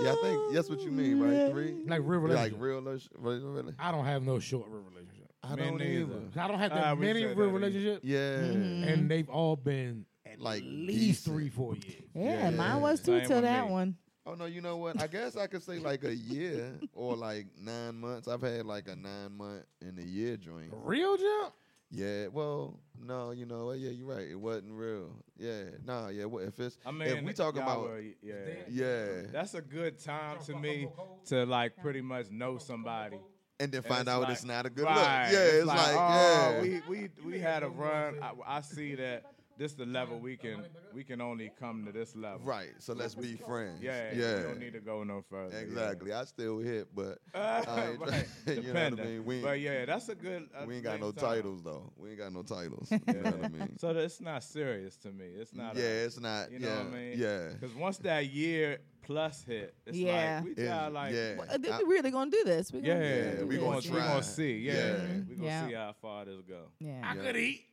S1: Yeah, I think that's what you mean, right? Three,
S2: Like real relationship.
S1: like real, rela- really, really.
S2: I don't have no short real relationship.
S1: I
S4: Me neither.
S2: I don't have Ah, that
S4: I would
S2: many
S4: say
S2: real
S4: that either.
S2: relationships,
S1: Yeah,
S4: Mm-hmm.
S2: and they've all been at
S1: Like
S2: least
S1: decent.
S2: three, four years.
S6: Yeah,
S1: Yeah.
S6: mine was two
S4: Same
S6: till
S4: with
S6: that
S4: me.
S6: one.
S1: Oh no, you know what? I guess I could say like a year or like nine months. I've had like a nine month and a year joint.
S2: Real jump?
S1: Yeah, well, no, you know, what? yeah, you're right. It wasn't real. Yeah, no, yeah. What if it's
S4: I mean,
S1: if we talking
S4: y'all
S1: about
S4: were- yeah,
S1: yeah,
S4: that's a good time to me to like pretty much know somebody.
S1: and then
S4: And
S1: find out
S4: like-
S1: it's not a good look.
S4: right,
S1: Yeah, it's, like,
S4: oh,
S1: yeah,
S4: we we we had a run. I, I see that this the level we can we can only come to this level.
S1: right. So let's be friends.
S4: Yeah, yeah.
S1: yeah,
S4: You don't need to go no further. yeah.
S1: exactly. I still hit, but I
S4: Uh,
S1: ain't-
S4: right.
S1: you know what I
S4: Depending.
S1: mean? We ain't-
S4: but yeah, that's a good. uh,
S1: we ain't got
S4: thing
S1: no
S4: to talk
S1: titles though. We ain't got no titles. You know
S4: about.
S1: what I mean?
S4: So that it's not serious to me. It's not.
S1: yeah,
S4: a,
S1: it's not.
S4: You know
S1: yeah,
S4: what I mean?
S1: yeah.
S4: Because once that year plus hit, it's
S6: Yeah.
S4: like we
S1: It's-
S4: got like
S1: yeah.
S6: Uh, th-
S1: I-
S6: we really gonna do this. We gonna do
S4: yeah,
S6: this.
S1: we gonna
S4: we
S1: try.
S4: gonna see. Yeah,
S1: Yeah.
S4: we gonna
S6: Mm-hmm. Yeah.
S4: see how far this go.
S2: I
S6: Yeah.
S2: could eat.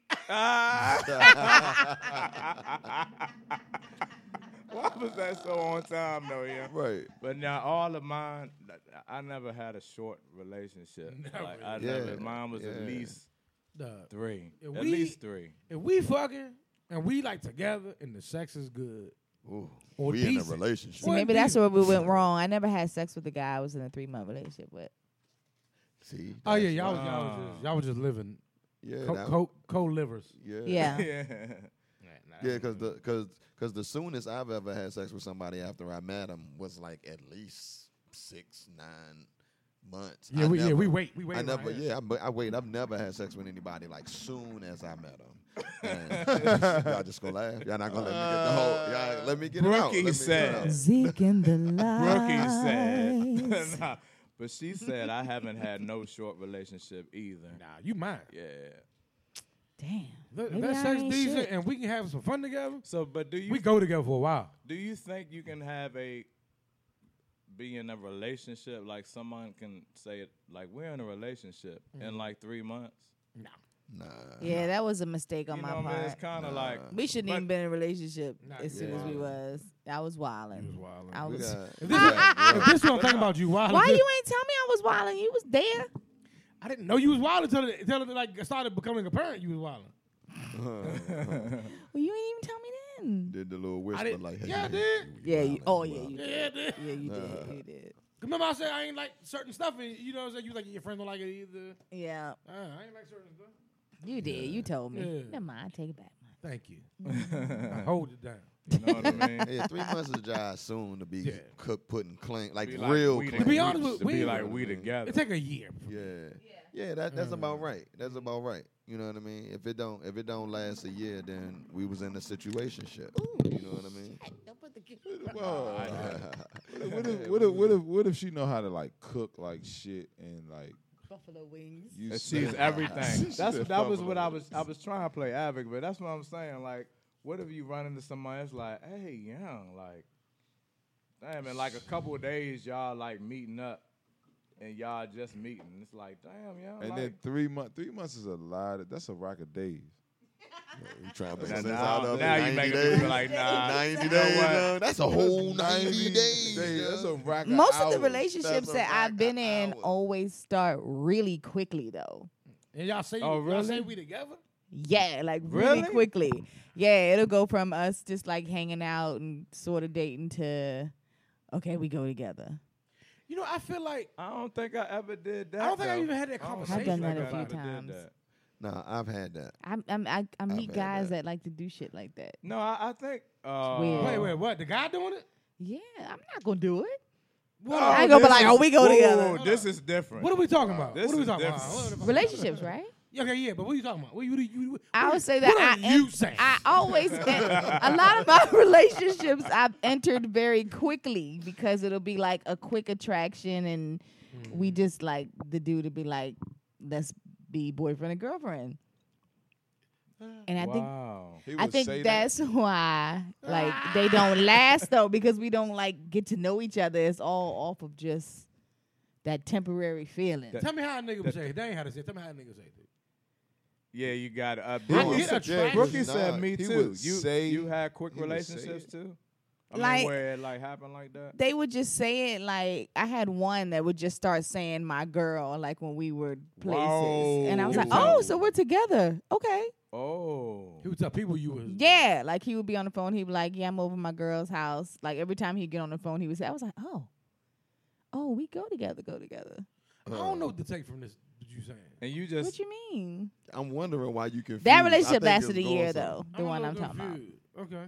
S4: Why was that so on time though? Yeah.
S1: right.
S4: But now all of mine, like, I never had a short relationship.
S2: Never.
S4: Like, I
S1: Yeah,
S4: never. Mine was
S1: yeah.
S4: at least
S2: Duh.
S4: three.
S2: Yeah,
S4: at
S2: we-
S4: least three.
S2: If we fucking and we like together and the sex is good,
S1: Ooh,
S2: Or
S1: we in a
S2: decent.
S1: relationship.
S6: See,
S2: What
S6: maybe that's
S2: do-
S6: where we went wrong. I never had sex with the guy I was in a three month relationship with.
S1: See?
S2: oh yeah,
S1: that's why-
S2: y'all, was, y'all, was just, y'all was just living
S1: yeah,
S2: co
S1: that-
S2: co co livers.
S1: yeah,
S6: Yeah.
S4: Yeah.
S1: yeah, because the because because the soonest I've ever had sex with somebody after I met him was like at least six nine months.
S2: Yeah,
S1: I
S2: we yeah
S1: never-
S2: we wait we wait.
S1: I
S2: around
S1: never,
S2: here.
S1: yeah, I, but I wait. I've never had sex with anybody like soon as I met him. And y'all just gonna laugh. Y'all not gonna let me get the whole. Y'all let me get it out.
S4: Brookie
S1: Let me
S4: said-
S1: Get it out.
S6: Zeke in the
S4: Uh, Brookie
S6: lights.
S4: said. nah, but she said I haven't had no short relationship either.
S2: Nah, you mine.
S4: Yeah.
S6: Damn.
S2: That,
S6: Maybe
S2: that
S6: I
S2: sex
S6: ain't
S2: decent,
S6: shit.
S2: and we can have some fun together.
S4: So, but do you
S2: We go together for a while.
S4: do you think you can have a be in a relationship like someone can say it like we're in a relationship in like three months?
S1: Nah.
S6: Yeah, that was a mistake on
S4: you
S6: my
S4: know
S6: part.
S4: what I mean? It's kind of like
S6: we shouldn't
S4: but-
S6: even been in a relationship
S2: Nah,
S6: as
S2: you
S6: soon as we
S2: wildin'.
S6: was. I was wilding.
S2: You was wildin'.
S6: I
S1: We
S6: was.
S1: got-
S2: If
S1: we
S2: this,
S1: got-
S2: if this one thing about you, wild.
S6: Why you ain't tell me I was wilding? You was there.
S2: I didn't know you was wild until it, until it like started becoming apparent you was wild.
S6: Well, you ain't even tell me then.
S1: Did the little
S2: I
S1: whisper
S2: didn't.
S1: like,
S2: yeah, I
S1: hey,
S2: did.
S6: Yeah. You, oh yeah. You
S2: Yeah, I
S6: did.
S2: did.
S6: Yeah, you did. You did.
S2: Remember I said I ain't like certain stuff, and you know what I'm saying? You like your friends don't like it either.
S6: Yeah.
S2: Uh, I ain't like certain stuff.
S6: You did. You told me.
S2: Yeah.
S6: Never mind. I take it back.
S2: Thank you. I hold it down.
S4: you know what I mean.
S1: Yeah, three months is just soon to be
S2: Yeah.
S1: cook putting clean, like
S4: Be like
S1: real
S4: we
S1: clean.
S2: To be honest with-
S4: to be
S2: we-
S4: like we together.
S2: It take a year.
S1: yeah. yeah, that that's about right. That's about right. You know what I mean? If it don't if it don't last a year, then we was in a situationship. You know what I mean?
S6: Don't put the
S5: Well, what, if, what, if, what if what if she know how to like cook like shit and like
S6: buffalo wings.
S5: you
S4: And
S5: smell
S4: she's
S5: it?
S4: everything.
S5: She
S4: That's
S5: said
S4: that was what I
S5: buffalo.
S4: was I was trying to play Avic, but that's what I'm saying. Like, what if you run into somebody that's like, hey, young, like, damn, in like a couple of days y'all like meeting up, and y'all just meeting. It's like, damn, young,
S5: And
S4: like,
S5: then three months three months is a lot. Of, that's a rock of days.
S1: You trying to make
S4: Now-
S1: sense
S4: now-
S1: out of it?
S4: now you
S1: 90
S4: making me
S1: days.
S4: feel like, nah,
S1: 90
S4: you know
S1: days.
S4: what?
S1: now. That's a whole 90, days.
S5: That's
S1: yo.
S5: a rack
S6: Most of the
S5: hours.
S6: relationships
S1: That's
S6: that
S1: a
S6: I've
S1: rack
S6: been
S1: of
S6: in
S1: hours.
S6: always start really quickly though.
S2: And y'all say,
S4: Oh,
S2: y'all say
S4: really?
S2: we together?
S6: Yeah, like really,
S4: Really?
S6: quickly. Yeah, it'll go from us just like hanging out and sort of dating to okay, we go together.
S2: You know, I feel like
S4: I don't think I ever did that.
S2: I don't think I
S4: though.
S2: even had that
S4: I don't
S2: conversation.
S6: I've done that
S4: think
S6: a
S4: I
S6: few
S4: ever did
S6: times.
S4: that.
S1: Nah, I've had that.
S6: I'm, I'm I, I meet
S1: had
S6: guys
S1: that.
S6: that. like to do shit like that.
S4: No, I, I think. Uh,
S6: weird.
S2: Wait, wait, what? The guy doing it?
S6: Yeah, I'm not gonna do it.
S2: What?
S6: I ain't gonna be
S4: this
S6: like,
S4: is-
S6: "Oh, we go
S4: whoa,
S6: together."
S4: This is different.
S2: What are we talking about?
S4: This
S2: What are we
S4: is
S2: talking
S4: different.
S2: about? What- what-
S6: Relationships, right?
S2: Yeah, Okay, yeah, but what are you talking about? What you, you, you,
S6: I
S2: what-
S6: would say that
S2: what
S6: I
S2: are
S6: en-
S2: you saying?
S6: I always en- a lot of my relationships I've entered very quickly because it'll be like a quick attraction and
S2: Mm-hmm.
S6: we just like the dude to be like, let's be boyfriend and girlfriend. And I think
S4: wow.
S5: He
S6: I
S5: would
S6: think
S5: say
S6: that's why like they don't last though because we don't like get to know each other. It's all off of just that temporary feeling.
S2: Tell me how a nigga would say it. They ain't how to say it. Tell me how a nigga say it.
S4: Yeah, you got to
S2: I
S4: update.
S2: get
S5: was-
S2: attracted.
S5: he was
S4: Rookie said
S5: not-
S4: me
S5: he
S4: too.
S5: would
S4: You
S5: say-
S4: you had quick
S5: he would say
S4: relationships
S5: it.
S4: too. I
S6: Like-
S4: mean, where it like happened like that.
S6: they would just say it like I had one that would just start saying my girl like when we were places and I was like
S4: Whoa.
S6: oh so we're together okay
S4: Oh,
S2: He would tell people you was.
S6: yeah like he would be on the phone he'd be like yeah I'm over at my girl's house like every time he'd get on the phone he would say I was like oh oh we go together go together
S2: I don't know what to take from this. What you saying?
S4: and you just
S6: what you mean
S1: I'm wondering why you confused. I
S6: that relationship
S1: think
S6: lasted
S1: it's
S6: a
S1: going
S6: year
S1: some-
S6: though the
S2: I'm a
S6: one I'm
S2: little
S6: talking about
S2: confused. Okay.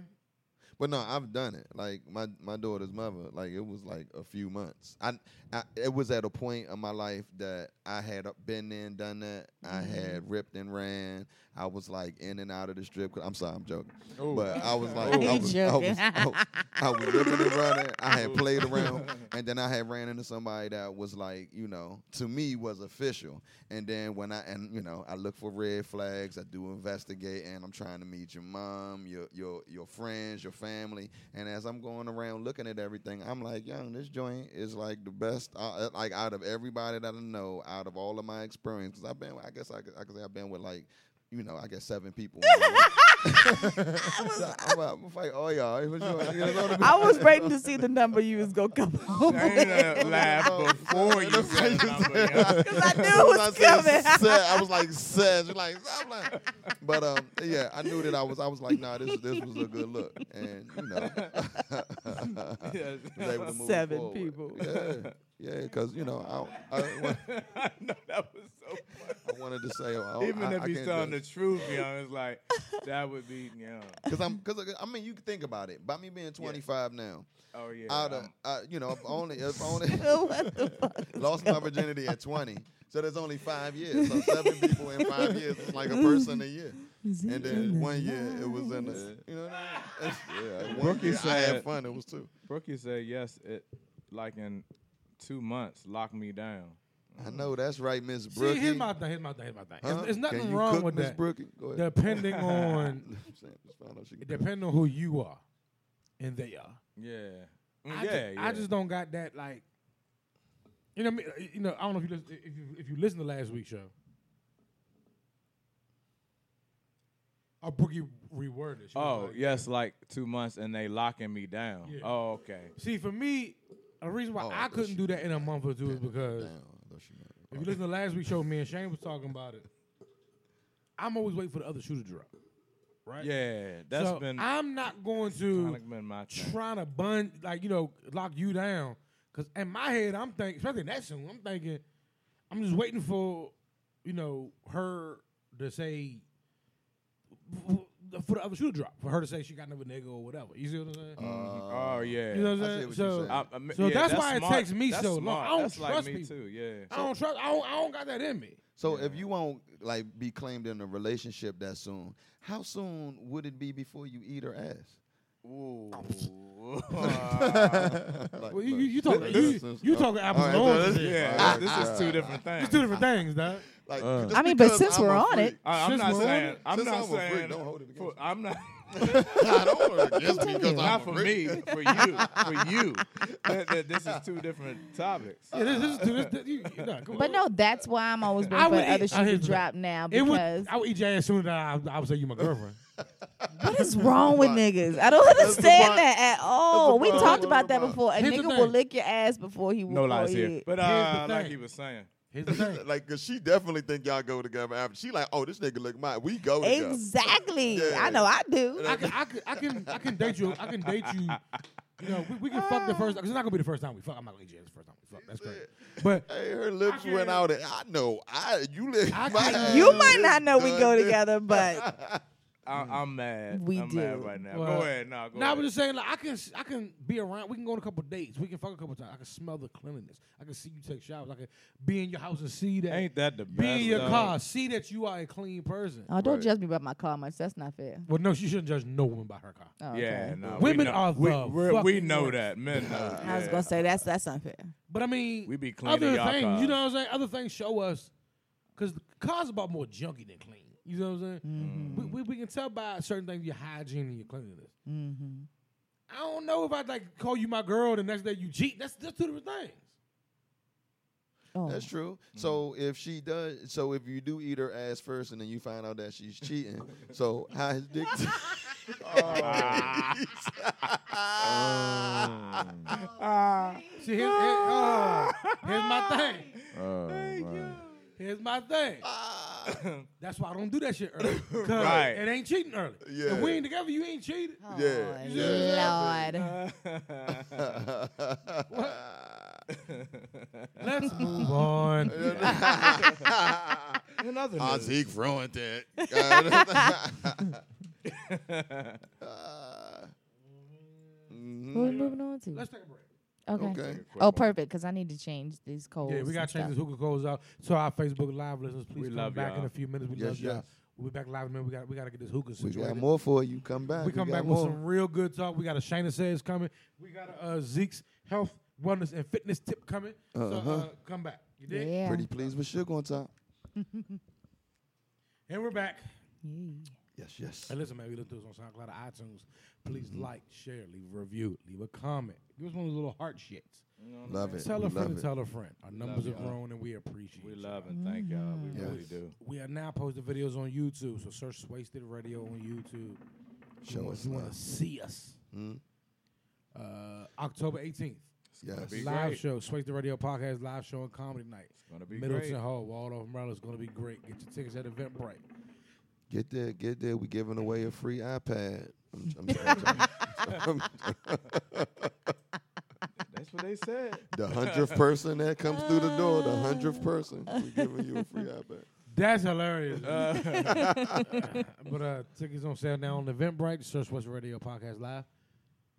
S1: But no, I've done it. Like my my daughter's mother, like it was like a few months. I, I it was at a point in my life that I had uh, been there and done that. I had ripped and ran. I was like in and out of the strip. Club. I'm sorry, I'm joking.
S5: Oh.
S1: But I was like,
S6: He
S1: I was, I
S6: joking.
S1: was, I was, I was ripping and running. I had played around, and then I had ran into somebody that was like, you know, to me was official. And then when I and you know, I look for red flags. I do investigate, and I'm trying to meet your mom, your your your friends, your family. And as I'm going around looking at everything, I'm like, young, this joint is like the best. Uh, uh, like out of everybody that I know, out of all of my experience, 'cause I've been, I guess I could, I could say I've been with like. You know, I guess seven people. So I'm about to fight all y'all. It was your- you know what I mean?
S6: I was waiting to see the number you was gonna come up with
S4: Dana
S1: oh,
S4: laughed before you said the number. yo.
S6: because I knew
S1: As soon as
S6: it
S1: I said
S6: was coming
S1: Seth, I was like, Seth. You're like, I'm like, but um, yeah, I knew that I was. I was like, nah, this this was a good look, and you know,
S4: Yes.
S1: was able to move
S6: Seven
S1: forward.
S6: people.
S1: Yeah, yeah, because you know, I, I, wa-
S4: no, that was so funny.
S1: I wanted to say, I, don't-
S4: Even
S1: Oh, I,
S4: if
S1: I
S4: he's
S1: can't
S4: telling
S1: judge.
S4: the truth, young, it's like that would be, you know,
S1: Cause I'm, cause I mean, you can think about it. By me being 25 now,
S4: oh yeah.
S1: out of,
S4: I'm-
S1: uh, you know, I've only, I've only
S6: what the fuck
S1: lost my virginity at 20. So there's only five years. So seven people in five years is like a person a year. And then one year it was in the, you know what I mean?
S5: that. Yeah,
S1: One
S4: Rookie
S1: year I had
S4: said-
S1: fun. It was two.
S4: Brookie said yes. It like in two months, lock me down.
S1: I know that's right, Miss Brookie.
S2: See, here's my thing. Here's my thing. Here's my thing. There's-
S1: Huh?
S2: There's
S1: Can
S2: nothing
S1: you
S2: wrong
S1: cook,
S2: with
S1: Miss
S2: that.
S1: Brookie? Go ahead.
S2: Depending on,
S1: I'm saying, just found out she can cook.
S2: depending on who you are, and they are.
S4: Yeah.
S2: I
S4: Mm, yeah,
S2: just,
S4: yeah.
S2: I just don't got that like. You know, what I mean, you know, I don't know if you listen, if you if you listen to last week's show. Or Brookie reworded. it. She was
S4: Oh
S2: like-
S4: yes, like two months, and they locking me down.
S2: Yeah.
S4: Oh okay.
S2: See, for me, a reason why
S1: Oh, I
S2: I
S1: thought
S2: couldn't
S1: she-
S2: do that in a month or two is because
S1: Damn, I thought she meant-
S2: if you listen to last week's show, me and Shane was talking about it. I'm always waiting for the other shoe to drop. Right?
S4: Yeah, that's
S2: so
S4: been
S2: I'm not going to
S4: kinda been my thing.
S2: trying to bun like you know lock you down because in my head I'm thinking especially that soon I'm thinking I'm just waiting for you know her to say for the other shoe to drop for her to say she got another nigga or whatever you see what I'm saying
S4: Mhm. oh yeah.
S2: you know what
S1: I see
S2: I'm saying
S1: what
S2: so
S1: you're saying.
S4: I- I mean,
S2: So
S4: yeah,
S2: that's why it
S4: smart.
S2: takes me
S4: That's
S2: so long.
S4: smart.
S2: I don't
S4: that's
S2: trust
S4: like me
S2: people.
S4: too. Yeah.
S2: I don't trust I don't, I don't got that in me
S1: So if you won't like be claimed in a relationship that soon, how soon would it be before you eat her ass? Like,
S2: well,
S1: look,
S2: you, you, you talking you, you talking apples and
S1: All right,
S2: oranges
S1: so
S2: here.
S4: yeah,
S1: Ah,
S4: this is two different things.
S2: it's two different things dog
S1: Like,
S4: Uh.
S1: just
S6: I mean, but
S1: because
S6: since
S1: I'm
S6: we're
S1: a
S6: on
S1: freak-
S6: it-
S4: I, am
S2: Since
S4: not
S2: we're on
S4: saying.
S1: it-
S4: I'm
S1: since
S4: not
S1: I'm a freak,
S4: saying.
S1: don't hold it against
S4: for-
S1: me.
S4: I'm not.
S1: I don't want to guess
S6: telling
S1: because
S6: you.
S1: I'm
S4: Not for me, for you, for you. Th- th- this is two different topics.
S2: Yeah, this, this, this, this, you, you- nah, come
S6: But
S2: on.
S6: no, that's why I'm always
S2: I
S6: waiting for
S2: would eat-
S6: other
S2: I
S6: shit to
S2: hate that.
S6: drop now
S2: It would,
S6: because
S2: I would eat your ass sooner than I, I would say you my girlfriend.
S6: what is wrong with
S1: But-
S6: niggas? I don't
S1: the
S6: understand
S1: point.
S6: that at all. We
S1: point.
S6: talked
S1: That's
S6: about
S1: the
S6: that
S1: point.
S6: before. A
S2: Here's the
S6: nigga will
S2: thing.
S6: lick your ass before he will
S4: No lies
S6: call you.
S4: here. But
S2: Here's the
S4: uh, like
S2: thing.
S4: he was saying,
S2: Here's the thing.
S1: like, cause she definitely think y'all go together after. She like, oh, this nigga look mine. We go together.
S6: Exactly.
S1: Yeah.
S6: I know I do.
S2: I can, I can, I can, I can date you. I can date you. You know, we, we can fuck the first. Cause it's not gonna be the first time we fuck. I'm not gonna eat your ass the first time we fuck. That's crazy. But
S1: Hey, her lips
S2: can't-
S1: went out. And I know. I you live.
S2: I
S1: my
S2: can't-
S1: ass
S6: You might
S1: is
S6: not know we
S1: done
S6: go
S1: did.
S6: together, but
S4: I- I'm mad.
S6: We
S4: I'm
S6: do.
S4: mad right now.
S2: Mm. Well,
S4: go ahead. No, go
S2: now
S4: ahead.
S2: I'm just saying, like uh, I can, I can be around. We can go on a couple dates. We can fuck a couple times. I can smell the cleanliness. I can see you take showers. I can be in your house and see that.
S4: Ain't that the best?
S2: be in your
S4: though?
S2: car. See that you are a clean person.
S6: oh, don't
S1: Right.
S6: judge me by my car much. That's not fair.
S2: Well, no, she shouldn't judge no woman by her car.
S6: Oh, okay.
S4: Yeah, no.
S2: Women
S4: we know,
S2: are
S4: we,
S2: the
S4: we're- we
S2: fucking
S4: know
S2: worst.
S4: that. Men know.
S6: I was
S4: yeah.
S6: gonna say that's that's unfair.
S2: But I mean,
S4: We be cleaning
S2: other
S4: y'all
S2: things. You
S4: cars.
S2: know what I'm saying? Other things show us because cars about more junky than clean. You know what I'm saying? We, we, we can tell by certain things your hygiene and your cleanliness. I don't know if I'd like call you my girl the next day you cheat. That's that's two different things.
S6: Oh.
S1: That's true.
S2: Mm-hmm.
S1: So if she does, so if you do eat her ass first, and then you find out that she's cheating, so how his dick?
S2: See, here's, here- oh, here's my thing.
S5: Oh, man.
S2: Here's my thing. That's why I don't do that shit early. 'Cause
S4: Right.
S2: It ain't cheating early.
S1: Yeah.
S2: If we ain't together, you ain't cheating.
S6: Oh,
S1: Yeah.
S6: Lord.
S2: Let's move on.
S4: Another
S1: Ah,
S4: news.
S1: Zeke ruined it. Uh,
S6: Who we moving on to?
S2: Let's take a break.
S6: okay.
S1: Mm-hmm. okay.
S6: Oh, perfect. Because I need to change these codes.
S2: Yeah, we got
S6: and
S2: to change
S6: stuff.
S2: this hookah calls out to our Facebook Live listeners. Please
S4: We
S2: come
S4: love
S2: back in
S4: y'all.
S2: a few minutes. We
S1: Yes,
S2: love y'all.
S1: yes.
S2: We'll be back live, man. We got we got to get this hookah
S1: We
S2: situated.
S1: got more for you. Come back.
S2: We come
S1: got
S2: back with
S1: more.
S2: some real good talk. We got a Shayna says coming. We got a uh, Zeke's health, wellness, and fitness tip coming. So uh,
S1: Uh-huh.
S2: come back. You dig?
S6: Yeah.
S1: Pretty pleased with sugar on top.
S2: And we're back.
S1: Yes, yes.
S2: And listen, man, we look through this on SoundCloud, or iTunes. Please
S1: Mm-hmm.
S2: like, share, leave a review, leave a comment. Give us one of those little heart shits.
S1: Love it.
S2: Tell a
S1: We
S2: friend
S1: love
S2: and
S1: it.
S2: tell a friend. Our numbers have
S4: y'all.
S2: grown, and we appreciate.
S4: We
S2: y'all.
S4: love and thank y'all.
S2: Mm.
S4: We really
S1: Yes.
S4: do.
S2: We are now posting videos on YouTube, so search Wasted Radio on YouTube.
S1: Show
S2: if
S1: us
S2: you want
S1: love.
S2: to see us.
S4: Hmm?
S2: Uh, October 18th,
S1: Yes.
S4: Be
S2: live
S4: great.
S2: show, Wasted Radio Podcast live show and comedy night. It's
S4: gonna be
S2: Middleton
S4: great.
S2: Hall, Wall of Umbrella. It's going to be great. Get your tickets at Eventbrite.
S1: Get there, get there. We giving away a free iPad. I'm, I'm, i
S4: That's what they said.
S1: the hundredth person that comes through the door, the hundredth person, we giving you a free iPad.
S2: That's hilarious.
S4: Uh,
S2: but uh, tickets on sale now on Eventbrite. Search West Radio Podcast Live.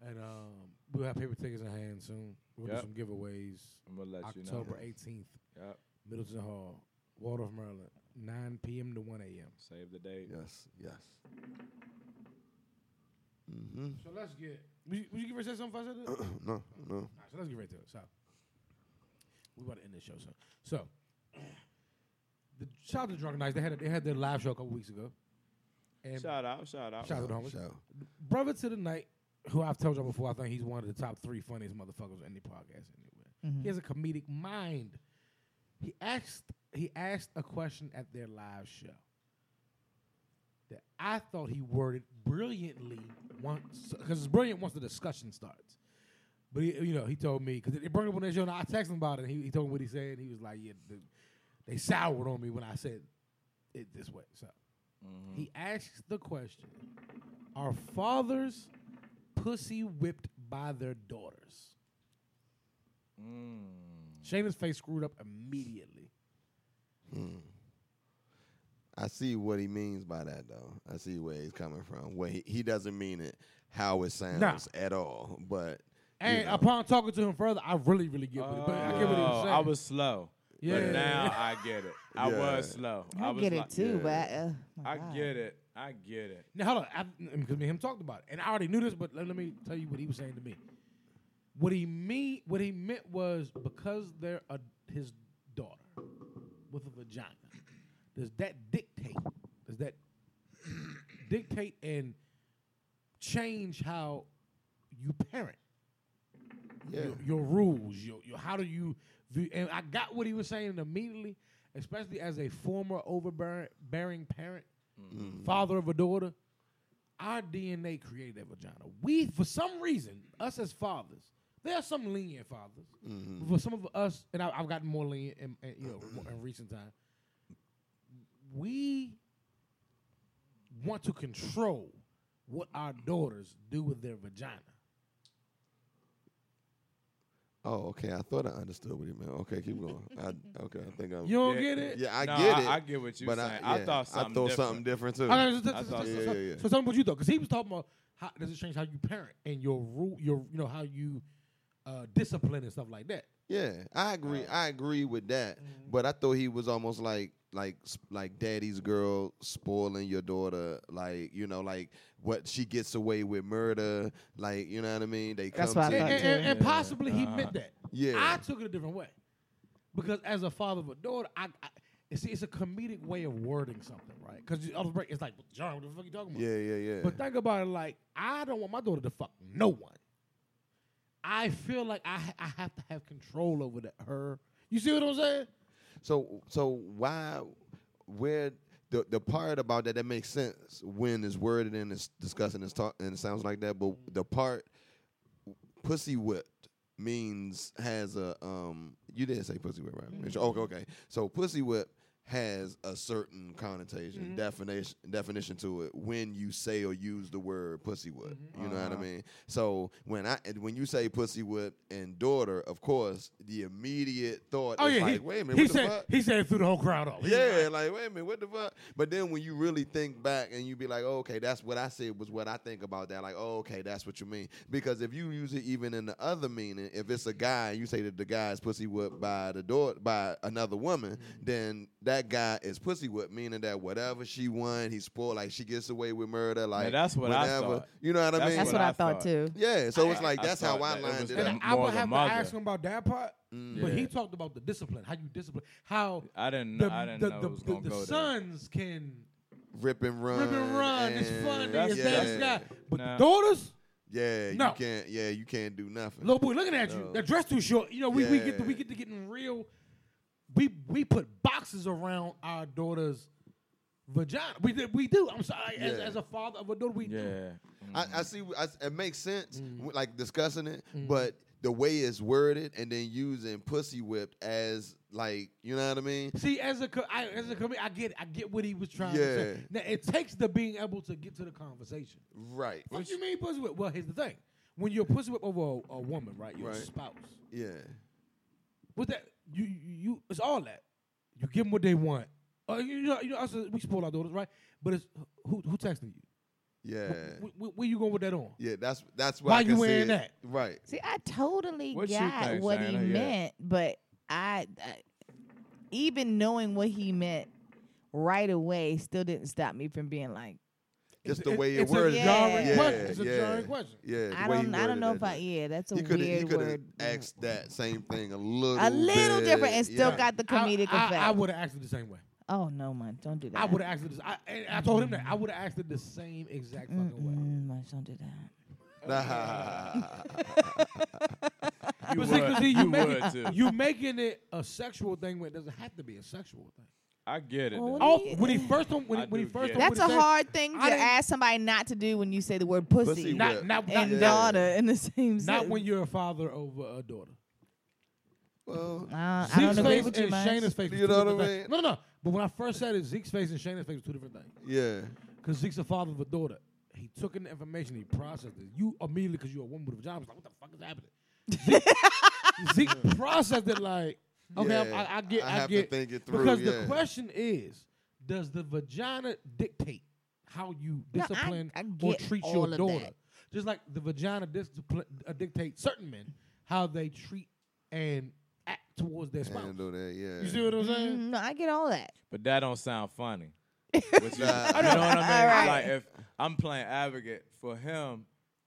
S2: And um, we'll have paper tickets in hand soon. We'll do
S4: Yep.
S2: some giveaways.
S4: I'm gonna let you know.
S2: October 18th,
S4: Yep.
S2: Middleton Hall, Waldorf, Maryland, 9 p.m. to 1 a.m.
S4: Save the date.
S1: Yes, yes.
S2: So let's get. Would you, would you give her something first? All right,
S1: Mm-hmm. No, no.
S2: so let's get right to it. So we about to end this show. So, so the shout out to Drunken Knights. They had a, they had their live show a couple weeks ago. And
S4: Shout out, shout out.
S2: Shout out to the homies.
S1: Shout.
S2: Brother to the night, who I've told y'all before, I think he's one of the top three funniest motherfuckers in the podcast. Anyway,
S6: Mm-hmm.
S2: he has a comedic mind. He asked he asked a question at their live show that I thought he worded brilliantly once because it's brilliant once the discussion starts. But he, you know, he told me because it brought up on that show, and I texted him about it. And he, he told me what he said. And he was like, "Yeah, the, they soured on me when I said it this way." So he asks the question: Are fathers pussy whipped by their daughters? Shayna's face screwed up immediately.
S1: I see what he means by that, though. I see where he's coming from. Where he, he doesn't mean it how it sounds at all, but you
S2: And
S1: know,
S2: upon talking to him further, I really, really get with it. But I get what he was
S4: Oh,
S2: saying.
S4: I was slow.
S2: Yeah.
S4: But now I get it. I
S1: Yeah.
S4: was slow.
S6: I,
S4: was
S6: get it
S4: like-
S6: too, but I, uh,
S2: oh
S6: my
S4: I
S6: God.
S4: get it. I get it.
S2: Now hold on, because me and him talked about it, and I already knew this, but let, let me tell you what he was saying to me. What he mean, what he meant was because they're a, his daughter with a vagina. Does that dictate? Does that dictate and change how you parent.
S1: Yeah.
S2: Your, your rules, your, your how do you view? And I got what he was saying immediately, especially as a former overbearing bearing parent,
S1: Mm-hmm.
S2: father of a daughter. Our DNA created that vagina. We, for some reason, us as fathers, there are some lenient fathers.
S1: Mm-hmm. Mm.
S2: But for some of us, and I, I've gotten more lenient in, in, you know more in recent time. We want to control what our daughters do with their vagina.
S1: Oh, okay. I thought I understood what he meant. Okay, keep going. I, okay, I think I'm.
S2: You don't
S4: Yeah.
S2: get it?
S1: yeah, I
S4: No,
S1: get
S4: I-
S1: it.
S4: I get what you
S1: but
S4: saying.
S1: I,
S4: I
S1: yeah,
S4: thought
S1: I
S4: something
S1: thought
S4: different.
S1: something different too.
S2: I, so,
S4: I
S2: so,
S4: thought-
S2: so,
S1: Yeah,
S2: so,
S1: yeah, yeah.
S2: so tell me what you thought, because he was talking about how does it change how you parent and your rule, your you know how you uh, discipline and stuff like that.
S1: Yeah, I agree. I agree with that. But I thought he was almost like like s- like daddy's girl spoiling your daughter, like you know, like what she gets away with murder, like you know what I mean. They
S6: That's
S1: come
S6: what
S1: to
S6: I
S2: And,
S6: thought,
S1: you.
S2: and- and- and
S4: Yeah.
S2: possibly he meant that.
S1: Yeah.
S2: I took it a different way because as a father of a daughter, I, I you see it's a comedic way of wording something, right? Because it's like John, what the fuck you talking about?
S1: Yeah, yeah, yeah.
S2: But think about it like I don't want my daughter to fuck no one. I feel like I ha- I have to have control over the, her. You see what I'm saying?
S1: So so why where the the part about that that makes sense when it's worded and it's discussed and it's talk and it sounds like that, but the part pussy whipped means has a um you didn't say pussy whip right? Okay, okay. So pussy whip has a certain connotation, definition definition to it when you say or use the word pussy whip. You know what I mean? So when I and when you say pussy whip and daughter, of course, the immediate thought is like, wait a minute,
S2: Oh, he
S1: what
S2: said
S1: the fuck?
S2: he said threw the whole crowd off. He was
S1: Yeah,
S2: like,
S1: like wait a minute, what the fuck? But then when you really think back and you be like, oh, okay, that's what I said was what I think about that. Like, oh, okay, that's what you mean. Because if you use it even in the other meaning, if it's a guy, you say that the guy is pussy whipped by the door by another woman, then that guy is pussy whipped, meaning that whatever she won, he spoiled. Like she gets away with murder. Like
S4: that's what I thought.
S1: You know what I
S4: That's
S1: mean?
S6: That's what, I, thought, too.
S1: yeah. So it's
S4: I-
S1: like
S4: I
S1: that's how
S4: thought
S1: I
S4: that it
S1: lined
S4: was
S1: it
S4: that
S1: up.
S2: and I
S4: more
S2: would
S4: of a
S2: have to
S4: mother.
S2: ask him about that part,
S1: Mm.
S2: but he
S4: Yeah.
S2: talked about the discipline, how you discipline, how
S4: I didn't.
S2: the
S4: I didn't
S2: the,
S4: know
S2: the,
S4: it was
S2: the-
S4: gonna
S2: the
S4: go there.
S2: sons can
S1: Rip and run.
S2: rip and run, it's
S1: and-
S2: fun,
S4: That's-
S2: it's
S4: that's-
S2: this, that, but the
S4: Nah.
S2: daughters,
S1: Yeah,
S2: No.
S1: you can't. Yeah, you can't do nothing.
S2: little boy, looking at you,
S1: No.
S2: that dress too short. You know, we, we get to,
S1: Yeah.
S2: we get to getting real. We we put boxes around our daughter's vagina. We do- we do. I'm sorry, as,
S1: Yeah.
S2: as a father of a daughter, we do.
S4: Yeah.
S1: I, I see. I s it makes sense,
S2: Mm.
S1: w- like discussing it, but the way it's worded and then using "pussy whipped" as like you know what I mean.
S2: See, as a co- I, as a comedian, I get I get what he was trying to say.
S1: Yeah.
S2: Now, it takes the being able to get to the conversation.
S1: Right.
S2: What you mean pussy whip? Well, here's the thing: when you're pussy whip over a, a woman, right, your
S1: Right.
S2: spouse,
S1: Yeah.
S2: what that you you you- it's all that. You give them what they want. Uh, you know, you know, us, uh, we spoil our daughters, right? But it's who who texting you?
S1: Yeah.
S2: Wh- wh- wh- where you going with that on?
S1: Yeah. That's that's why.
S2: Why
S1: I
S2: you
S1: can see
S2: wearing
S1: it.
S2: that?
S1: Right.
S6: See, I totally
S4: What you
S6: got
S4: think,
S6: what
S4: Shayna?
S6: he
S4: Yeah.
S6: meant, but I, I, even knowing what he meant right away, still didn't stop me from being like,
S1: Just
S2: It's-
S1: the way it
S2: it's a
S1: worded.
S2: jarring
S1: yeah.
S2: question. It's a
S1: yeah.
S2: jarring question.
S1: Yeah. the
S6: I
S1: way he
S6: don't, I don't
S1: worded
S6: know
S1: that
S6: if I.
S1: shit.
S6: Yeah, that's a
S1: He could
S6: weird
S1: he could have
S6: word.
S1: asked that same thing a little
S6: a little
S1: bit,
S6: different and still
S1: yeah.
S6: got the comedic
S2: I,
S6: effect.
S2: I, I would have acted the same way.
S6: oh no, man, don't do that.
S2: I would have acted. The, I, and I told him that I would have acted the same exact fucking way.
S6: Mm, Munch, don't do that.
S4: Mm-hmm. You
S2: But see, 'cause
S4: would.
S2: see, you
S4: You
S2: make
S4: would too.
S2: You making it a sexual thing when it doesn't have to be a sexual thing.
S4: I get it.
S6: Oh,
S4: though.
S2: Oh, when he first on, when,
S4: I
S2: he- when he
S4: do
S2: first on,
S4: get it.
S6: That's
S2: what
S6: a
S2: he said,
S6: hard thing to
S2: I didn't-
S6: ask somebody not to do when you say the word pussy,
S1: Pussy
S2: Not
S1: whip.
S2: not
S6: and
S2: not,
S1: Yeah.
S6: daughter in the same sentence.
S2: not when you're a father over a daughter.
S1: Well,
S6: Nah, Uh, I don't
S2: Zeke's
S6: agree
S2: face
S6: with you,
S2: and
S6: Munch.
S2: Shayna's face. was
S1: You know
S2: two
S1: what I
S2: different things. No, no, no. But when I first said it, Zeke's face and Shayna's face was two different things.
S1: yeah.
S2: Because Zeke's a father of a daughter. He took in the information, he processed it. You immediately, because you're a woman with a vagina, was like, what the fuck is happening? Zeke, Zeke processed it like, okay, I'm-
S1: Yeah,
S2: I, I get,
S1: I
S2: I,
S1: have to
S2: get.
S1: think it through,
S2: because
S1: yeah.
S2: the question is, does the vagina dictate how you
S6: No, I-
S2: discipline
S6: I
S2: or
S6: get
S2: treat
S6: all
S2: your
S6: of that.
S2: daughter? Just like the vagina discipline, uh, dictates certain men how they treat and act towards their spouse.
S1: Handle that. Yeah.
S2: You see what I'm saying?
S6: Mm, no, I get all that.
S4: But that don't sound funny. What you, you know what I mean?
S6: All right.
S4: Like if I'm playing advocate for him,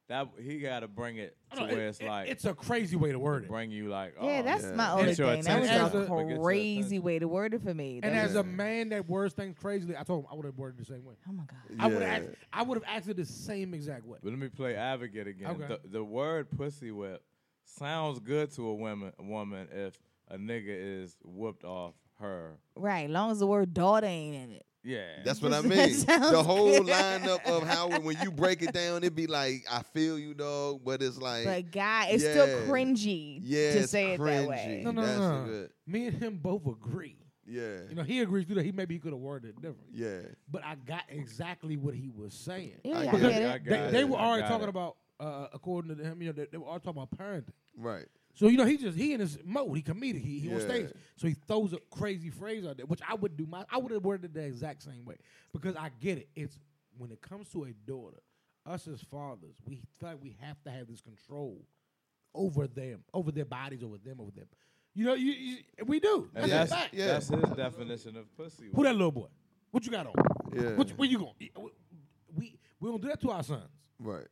S4: That he got to bring it
S2: I
S4: to
S2: don't know,
S4: where
S2: it-
S4: it's
S2: it-
S4: like
S2: it's a crazy way to word it.
S4: bring you like.
S6: Yeah,
S4: oh,
S6: that's
S1: yeah.
S6: my only
S4: Get your
S6: thing. That was
S2: attention.
S6: a
S2: But
S4: get your
S6: crazy
S4: attention.
S6: way to word it for me.
S2: And
S6: That
S2: as
S6: was-
S2: a man that words things crazily, I told him I would have worded it the same way.
S6: oh my god,
S2: I would
S1: Yeah.
S2: have asked. I would have acted the same exact way.
S4: But let me play advocate again.
S2: Okay.
S4: The, the word pussy whip sounds good to a woman woman if a nigga is whooped off her.
S6: right? Long as the word daughter ain't in it.
S4: Yeah.
S1: That's what I
S6: That
S1: mean. The
S6: sounds
S1: whole
S6: good.
S1: lineup of how when you break it down, it'd be like, I feel you, dog, but it's like,
S6: But God, it's still
S1: yeah.
S6: cringy
S1: yeah,
S6: to
S1: it's
S6: say
S1: cringy.
S6: it that way.
S2: No, no,
S1: That's
S2: no.
S1: a good.
S2: Me and him both agree. You
S1: Yeah,
S2: know, he agrees too that he maybe he could have worded it different.
S1: yeah,
S2: But I got exactly what he was saying.
S6: Yeah,
S1: I
S6: I
S1: get
S6: get
S1: it.
S6: it.
S4: I got
S2: They,
S4: it.
S2: they were
S4: I
S2: already
S4: got
S2: talking
S4: it.
S2: about, uh, according to him, you know, they, they were all talking about parenting.
S1: right.
S2: So you know, he just he in his mode. He comedic. He, he on
S1: Yeah.
S2: stage. So he throws a crazy phrase out there, which I would do. My I would have worded it the exact same way because I get it. It's when it comes to a daughter, us as fathers, we feel like we have to have this control over them, over their bodies, over them, over them. You know, you, you we do.
S4: And
S1: Yeah.
S2: a
S4: that's,
S2: fact.
S1: Yeah.
S4: that's his definition of pussy.
S2: Who
S4: whip.
S2: that little boy? What you got on?
S1: Yeah.
S2: What you, where you going? We we don't do that to our sons.
S1: Right.
S2: Y-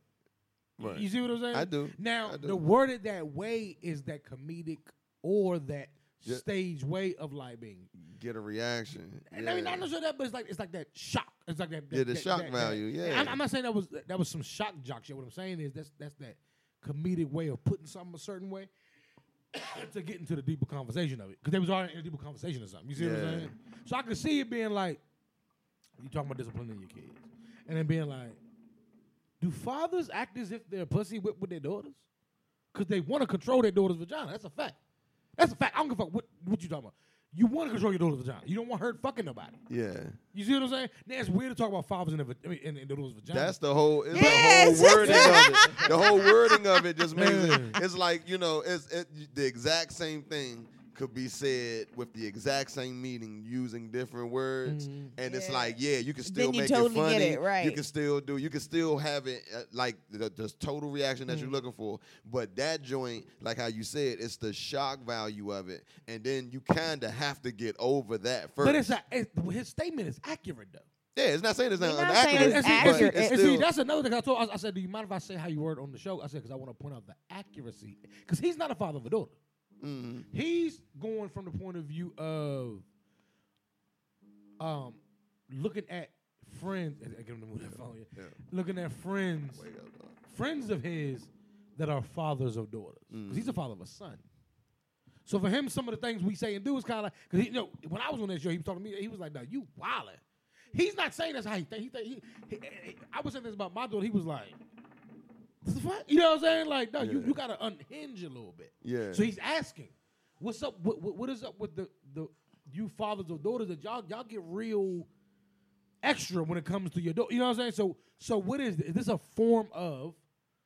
S1: Right.
S2: You see what I'm saying?
S1: I do.
S2: Now
S1: I do.
S2: the worded that way is that comedic or that
S1: Yeah.
S2: stage way of like being.
S1: Get a reaction.
S2: And
S1: yeah.
S2: I mean, I'm not sure that, but it's like it's like that shock. It's like that. that
S1: Yeah, the
S2: that-
S1: shock
S2: that- that-
S1: value, yeah.
S2: I'm, I'm not saying that was that was some shock jock shit. What I'm saying is that's that's that comedic way of putting something a certain way to get into the deeper conversation of it because they was already in a deeper conversation or something. You see what
S1: Yeah.
S2: I'm saying? So I could see it being like you talking about disciplining your kids, and then being like, do fathers act as if they're pussy whipped with their daughters? Because they want to control their daughter's vagina. That's a fact. That's a fact. I don't give a fuck what, what you talking about. You want to control your daughter's vagina. You don't want her fucking nobody.
S1: Yeah.
S2: You see what I'm saying? Now it's weird to talk about fathers in the, va- I mean, in, in the daughter's vagina.
S1: That's the whole. It's
S6: Yes.
S1: the whole wording of it. The whole wording of it just makes it.
S2: Yeah.
S1: It's like you know, it's it, the exact same thing could be said with the exact same meaning using different words,
S2: Mhm.
S1: and it's
S6: Yeah.
S1: like yeah, you can still
S6: Then you
S1: make it
S6: totally
S1: funny.
S6: get it,
S1: You
S6: right.
S1: can still do. You can still have it uh, like the, the total reaction
S2: Mm.
S1: that you're looking for. But that joint, like how you said, it's the shock value of it, and then you kind of have to get over that first.
S2: but it's, a, it's his statement is accurate though.
S1: yeah, it's not saying it's
S6: We're
S1: not,
S6: not saying
S1: inaccurate.
S6: it's
S1: but
S6: accurate.
S1: it's
S2: and see,
S1: still-
S2: that's another thing I told. I, I said, "Do you mind if I say how you word on the show?" I said, "Because I want to point out the accuracy, because he's not a father of a daughter.
S1: Mhm.
S2: He's going from the point of view of, um, looking at friends. I give him the move that phone. Yeah.
S1: Yeah.
S2: Looking at friends, friends of his that are fathers of daughters. 'Cause He's a father of a son. So for him, some of the things we say and do is kind of like because you know when I was on that show, he was talking to me. He was like, "No, you wildin'." He's not saying that's how he think. He think he, he, he- I was saying this about my daughter. He was like, "What the fuck?" You know what I'm saying? Like, no, you,
S1: Yeah.
S2: you gotta unhinge a little bit.
S1: Yeah.
S2: So he's asking, "What's up? What, what, what is up with the the you fathers or daughters that y'all y'all get real extra when it comes to your daughter? You know what I'm saying? So so what is this? Is this a form of?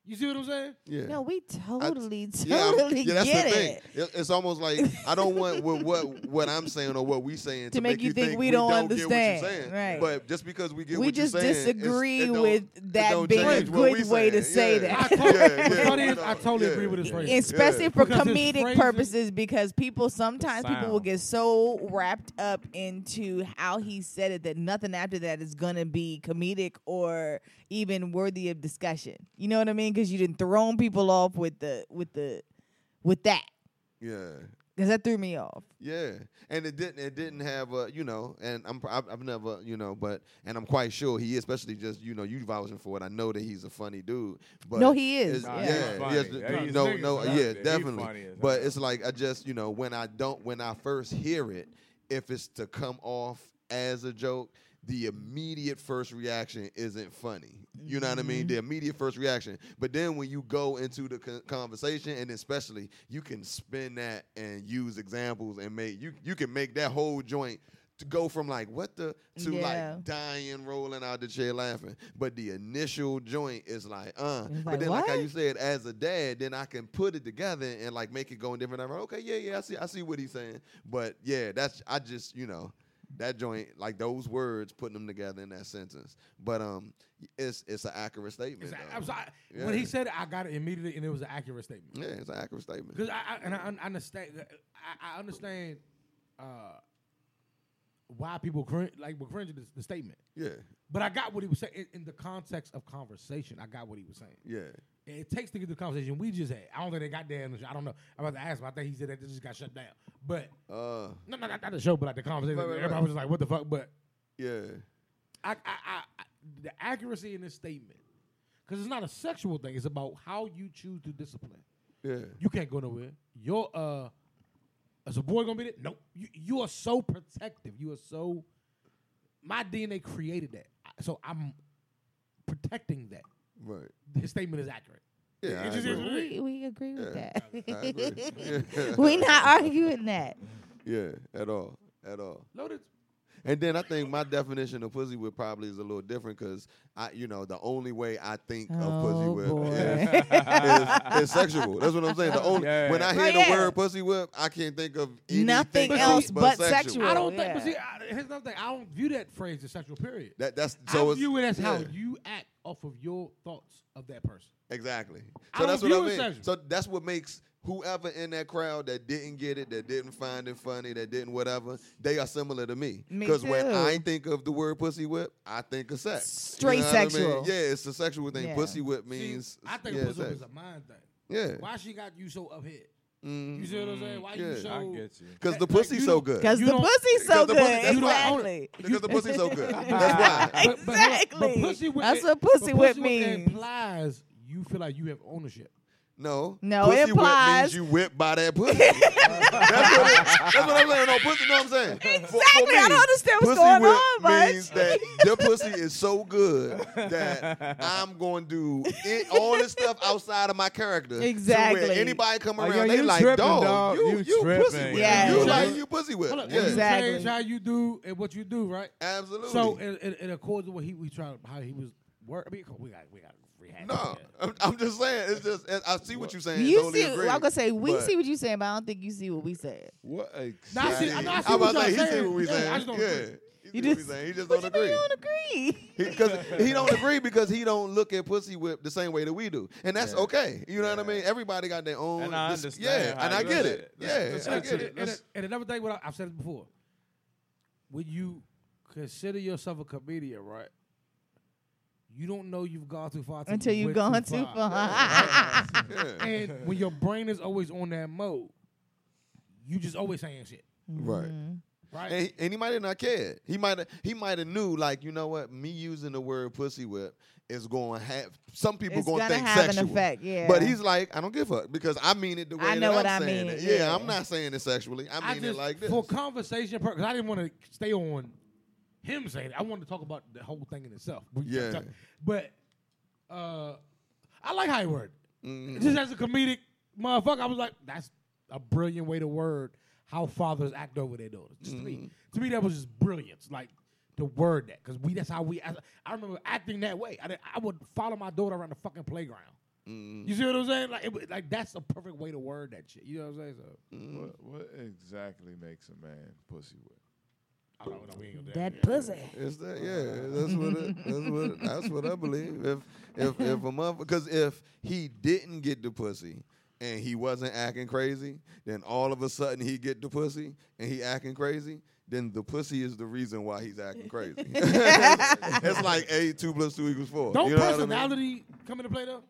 S2: You see what I'm saying?
S1: Yeah.
S6: No, we totally,
S1: I'm-
S6: totally get it.
S1: It- It's almost like I don't want what, what what I'm saying or what we saying to,
S6: make you think we don't understand.
S1: Get what you're saying.
S6: Right.
S1: But just because we get
S6: We
S1: what you're
S6: just
S1: saying, it's-
S6: disagree
S1: it don't-
S6: with
S1: it
S6: that
S1: don't
S6: being a
S1: change what
S6: good
S1: we
S6: way to
S1: saying.
S6: say
S1: yeah.
S6: that.
S2: I totally,
S1: Yeah, yeah,
S2: funny
S1: you
S2: is, I
S1: know,
S2: totally
S1: yeah.
S2: agree with his phrase.
S6: E-, especially for
S2: Because his
S6: comedic
S2: phrases-
S6: purposes because people sometimes people will
S4: Sound.
S6: get so wrapped up into how he said it that nothing after that is going to be comedic or even worthy of discussion you know what i mean because you didn't thrown people off with the with the with that
S1: Yeah.
S6: because that threw me off
S1: Yeah, and it didn't. It didn't have a you know, and I'm I've, I've never you know, but and I'm quite sure he, is, especially just you know, you vouching for it. I know that he's a funny dude. But
S6: No, he
S1: it's-
S6: is, Nah,
S1: yeah,
S6: he's
S4: funny.
S1: yes,
S4: Yeah, he's
S1: no,
S4: niggas
S1: no,
S4: out
S1: yeah,
S4: there. He
S1: definitely.
S4: funny as
S1: but
S4: hell.
S1: it's like I just you know when I don't when I first hear it, if it's to come off as a joke. The immediate first reaction isn't funny. You know what I mean?
S6: Mm-hmm.
S1: The immediate first reaction. But then when you go into the con- conversation, and especially you can spin that and use examples and make you you can make that whole joint to go from like what the to
S6: Yeah.
S1: like dying rolling out the chair laughing. But the initial joint is like uh.
S6: It's
S1: but
S6: like,
S1: then like how
S6: what?
S1: you said, as a dad, then I can put it together and like make it go in different. direction. Okay, yeah, yeah, I see, I see what he's saying. But yeah, that's I just you know that joint like those words putting them together in that sentence. But um, it's it's an accurate statement.
S2: It's a-
S1: though.
S2: I'm sorry.
S1: Yeah.
S2: When he said it, I got it immediately, and it was an accurate statement.
S1: Yeah, it's an accurate statement.
S2: Because I, I and I, un- understand, uh, I, I understand uh, why people cringe, like were cringing the, the statement.
S1: Yeah,
S2: But I got what he was saying in, in the context of conversation. I got what he was saying.
S1: yeah,
S2: that it takes to get the conversation we just had. I don't think they got there. In the show. I don't know. I'm about to ask him. I think he said that this just got shut down. But
S1: Uh,
S2: no, no, not, not the show, but like the conversation.
S1: Right, right,
S2: Everybody
S1: right.
S2: was just like, "What the fuck?" But
S1: yeah.
S2: I, I, I, I the accuracy in this statement, because it's not a sexual thing. It's about how you choose to discipline.
S1: Yeah.
S2: You can't go nowhere. You're uh, is a boy gonna be there? No. You you are so protective. You are so. My DNA created that, I- so I'm protecting that.
S1: Right.
S2: His statement is accurate.
S1: Yeah. I
S2: It just is
S1: agree.
S2: what it is.
S6: We, we agree with
S1: Yeah. I
S6: that.
S1: agree.
S6: we not arguing that.
S1: Yeah, at all, at all.
S2: Loaded.
S1: And then I think my definition of pussy whip probably is a little different because I, you know, the only way I think of pussy
S6: Oh,
S1: whip is,
S6: boy.
S1: is, is sexual. That's what I'm saying. The only
S4: Yeah.
S1: when I hear
S6: Well,
S1: the
S6: yeah.
S1: word pussy whip, I can't think of anything
S6: Nothing
S2: else
S1: but,
S6: but
S1: sexual.
S2: I
S6: sexual.
S2: don't think.
S6: yeah.
S2: But see, I, here's another thing. I don't view that phrase as sexual. Period.
S1: That, that's so
S2: I
S1: it's
S2: view it as how
S1: yeah,
S2: you act off of your thoughts of that person.
S1: exactly. So
S2: I don't
S1: that's
S2: view
S1: what I
S2: it
S1: mean.
S2: sexual.
S1: So that's what makes whoever in that crowd that didn't get it, that didn't find it funny, that didn't whatever, they are similar to me.
S6: Me
S1: when
S6: too.
S1: I think of the word pussy whip, I think of sex.
S6: Straight
S1: know what I mean?
S6: sexual.
S1: Yeah, it's a sexual thing.
S6: Yeah.
S1: Pussy whip
S2: See,
S1: means.
S2: I think
S1: yeah,
S2: pussy whip
S1: sex.
S2: is a mind thing.
S1: Yeah.
S2: Why she got you so up here?
S1: Mm.
S2: You see what I'm saying? Why you
S1: Yeah.
S2: so?
S4: I get you.
S1: Cause the
S2: Like,
S1: pussy's
S2: you
S1: so
S2: don't-
S1: good.
S6: Because
S2: You
S6: the
S2: don't-
S6: pussy's so
S1: because the
S6: good.
S1: pussy- that's
S2: why I own
S6: exactly.
S1: Because the pussy's so good. That's
S2: But-
S1: why.
S2: but- but hold on. But
S6: Exactly.
S2: pussy whip-
S6: That's
S2: but
S6: what pussy whip means.
S2: implies you feel like you have ownership.
S1: No.
S6: No,
S1: pussy
S6: it
S1: Whip means
S6: implies-
S1: you whipped by that pussy. that's, what it, that's what I'm saying. No, pussy. No, I'm saying. Exactly.
S6: Exactly. I don't understand what's
S1: pussy
S6: going
S1: whip
S6: on, Bunch.
S1: means that the pussy is so good that I'm going to do it, all this stuff outside of my character. to where
S6: Exactly.
S1: anybody come
S4: Like,
S1: around,
S4: yo,
S1: they
S4: you
S1: like,
S4: tripping,
S1: dog,
S4: dog.
S1: you,
S4: You
S1: you pussy
S4: tripping.
S1: whip.
S6: Yeah.
S1: You
S6: Yeah.
S1: like you pussy whip.
S2: Hold on,
S1: Yeah.
S2: you
S6: Exactly.
S2: Change how you do and what you do, right?
S1: Absolutely.
S2: So, in, in, in accordance with what he we try how he was work. I mean, come on, we got we got rehash.
S1: no,
S2: this shit.
S1: I'm, I'm just saying. It's just I see what you're saying.
S6: You
S1: totally
S6: see,
S1: agree,
S6: well, I'm gonna say we
S1: but-
S6: see what you saying, but I don't think you see what we said.
S5: What a
S2: Nah, I see-
S1: Yeah,
S2: I know, I
S1: yeah.
S2: see
S1: I'm
S2: what
S1: about to
S2: y'all
S1: say, he see
S2: saying.
S1: what we
S2: Yeah, I
S1: saying.
S2: just don't agree.
S1: Yeah. He see what
S6: You
S1: we
S6: just-
S1: saying. He just
S6: But
S1: don't
S6: you mean
S1: agree.
S6: you don't agree?
S1: Because he don't agree because he don't look at pussy whip the same way that we do, and that's
S4: Yeah.
S1: okay. You know what I
S4: Yeah.
S1: mean? Everybody got their own.
S4: And I
S1: dis-
S4: understand
S1: Yeah,
S4: how
S1: and I
S4: you
S1: get
S4: look at
S1: it.
S4: it.
S1: Yeah,
S4: Let's-
S1: I
S4: let's
S1: get it.
S4: get it.
S2: And,
S4: Let's-
S2: and another thing, what I, I've said it before. When you consider yourself a comedian, right? You don't know you've gone too far
S6: Until
S2: went
S6: you've gone too far.
S1: Yeah.
S2: and when your brain is always on that mode, you just always saying shit,
S4: Mm-hmm.
S1: Right.
S2: right?
S1: And he, and he might have not cared. He might have he might have knew like you know what me using the word pussy whip is going to have some people
S6: It's
S1: going to
S6: gonna
S1: think
S6: have an
S1: sexual.
S6: effect, yeah.
S1: But he's like I don't give a fuck because I mean it the way
S6: I know
S1: that
S6: what
S1: I'm
S6: I
S1: saying
S6: mean,
S1: it. Yeah,
S6: yeah.
S1: I'm not saying it sexually. I mean it like this.
S2: for conversation purpose. I didn't want to stay on him saying. It. I wanted to talk about the whole thing in itself. We-
S1: Yeah.
S2: but uh, I like how he worded. it.
S1: Mm-hmm.
S2: Just as a comedic motherfucker, I was like, that's a brilliant way to word how fathers act over their daughters. Just to me,
S1: Mm-hmm.
S2: to me, that was just brilliance. Like to word that because we that's how we. I, I remember acting that way. I, did- I would follow my daughter around the fucking playground.
S1: Mm-hmm.
S2: You see what I'm saying? Like, it, was- like that's a perfect way to word that shit. You know what I'm saying? So,
S4: Mm.
S5: What, what exactly makes a man pussy whip?
S2: I don't know. We ain't gonna do
S6: That pussy.
S1: It's that yeah. That's what it, that's what that's what I believe. If if if a mother because if he didn't get the pussy and he wasn't acting crazy, then all of a sudden he get the pussy and he acting crazy. Then the pussy is the reason why he's acting crazy. it's like a two plus two equals four.
S2: Don't
S1: You know what I mean?
S2: personality come into play though?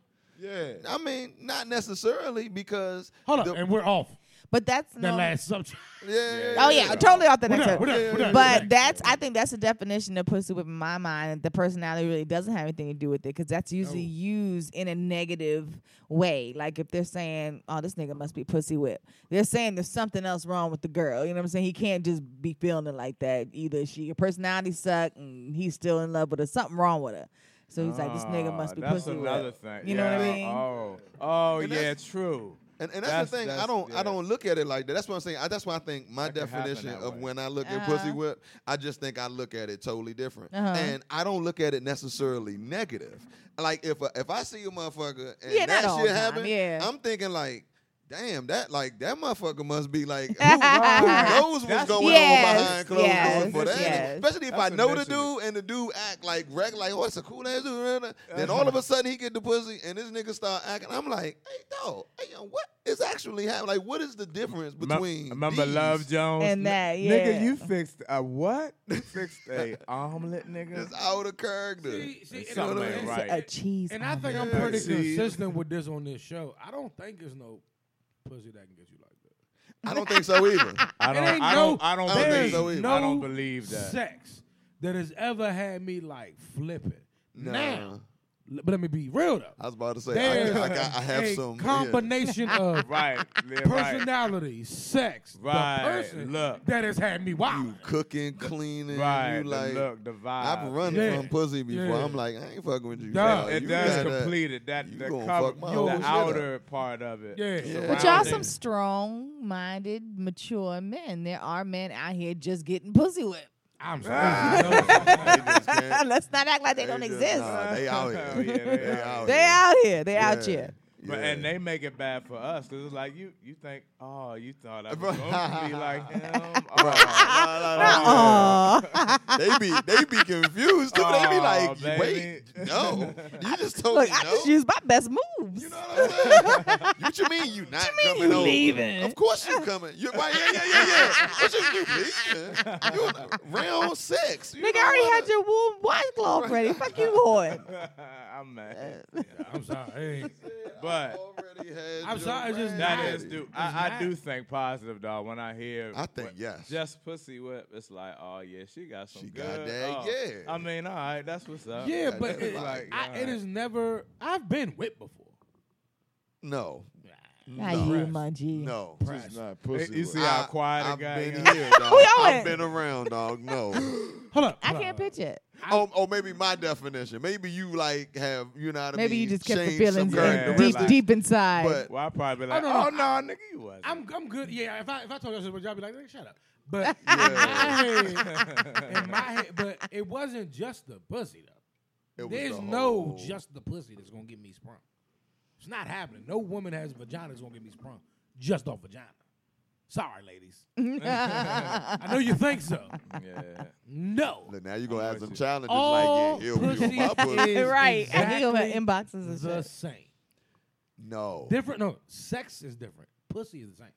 S5: Yeah.
S1: I mean? not necessarily because
S2: Hold
S1: the-
S2: up, and we're off
S6: But that's
S2: that
S6: no.
S2: last subject.
S1: yeah, yeah,
S6: Oh yeah, totally off the
S2: We're
S6: next.
S2: done,
S6: subject.
S2: we're done, we're done.
S6: But
S2: We're done.
S6: that's I think that's the definition of pussy whip in my mind. The personality really doesn't have anything to do with it because that's usually used in a negative way. Like if they're saying, "Oh, this nigga must be pussy whip," they're saying there's something else wrong with the girl. You know what I'm saying? He can't just be feeling it like that. Either she her personality suck and he's still in love with her. Something wrong with her. So he's like, "This nigga
S4: Ah,
S6: must be
S4: that's
S6: pussy
S4: another
S6: whip."
S4: thing.
S6: You know what I
S4: Yeah,
S6: mean?
S4: Oh, oh
S1: And
S4: yeah,
S1: that's-
S4: true.
S1: And, and that's, the
S4: That's-
S1: thing. I
S4: that's-
S1: don't I
S4: yeah.
S1: don't look at it like that. That's what I'm saying. I, that's why I think my
S4: That could happen
S1: definition
S4: that
S1: of
S4: way.
S1: when I look at
S6: Uh-huh.
S1: pussy whip, I just think I look at it totally different.
S6: Uh-huh.
S1: And I don't look at it necessarily negative. Like if a, if I see a motherfucker and
S6: Yeah, not
S1: that
S6: all
S1: shit
S6: the time,
S1: happen,
S6: yeah.
S1: I'm thinking like damn, that like that motherfucker must be like who, who
S6: Right.
S1: knows what's
S4: That's-
S1: going
S6: Yes,
S1: on behind closed
S6: yes,
S1: doors for that.
S6: yes.
S1: Especially if
S4: That's
S1: I know the
S4: initially-
S1: dude and the dude act like regular, like oh, it's a cool ass dude. blah, blah, blah. Then all
S4: Uh-huh.
S1: of a sudden he get the pussy and this nigga start acting. I'm like, hey dog, hey, yo, what is actually happening? Like, what is the difference
S4: Mem-
S1: between
S4: remember
S1: these?
S4: Love Jones
S6: And that,
S4: N-
S6: yeah.
S4: Nigga, you fixed a what? You fixed a omelet, nigga.
S1: It's out of character.
S2: See, see, and-
S4: Something
S2: and-
S4: ain't
S2: and-
S4: right.
S6: A cheese.
S2: And I think I'm
S1: Yeah,
S2: pretty
S1: see.
S2: consistent with this on this show. I don't think there's no pussy that can get you like that.
S1: I don't think so either.
S4: I don't,
S2: ain't
S4: I
S2: no-
S4: don't, I don't,
S1: I don't think
S4: believe,
S1: so either.
S2: no
S4: I don't believe that.
S2: Sex that has ever had me like flipping.
S1: No.
S2: Now, l- but let me be real though.
S1: I was about to say,
S2: There's
S1: I, I, got, I have
S2: a
S1: some yeah.
S2: combination of
S4: Right, yeah, right,
S2: personality, sex,
S4: Right,
S2: the person
S4: look.
S2: that has had me
S1: You
S2: wild.
S1: cooking, cleaning,
S4: right.
S1: you like.
S4: the look, the vibe.
S1: I've run
S2: Yeah.
S1: from pussy before.
S2: Yeah.
S1: I'm like, I ain't fucking with you.
S2: Duh.
S1: dog.
S4: It
S1: You
S4: does
S1: gotta-
S4: complete it. That
S1: you
S4: the
S1: gonna
S4: cover,
S1: fuck my
S2: whole shit
S4: the
S2: up.
S4: outer part of it.
S2: Yeah.
S1: Yeah.
S4: Surrounding
S6: But y'all
S4: it.
S6: some strong minded, mature men. There are men out here just getting pussy whipped.
S2: I'm
S1: They
S2: sorry.
S1: just can't-
S6: Let's not act like they, don't
S1: just-
S6: exist.
S1: nah, they out here.
S4: Oh, yeah, they out
S1: out
S6: they
S1: here.
S6: out here. They out
S1: Yeah.
S6: here.
S4: But,
S1: Yeah.
S4: And they make it bad for us because it's like you you think oh you thought I was
S1: Bro.
S4: going to be like him
S1: Right.
S4: oh,
S1: Nah, nah, nah, nah.
S6: Nuh-uh.
S1: They be they be confused too. they be
S4: Aw,
S1: like,
S4: baby.
S1: wait, no, you just told
S6: Look,
S1: me
S6: I
S1: no.
S6: just use my best moves.
S1: You know what I'm saying? what you mean you not
S6: mean
S1: coming
S6: you
S1: over?
S6: leaving?
S1: Of course you coming. You why yeah, yeah, yeah, yeah. What you you leaving? You on round six. You
S6: Nigga,
S1: don't
S6: I already
S1: wanna-
S6: had your wool washcloth ready. Fuck you, boy.
S4: Oh, I'm mad
S2: I'm sorry. Hey,
S4: but-
S1: already had
S2: I'm
S1: your
S2: sorry, it's just
S1: man.
S4: that
S2: Right.
S4: is do
S2: It's
S4: I, I
S2: mad.
S4: do think positive dog when I hear
S1: I think
S4: what-
S1: yes.
S4: just pussy whip it's like oh yeah she got some
S1: She
S4: good
S1: got that,
S4: oh,
S1: yeah.
S4: I mean all right that's what's up
S2: yeah,
S1: that
S2: but
S1: is
S2: it,
S1: like-
S2: I, it
S4: alright.
S2: is never. I've been whipped before.
S1: no,
S6: Not
S1: No.
S6: you, my G.
S1: no.
S5: It's
S2: Press.
S5: not pussy.
S4: you
S5: whip.
S4: see how
S1: I-
S4: quiet it
S1: I've
S4: got
S1: been
S4: yeah.
S1: here, dog.
S6: We all
S1: I've
S6: in.
S1: been around, dog. No.
S2: Hold up.
S6: I
S2: hold
S6: can't
S2: up.
S6: picture it.
S1: oh, oh, maybe my definition. Maybe you like have you know what I
S6: Maybe
S1: mean.
S6: you just kept the
S1: changed some
S6: feelings
S4: girl
S6: in deep,
S4: to
S1: characteristics.
S4: realize.
S6: deep inside.
S1: But
S4: well I probably be like
S2: no, no.
S4: oh no nigga you was
S2: I'm I'm good. Yeah, if I if I told you this, would y'all be like, "Nigga, shut up. But in, my head, in my head, but it wasn't just the pussy
S1: It
S2: though.
S1: was
S2: There's
S1: the
S2: no
S1: whole-
S2: just the pussy that's gonna get me sprung. It's not happening. No woman has a vagina that's gonna get me sprung just off vagina. Sorry, ladies. I know you think so.
S4: yeah
S2: No.
S1: look, now you gonna have
S4: with
S1: some
S4: you.
S1: challenges
S2: All
S1: like yeah, here we
S2: pussy
S1: go, my pussy.
S2: is
S6: right. I
S2: exactly
S6: think about inboxes
S2: the
S6: and shit.
S2: same.
S1: No,
S2: Different. No, sex is different. Pussy is the same.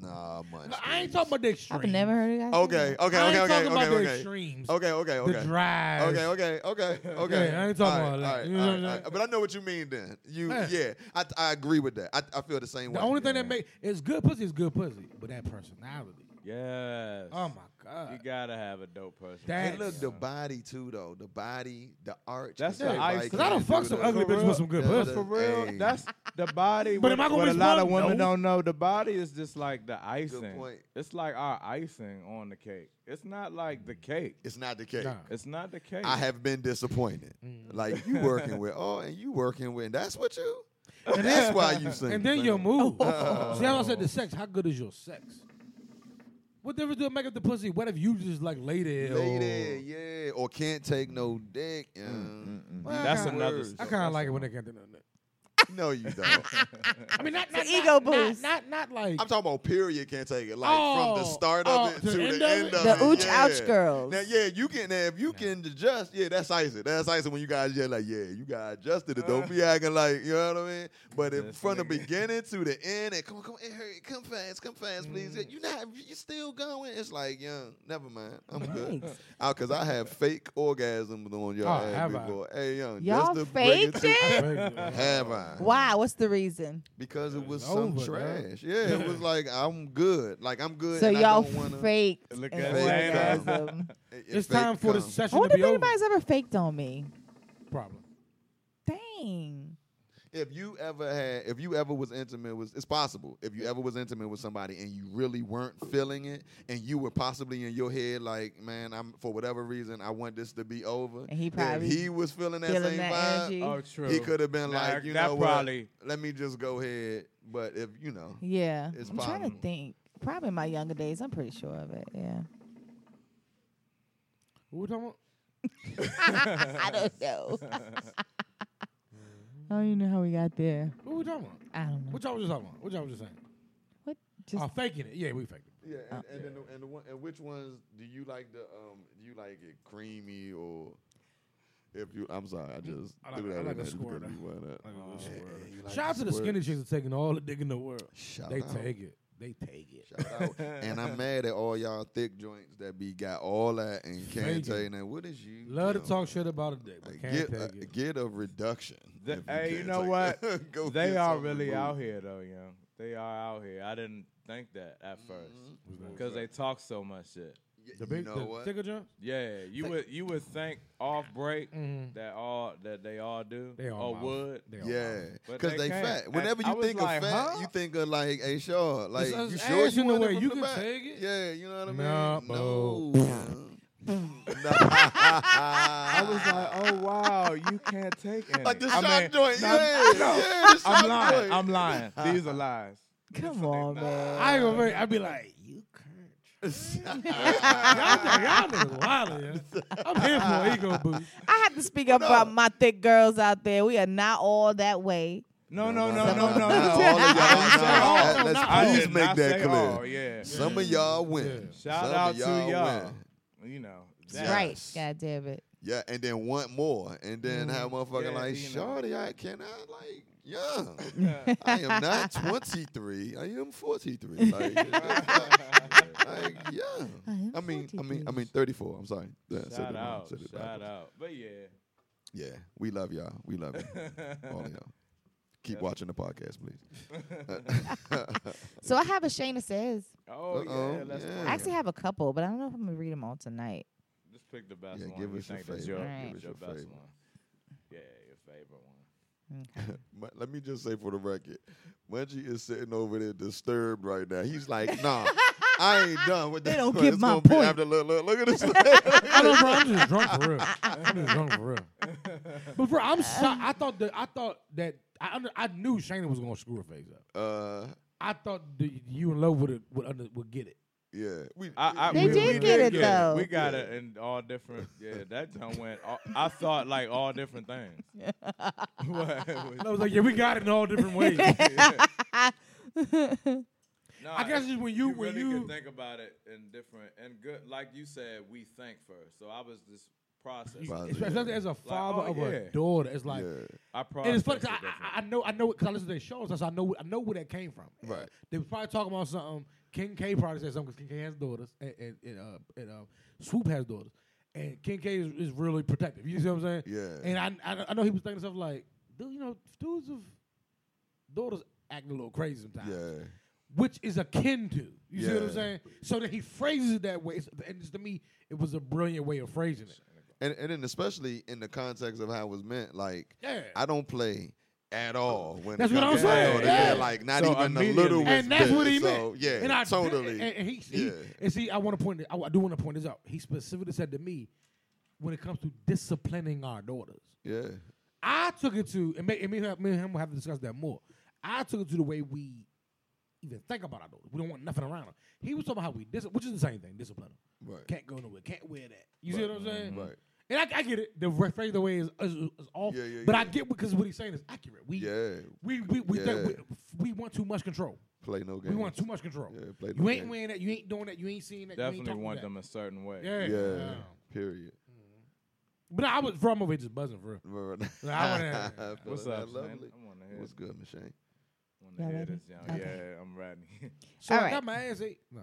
S1: nah, man.
S2: No, I ain't talking about the extremes.
S6: I've never heard of guys. do
S1: Okay,
S6: that.
S1: okay,
S2: I ain't
S1: okay, okay,
S2: talking about
S1: okay,
S2: the
S1: okay.
S2: extremes.
S1: Okay, okay,
S2: The
S1: okay.
S2: drive.
S1: Okay, okay, okay, okay.
S2: Yeah, I ain't talking
S1: All
S2: about that.
S1: all
S2: You know what I'm
S1: all
S2: saying?
S1: But I know what you mean then. You,
S2: Yeah.
S1: yeah, I, I agree with that. I, I feel the same
S2: The
S1: way.
S2: only thing that make is good pussy is good pussy, but that personality.
S4: yes
S2: Oh my
S4: you
S2: god.
S4: gotta have a dope person
S2: That-
S1: And look, the body too, though. The body, the arch.
S4: That's
S1: and
S4: the
S1: shit
S4: ice.
S1: like
S4: Cause
S1: that.
S2: I don't fuck
S1: Dude,
S2: some
S1: the-
S2: ugly bitches with some good
S1: the-
S2: pussy.
S1: the-
S4: For real,
S1: hey,
S4: that's the body.
S2: But
S4: what-
S2: am I gonna
S4: what a
S2: be
S4: lot of
S2: smart?
S4: women
S2: No.
S4: don't know. The body is just like the icing.
S1: point.
S4: It's like our icing on the cake. It's not like the cake.
S1: it's not the case.
S2: Nah.
S4: It's not the cake.
S1: I have been disappointed.
S2: Mm.
S1: Like you working with, oh, and you working with, that's what you. that's why you Oh. sing.
S2: And then your mood. See how I said the sex. How good is your sex? What difference do it make if the pussy? What if you just like lay there? or-
S1: Lady, yeah, or can't take no dick. yeah. Well,
S4: That's
S1: kinda
S4: another
S1: words.
S2: I
S4: story.
S2: kind of like it when they can't do nothing.
S1: No, you don't.
S2: I mean, not, not
S6: an ego
S2: not,
S6: boost.
S2: Not, not not like.
S1: I'm talking about period can't take it. Like from the
S2: Oh,
S1: start of
S2: oh,
S1: it to the end, of
S6: The
S1: it.
S6: ooch
S1: yeah.
S6: ouch girls.
S1: Now, yeah, you can. Now, if you can adjust, yeah, that's icy. That's icy when you guys yell like, yeah, you got adjusted it. Don't be acting like, you know what I mean? But if,
S4: This
S1: from the
S4: nigga.
S1: beginning to the end, and come on, come on, hurry, come fast, come fast, please. You not, you still going? It's like, young, never mind. I'm good.
S6: Thanks.
S1: Because I have fake orgasms on your
S2: Oh,
S1: ass
S2: have I?
S1: before. Hey, young,
S6: Y'all
S1: just to bring
S6: faked
S1: to-
S6: it?
S1: Have I?
S6: Why? What's the reason?
S1: Because it was
S2: It's
S1: some
S2: over, dog.
S1: trash. Yeah, it was like I'm good. Like I'm good.
S6: So
S1: and I
S6: y'all
S1: don't wanna,
S6: faked
S4: Look
S6: an
S4: at
S1: that.
S6: orgasm.
S1: It- it
S2: It's time
S1: fake
S2: for the
S1: cum.
S6: I
S2: session to
S6: wonder
S2: be
S6: if
S2: over.
S6: anybody's ever faked on me.
S2: Problem.
S6: Dang.
S1: If you ever had, if you ever was intimate with, it's possible. If you ever was intimate with somebody and you really weren't feeling it, and you were possibly in your head like, man, I'm for whatever reason, I want this to be over.
S6: And he
S1: If
S6: probably
S1: he was feeling that
S6: feeling
S1: same
S6: that
S1: vibe.
S6: energy.
S4: oh, true.
S1: He could have been
S4: Nah,
S1: like, you
S4: that
S1: know what?
S4: probably.
S1: Let me just go ahead. But if you know,
S6: Yeah.
S1: It's
S6: I'm trying to
S1: possible.
S6: think. Probably in my younger days. I'm pretty sure of it. Yeah.
S2: What we talking about?
S6: I don't know. I don't even know how we got there.
S2: What we talking about?
S6: I don't know.
S2: What y'all was just talking about? What y'all was just saying?
S6: Just
S2: Oh, faking it. Yeah, we faked it.
S7: Yeah,
S4: Ah.
S7: and, and, then the, and the one and which ones do you like the um do you like it creamy or if you I'm sorry, I just
S2: Mm, I like-
S7: threw
S2: I
S7: that in
S2: like the
S7: there just because
S2: squirter. um,
S7: you went at-
S2: Shout out to the skinny chicks for taking all the dick in the world.
S1: Shout
S2: They
S1: out.
S2: take it. They take it.
S1: Shout out. and I'm mad at all y'all thick joints that be got all that and can't
S2: Fake
S1: tell
S2: it.
S1: you now what is you
S2: Love to
S1: doing?
S2: talk shit about a dick, but
S1: Like,
S2: can't
S1: get
S2: take
S1: a,
S2: it.
S1: get a reduction.
S4: The-
S7: if you
S4: hey, you
S7: can,
S4: know
S7: like,
S4: what?
S7: go
S4: they
S7: get
S4: are
S7: something
S4: really
S7: removed.
S4: out here though, young. They are out here. I didn't think that at
S1: Mm-hmm.
S4: first because they talk so much shit.
S1: Y-
S2: the big,
S1: you know
S2: the
S1: what?
S2: thicker jump.
S4: Yeah, you would you would think off break
S2: Mhm.
S4: that all that they all do
S2: They all
S4: or
S2: mouth.
S4: would.
S2: They all
S1: Yeah,
S2: mouth.
S4: But
S1: because
S4: they
S1: they,
S4: can't.
S1: fat.
S4: And
S1: Whenever
S4: I
S1: you
S4: was
S1: think
S4: like,
S1: of fat,
S4: huh?
S1: you think of like, hey, Shaw, like
S2: us
S1: you sure
S2: ass in
S1: you
S2: the
S1: want
S2: way.
S1: it from
S2: You
S1: the
S2: can
S1: back?
S2: take it.
S1: Yeah, you know what I mean.
S2: No,
S1: no.
S4: I was like, oh wow, you can't take any.
S1: like the
S4: I
S1: shot
S4: mean,
S1: joint.
S4: no,
S1: yeah,
S4: no,
S1: yeah, the shot
S4: I'm lying.
S1: joint.
S4: I'm lying. These are lies.
S6: come on, man.
S2: I ain't gonna.
S1: Uh.
S2: fake- I'd be like, you can't. y'all, niggas- y'all niggas wildin', yeah. I'm here for an ego boost.
S6: I have to speak up about my thick girls out there. We are not all that way.
S4: No, no, no, no, no, no.
S1: Not all of y'all.
S4: all.
S1: Nah, let's
S4: I
S1: please
S4: did
S1: make
S4: not
S1: that
S4: say
S1: clear.
S4: all, yeah.
S1: Some of y'all win.
S4: Shout
S1: Some
S4: out
S1: of
S4: to
S1: y'all.
S4: y'all.
S1: Win.
S4: You know.
S1: Yes.
S6: Right. God damn it.
S1: Yeah, and then want more, and then have motherfucker
S4: Mm. Yeah,
S1: like,
S4: you know.
S1: "Shorty, I cannot like young.
S4: Yeah.
S1: I am not 23. I am 43. Like, like young.
S6: am
S1: I mean, I mean, I
S6: 43.
S1: mean, 34. I'm sorry. Yeah, said it
S4: Shout
S1: wrong,
S4: out.
S1: said it
S4: Shout
S1: backwards.
S4: out. But yeah.
S1: Yeah, we love y'all. We love you, all of y'all. Keep watching the podcast, please.
S6: So I have a Shayna says.
S4: oh, yeah.
S1: Uh-oh,
S4: Let's
S1: yeah.
S6: I actually have a couple, but I don't know if I'm gonna read them all tonight.
S4: Just pick the best
S1: Yeah,
S4: one.
S1: give
S4: you
S1: us your
S4: think that's
S1: favorite.
S4: Your,
S6: Right.
S4: give us your
S1: Give us your
S4: best
S1: favorite.
S4: one. Yeah, your favorite one.
S1: Mu- Let me just say for the record, Munchie is sitting over there disturbed right now. He's like, nah, I ain't done with that.
S6: They don't
S1: one.
S6: get
S1: It's
S6: my
S1: gonna be
S6: point.
S1: After, look, look, look at this.
S2: I know, bro. I'm just drunk for real. I'm just drunk for real. But bro, I'm shocked. I thought that I thought that I under, I knew Shayna was gonna screw her face up.
S1: uh,
S2: I thought that you in love with it would under, would get it.
S1: yeah, we,
S4: I, I,
S6: They
S4: we,
S6: did
S4: we
S6: get it, though.
S4: We got it in all different. Yeah, that done went. All, I thought like all different things. What was-
S2: And I was like, yeah, we got it in all different ways.
S4: yeah. No,
S2: I guess it's when you, when
S4: really
S2: you
S4: could think about it in different and good. Like you said, we think first. So I was just processing.
S1: Right.
S2: especially as a father
S4: oh,
S2: of
S4: yeah.
S2: a daughter, it's like.
S1: yeah.
S4: I processed.
S2: And it's funny
S4: it
S2: 'cause I-
S4: different.
S2: I, I know I know because I listen to their shows. That's how I know I know where that came from.
S1: Right.
S2: They was probably talking about something. King K probably said something because King K has daughters and and, and, uh, and uh, Swoop has daughters, and King K is, is really protective. You see what I'm saying?
S1: Yeah.
S2: And I I, I know he was thinking stuff like, dude, you know, dudes of daughters acting a little crazy sometimes.
S1: Yeah.
S2: Which is akin to you see what I'm
S1: Yeah.
S2: saying? So that he phrases it that way, it's, and it's, to me, it was a brilliant way of phrasing it.
S1: And and then especially in the context of how it was meant, like
S2: Yeah.
S1: I don't play at all when it
S2: That's what
S1: comes
S2: I'm
S1: to my
S2: saying,
S1: daughter.
S2: yeah.
S1: like not
S4: So
S1: even a little.
S4: immediately-
S2: and that's
S1: bit.
S2: what he meant.
S1: So, yeah,
S2: and I did-
S1: totally.
S2: and- and he, he-
S1: Yeah.
S2: and see, I want to point. it- I, I do want to point this out. He specifically said to me, when it comes to disciplining our daughters,
S1: yeah,
S2: I took it to, and, may, and me, and him- me and him will have to discuss that more. I took it to the way we even think about our daughters. We don't want nothing around them. He was talking about how we dis, which is the same thing, discipline them.
S1: right.
S2: Can't go nowhere. Can't wear that. You see what I'm saying?
S1: Right.
S2: And I, I get it. The re- phrase the way is, is, is off,
S1: Yeah, yeah,
S2: but
S1: yeah.
S2: I get because what he's saying is accurate. We
S1: Yeah,
S2: we we we, think
S1: Yeah.
S2: we we want too much control.
S1: play no
S2: We
S1: games.
S2: want too much control.
S1: Yeah, play
S2: you
S1: no
S2: ain't
S1: games.
S2: wearing that. You ain't doing that. You ain't seeing that. you
S4: Definitely
S2: ain't
S4: want
S2: talking
S4: them a certain way.
S2: about that. Yeah.
S1: Yeah. Period.
S2: But I was from over here just buzzing for real. I wanna-
S4: What's
S1: Feeling
S4: up,
S1: that
S4: man?
S1: lovely?
S4: I want to hear,
S1: What's good, Michelle?
S4: wanna
S6: Y'all
S4: hear
S6: ready?
S4: this, young.
S6: Okay.
S4: Yeah, I'm ready.
S2: So
S6: All
S2: I
S6: right.
S2: got my ass ate. Nah.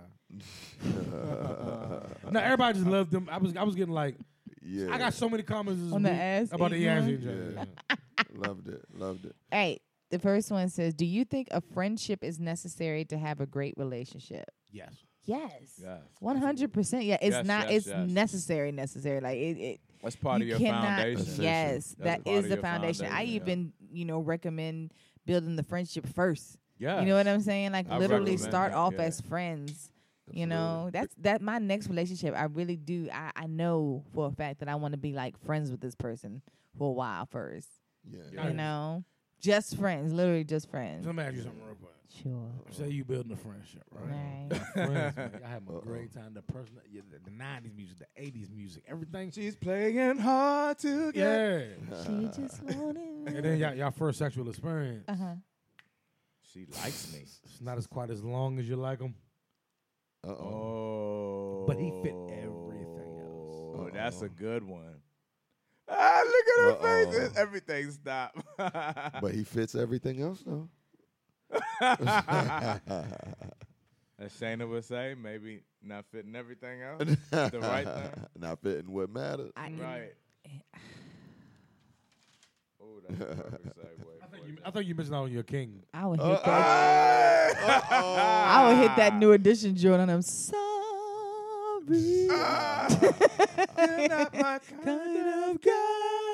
S2: no, everybody just loved them. I was I was getting like
S1: Yeah,
S2: I got so many comments this
S6: On the
S2: week
S6: ass
S2: about the
S6: eating
S2: ass
S6: one?
S2: eating joint.
S1: Yeah.
S2: Yeah.
S1: loved it, loved it.
S6: All right. The first one says, Do you think a friendship is necessary to have a great relationship?
S2: Yes.
S6: Yes.
S4: Yes.
S6: One hundred percent. Yeah. It's
S4: Yes,
S6: not
S4: yes,
S6: it's
S4: yes.
S6: necessary, necessary. Like it, it
S4: That's part
S6: you
S4: of your
S6: cannot,
S4: foundation.
S6: Yes,
S4: That's
S6: that
S4: part
S6: is
S4: of
S6: the
S4: your
S6: foundation. I
S4: foundation, yeah.
S6: even, you know, recommend building the friendship first.
S4: Yeah.
S6: You know what I'm saying? Like
S4: I
S6: literally
S4: recommend
S6: start
S4: that,
S6: off
S4: yeah.
S6: as friends. You know, that's that my next relationship. I really do. I, I know for a fact that I want to be like friends with this person for a while first.
S1: Yeah,
S4: Yeah.
S6: You know, just friends, literally just friends.
S2: So let me ask you something real quick.
S6: Sure.
S2: Say you building a friendship, right?
S6: Right.
S2: Friends, man. I had my great time. The person, yeah, the, the '90s music, the '80s music, everything.
S4: She's playing hard to get.
S2: yeah.
S6: she just
S2: Uh-huh.
S6: wanted. uh-huh.
S2: And then y'all, y'all first sexual experience.
S6: Uh huh.
S4: She likes me.
S2: It's not as quite as long as you like them.
S1: Uh oh.
S4: Oh.
S2: But he fit everything else.
S4: Oh, that's
S1: Uh-oh.
S4: a good one. Ah, look at her faces.
S1: Uh-oh.
S4: Everything stopped.
S1: But he fits everything else though.
S4: As Shayna would say, maybe not fitting everything else.
S1: the
S4: right thing.
S1: Not fitting what matters.
S6: I,
S4: right. Oh, that's a perfect segue.
S2: I think,
S4: boy.
S2: you, I think you're missing out on your king.
S6: I would hit
S4: Uh,
S6: that.
S4: ah!
S6: I would hit that new edition, Jordan. I'm sorry.
S4: Ah! You're not my
S6: kind of guy.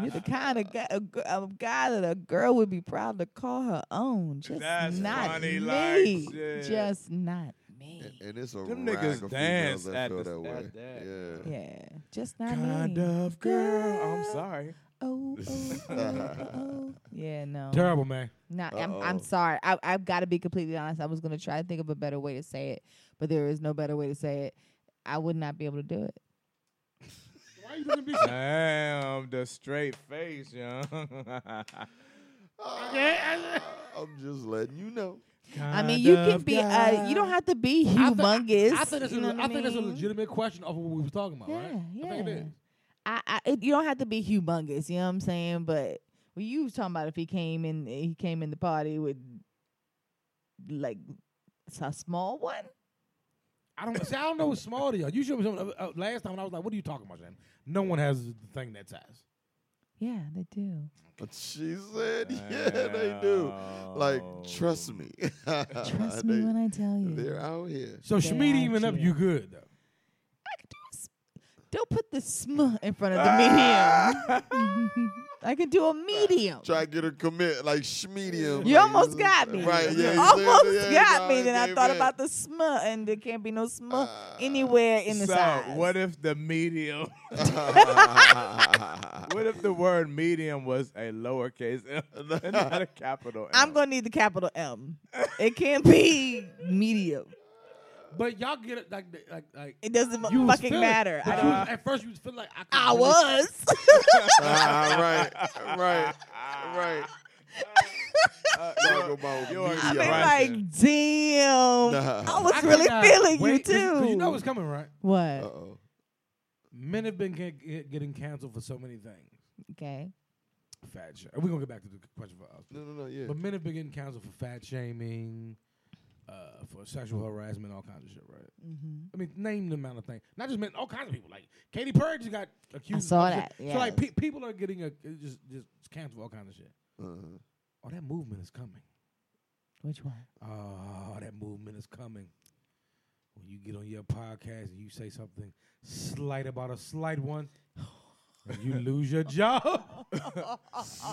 S6: You're the kind of guy, a, g- a guy that a girl would be proud to call her own. Just
S4: That's
S6: not
S4: funny, like,
S6: me.
S4: shit.
S6: Just not me.
S1: And, and it's a
S4: Them
S1: rag
S4: niggas
S1: of females
S4: dance
S1: that
S4: at
S1: feel
S4: the-
S1: that way.
S4: at that.
S1: Yeah.
S6: Yeah, just not
S4: kind
S6: me.
S4: of girl. I'm
S6: Girl.
S4: sorry.
S6: Oh, oh, oh, oh, oh. Yeah, no.
S2: Terrible, man.
S6: Not, I'm,
S1: Uh-oh.
S6: I'm sorry. I, I've got to be completely honest. I was going to try to think of a better way to say it, but there is no better way to say it. I would not be able to do it.
S2: Why you looking bitch?
S4: Damn, the straight face, young.
S1: I'm just letting you know.
S6: I mean, you can be. Uh, you don't have to be humongous.
S2: I think that's
S6: you
S2: a,
S6: know
S2: I
S6: what
S2: think that's a
S6: mean?
S2: legitimate question of what we were talking about, right?
S6: Yeah,
S2: I think it
S6: yeah.
S2: is.
S6: I, I it, you don't have to be humongous. You know what I'm saying? But well, you was talking about if he came in, he came in the party with like s- a small one.
S2: I don't see. I don't know what small they are. You showed me something uh, uh, last time, and I was like, "What are you talking about, Shannon? No one has the thing that size."
S6: Yeah, they do.
S1: She said, yeah, they do. Like, trust me. Uh,
S6: Trust me when I tell you.
S1: They're out here.
S2: So
S6: They
S2: Schmidt
S6: are
S2: even up,
S6: cute.
S2: you good though.
S6: I could do a s- Don't put the sm in front of the medium. I could do a medium.
S1: Try to get her commit like schmedium.
S6: You
S1: like,
S6: almost got me.
S1: Right, yeah.
S6: you
S1: you said,
S6: almost
S1: yeah,
S6: got
S1: nah,
S6: me.
S1: it
S6: Then I
S1: came
S6: thought
S1: in.
S6: about the sm, and there can't be no sm
S1: Ah.
S6: anywhere in the
S4: so,
S6: size.
S4: what if the medium? what if the word medium was a lowercase m and not a capital M?
S6: I'm gonna need the capital M. It can't be medium.
S2: But y'all get it like the- like like.
S6: It doesn't
S2: you
S6: mu-
S2: was
S6: fucking
S2: feeling-
S6: matter.
S2: but
S6: I,
S2: you
S6: don't,
S2: was- at first, you was feeling like I, could
S6: I
S2: really-
S6: was.
S1: Ah, right, right, right.
S4: Uh,
S1: Talk
S4: your-
S1: about
S4: your
S1: medium.
S6: I
S1: Yeah,
S6: mean,
S1: right.
S6: like, damn.
S1: Nah.
S6: I was
S2: I could
S6: really
S2: not
S6: feeling
S2: wait,
S6: you
S2: 'cause- 'cause
S6: too.
S2: You know what's coming, right?
S6: what?
S1: Uh oh.
S2: Men have been get, get- getting canceled for so many things.
S6: Okay.
S2: Fat shame. We're gonna get back to the question for us.
S1: No, no, no, yeah.
S2: But men have been getting canceled for fat shaming, uh, for sexual harassment, all kinds of shit, right?
S6: Mm-hmm.
S2: I mean, name the amount of things. Not just men, all kinds of people. Like Katy Perry just got accused. of
S6: saw
S2: some shit.
S6: that,
S2: So like,
S6: yes.
S2: pe- people are getting a, it just just canceled for all kinds of shit.
S1: Uh-huh.
S2: Oh, that movement is coming.
S6: Which one?
S2: Oh, that movement is coming. When you get on your podcast and you say something slight about a slight one, and you lose your job.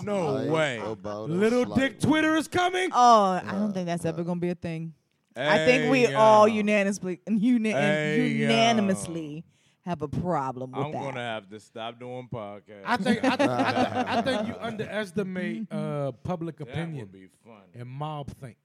S4: no
S1: Like
S4: way.
S1: about a
S2: Little
S1: Oh, slight
S2: Dick
S1: one.
S2: Twitter is coming.
S6: Oh, I
S1: Uh,
S6: don't think that's ever gonna be a thing. I think we
S4: Hey,
S6: all
S4: yo.
S6: unanimously, uni-
S4: Hey, yo.
S6: unanimously have a problem with
S4: I'm
S6: that.
S4: gonna have to stop doing podcasts.
S2: I think I, think I, think I think you underestimate uh, public
S4: that
S2: opinion
S4: would be funny.
S2: and mob think.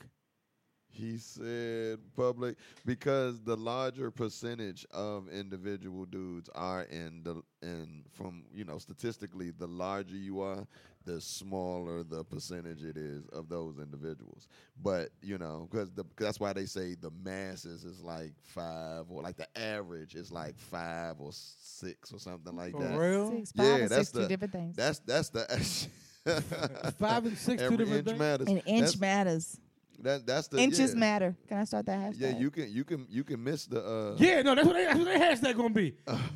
S1: He said public because the larger percentage of individual dudes are in the in from you know statistically the larger you are, the smaller the percentage it is of those individuals. But you know because that's why they say the masses is like five or like the average is like five or six or something like
S4: For
S1: that.
S4: real?
S3: Six, five,
S1: Yeah,
S3: and
S1: that's
S3: six, two
S1: the-
S3: different things.
S1: That's that's the.
S2: Five and six, two
S1: Every
S2: different
S1: inch
S2: things?
S1: matters.
S6: An inch
S1: that's,
S6: matters.
S1: that, that's the
S6: Inches
S1: yeah.
S6: matter. Can I start that hashtag?
S1: Yeah, you can you can you can miss the uh
S2: Yeah, no, that's what they, that's what their hashtag gonna be.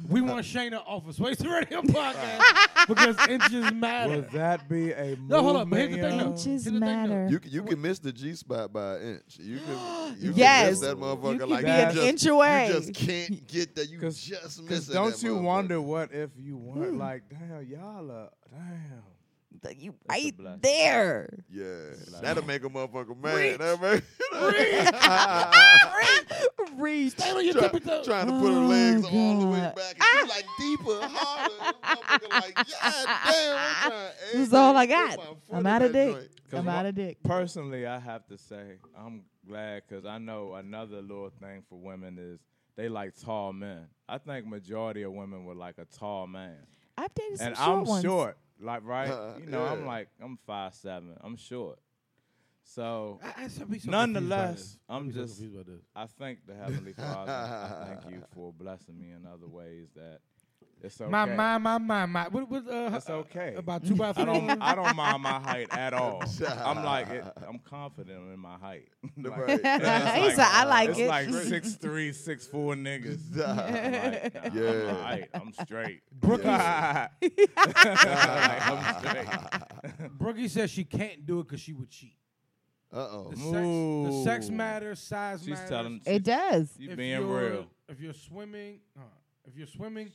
S2: we want Shayna off of Space Radio podcast because inches matter.
S4: Would that be a
S2: No, hold on, but here's the thing, though.
S4: movement, yo?
S2: Here's
S6: Inches
S2: the thing, though.
S6: matter.
S1: you can, you can miss the G spot by an inch. You can you can
S6: Yes.
S1: miss that motherfucker
S6: You can
S1: like
S6: be
S1: you
S4: an
S1: just,
S6: inch away.
S1: You just can't get that. You
S4: 'Cause-
S1: just miss
S4: Because
S1: it.
S4: don't you wonder what if you weren't like, damn, y'all are, damn.
S6: Th- you
S4: a
S6: right
S4: blessing.
S6: there.
S1: Yeah,
S4: Like-
S1: that'll make a motherfucker mad. That'll make-
S6: Reach.
S2: Stay on your
S1: Try-
S2: tippy toe.
S1: trying to put her legs
S6: Oh,
S1: all the way
S6: God.
S1: back, and she's like deeper, harder. Motherfucker like, God damn, I'm trying
S6: This is
S1: everything
S6: all I
S1: to put
S6: got.
S1: my foot
S6: I'm
S1: in
S6: outta
S1: that
S6: dick.
S1: joint.
S6: I'm
S4: my-
S6: out of dick.
S4: Personally, I have to say I'm glad because I know another little thing for women is they like tall men. I think majority of women would like a tall man,
S6: I've dated some
S4: and
S6: short
S4: I'm
S6: ones.
S4: short. Like right,
S1: Uh,
S4: you know, I'm
S1: yeah.
S4: like I'm five seven. I'm short, So
S2: I, I should be so confused by
S4: Nonetheless,
S2: this.
S4: I'm
S2: be so
S4: just-
S2: confused by this.
S4: I thank the Heavenly Father. I thank you for blessing me in other ways that it's okay.
S2: My my my my my. What what? Uh,
S4: It's okay.
S2: About two by three.
S4: I don't I don't mind my height at all. I'm like it, I'm confident in my height. Like,
S7: Right.
S6: He said,
S4: it's
S6: "I like
S4: it's
S6: it."
S4: like six three, six four niggas. I'm like, nah, I'm,
S7: Yeah.
S4: all right. I'm straight.
S2: Brookie,
S4: Like, I'm straight.
S2: Brookie says she can't do it because she would cheat.
S1: Uh oh.
S2: The sex, the sex
S4: Ooh.
S2: matters, size
S4: She's
S2: matters.
S4: telling
S6: It does.
S4: you
S2: If
S4: being
S2: you're-
S4: real.
S2: If you're swimming, uh, if you're swimming,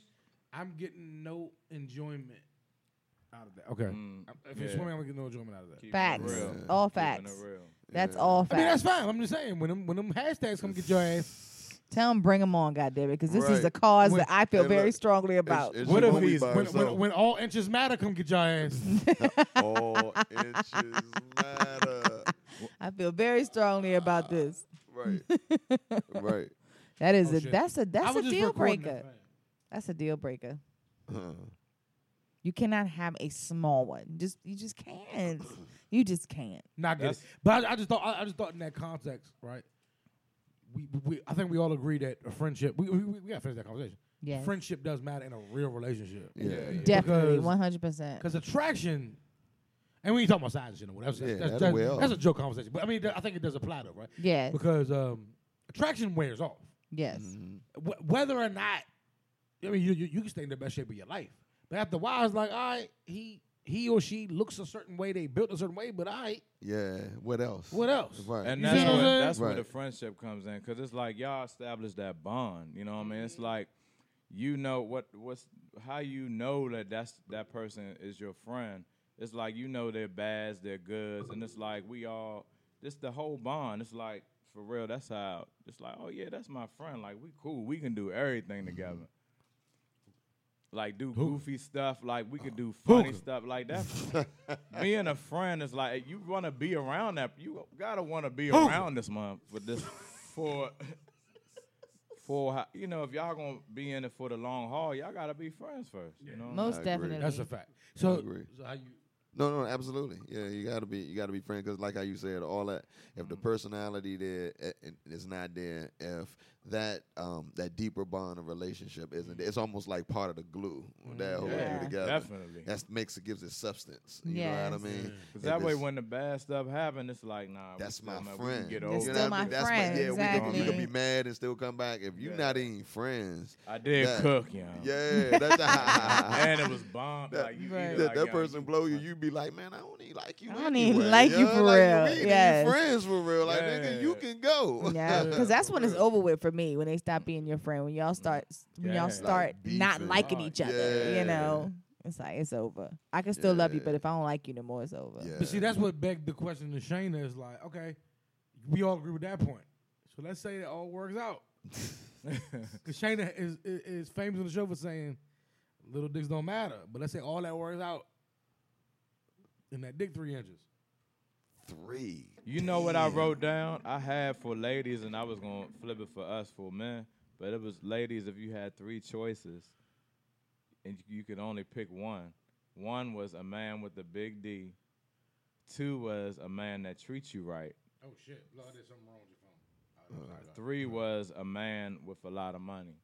S2: I'm getting no enjoyment out of that. Okay. I'm-
S4: Mm,
S2: If you're
S4: yeah.
S2: swimming, I'm gonna get no enjoyment out of that.
S4: Keeping it
S6: Facts.
S4: real.
S1: Yeah.
S6: All
S4: Keeping it
S6: facts.
S4: real.
S6: That's all
S2: I mean, that's
S6: facts.
S2: fine. I'm just saying when them when them hashtags come get your ass.
S6: Tell him bring him on, goddamn it, because this is
S7: Right.
S6: a cause
S2: When-
S6: that I feel
S7: Hey,
S6: very
S7: look,
S6: strongly about.
S7: It's, it's
S4: What
S7: your
S4: if
S7: homie
S4: he's-
S7: by
S2: When,
S7: himself.
S2: when, when all inches matter, come get your ass.
S7: all inches matter.
S6: I feel very strongly about this.
S7: Right. Right.
S6: That is
S2: Oh,
S6: a
S2: shit.
S6: that's a
S2: I
S6: that's
S2: was
S6: a
S2: just
S6: deal
S2: recording
S6: breaker.
S2: that.
S6: That's a deal breaker.
S7: Huh.
S6: You cannot have a small one. Just you just can't. You just can't.
S2: Not good.
S4: That's-
S2: But I, I just thought I, I just thought in that context, right? We, we I think we all agree that a friendship we we, we gotta finish that conversation.
S6: Yes.
S2: Friendship does matter in a real relationship.
S1: Yeah. yeah.
S6: Definitely,
S2: Because-
S6: one hundred percent.
S2: Because attraction, and we ain't talking about size and whatever. That's,
S1: Yeah,
S2: that's,
S1: that's
S2: that's,
S1: way off.
S2: that's a joke conversation. But I mean, that- I think it does apply though, right?
S6: Yes,
S2: Because um, attraction wears off.
S6: yes.
S2: Wh- whether or not, I mean, you, you you can stay in the best shape of your life, but after a while, it's like, all right, he he or she looks a certain way, they built a certain way, but all right,
S1: Yeah. What else?
S2: what else?
S1: Right.
S4: And
S2: You
S4: that's,
S2: see what I'm
S4: where,
S2: saying?
S4: that's where the
S1: Right.
S4: friendship comes in, because it's like y'all established that bond. You know what I mean?
S2: Mm-hmm.
S4: It's like you know what what's how you know that that's that person is your friend. It's like you know their bads, their goods, and it's like we all this the whole bond. It's like for real. That's how it's like. Oh yeah, that's my friend. Like we cool. We can do
S1: Mm-hmm.
S4: everything together. Like do goofy stuff. Like we could do funny stuff. Like that. Being a friend is like you want to be around that. You gotta want to be around this month for this for for how- you know if y'all gonna be in it for the long haul, y'all gotta be friends first. You know.
S7: I
S6: Most
S7: agree.
S6: definitely.
S2: That's a fact. So,
S1: agree.
S2: so how you?
S1: No, no, absolutely. Yeah, you gotta be, you gotta be friend because, like how you said, all that. If the personality there eh, eh, is not there, if that um that deeper bond of relationship isn't, there, it's almost like part of the glue that holds
S4: Yeah,
S1: you together.
S4: definitely.
S1: That makes it gives it substance. You know
S6: Yes.
S1: what I mean?
S4: 'Cause
S1: If
S4: that way,
S1: it's-
S4: when the bad stuff happen, it's like nah. we
S1: that's my
S4: still, man, we can
S1: friend.
S4: Get
S1: You know
S4: over.
S1: what
S6: Still
S1: I
S6: my
S1: mean? That's
S6: friend,
S1: yeah, we could, you could
S4: exactly.
S1: be mad and still come back if you
S4: Yeah.
S1: not even friends.
S4: it. I did
S1: That-
S4: cook, you know.
S1: Yeah, that's
S4: and it was bomb.
S1: That,
S4: like you
S6: Right.
S4: either
S1: that,
S4: like,
S1: that
S4: yo,
S1: person blow you, you be like, man, I don't even like you.
S6: I don't
S1: anyway.
S6: even like you
S1: Yeah,
S6: for
S1: like,
S6: real.
S1: We ain't even
S6: Yes.
S1: friends for real. Like,
S4: Yeah.
S1: nigga, you can go.
S6: Yeah, because that's when it's over with for me. When they stop being your friend, when y'all start, when
S4: Yeah.
S6: y'all
S4: Like
S6: start not
S1: beefing.
S6: liking
S4: Oh,
S6: each other,
S1: yeah.
S6: you know, it's like it's over. I can still love you, but if I don't like you no more, it's over.
S1: Yeah.
S2: But see, that's what begged the question to Shayna is like, okay, we all agree with that point. So let's say it all works out. Because Shayna is, is is famous on the show for saying little dicks don't matter. But let's say all that works out in that dick three inches.
S1: Three.
S4: You know what I wrote down? I had for ladies, and I was gonna flip it for us for men, but it was ladies. If you had three choices, and you, you could only pick one, one was a man with a big D, two was a man that treats you right,
S2: Oh shit! Lord, there's something wrong with your phone.
S4: three was a man with a lot of money.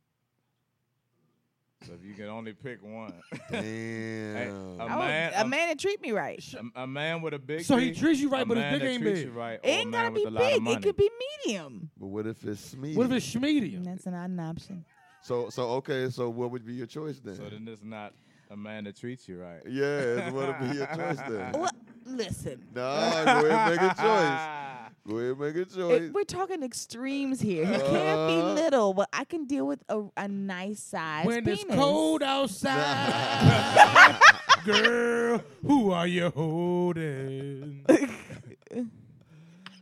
S4: So if you could only pick one,
S1: Damn.
S4: Hey,
S6: I
S4: a
S6: would-
S4: man,
S6: a man that treat me right.
S4: a- a man with a big
S2: So
S4: D,
S2: he treats you right,
S4: a
S2: but his
S4: man
S2: dick
S4: that
S2: ain't
S4: treats
S2: big.
S4: you right,
S6: It
S4: or a
S6: ain't gotta
S4: man with
S6: be
S4: a lot of
S6: big. It
S4: money.
S6: could be medium.
S1: but what if it's me?
S2: What if it's medium?
S3: That's not an option.
S1: so so okay, so what would be your choice then?
S4: So then it's not a man that treats you right.
S1: yeah, what would be your choice then?
S6: Well, listen,
S1: Nah, go ahead and make a choice. Go ahead and make a choice.
S6: it- we're talking extremes here. He can't be
S1: Uh.
S6: little, but I can deal with a, a nice size
S2: when
S6: penis.
S2: it's cold outside, girl, who are you holding?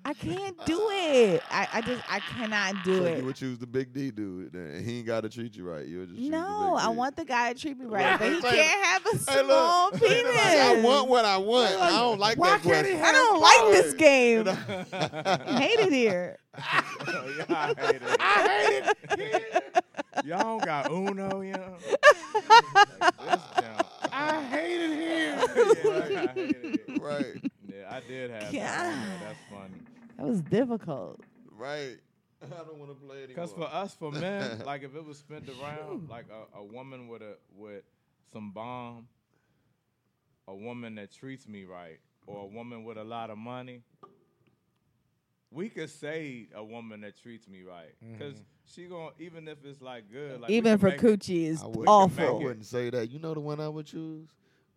S6: I can't do it. I, I just I cannot do
S1: so
S6: it.
S1: you would choose the big D dude then. He ain't gotta treat you right. You would just choose the
S6: No,
S1: big
S6: I
S1: D.
S6: want the guy to treat me right, but
S1: Hey,
S6: he can't have a
S1: Hey,
S6: small
S1: look.
S6: penis.
S1: I want what I want. I don't like
S2: Why
S1: that
S2: can't he
S1: question.
S2: have
S6: I don't like this game.
S4: yeah,
S6: I hate it here.
S4: Oh, I hate it. Y'all don't got Uno, you know? Like, this jump.
S2: I hate it here.
S4: Yeah, I hate it.
S1: right.
S4: Yeah, I did have. That. one, though. That's funny.
S6: That was difficult.
S7: Right. I don't want to play it
S4: Because
S7: anymore.
S4: for us, for men, like if it was spent around, like a, a woman with a with some bomb, a woman that treats me right, or a woman with a lot of money, we could say a woman that treats me right,
S1: Mm-hmm.
S4: because she going to even if it's like good, like we
S6: Even
S4: can
S6: for
S4: make it-
S6: coochie is
S1: I would- I
S6: awful.
S4: it.
S1: wouldn't say that. You know the one I would choose?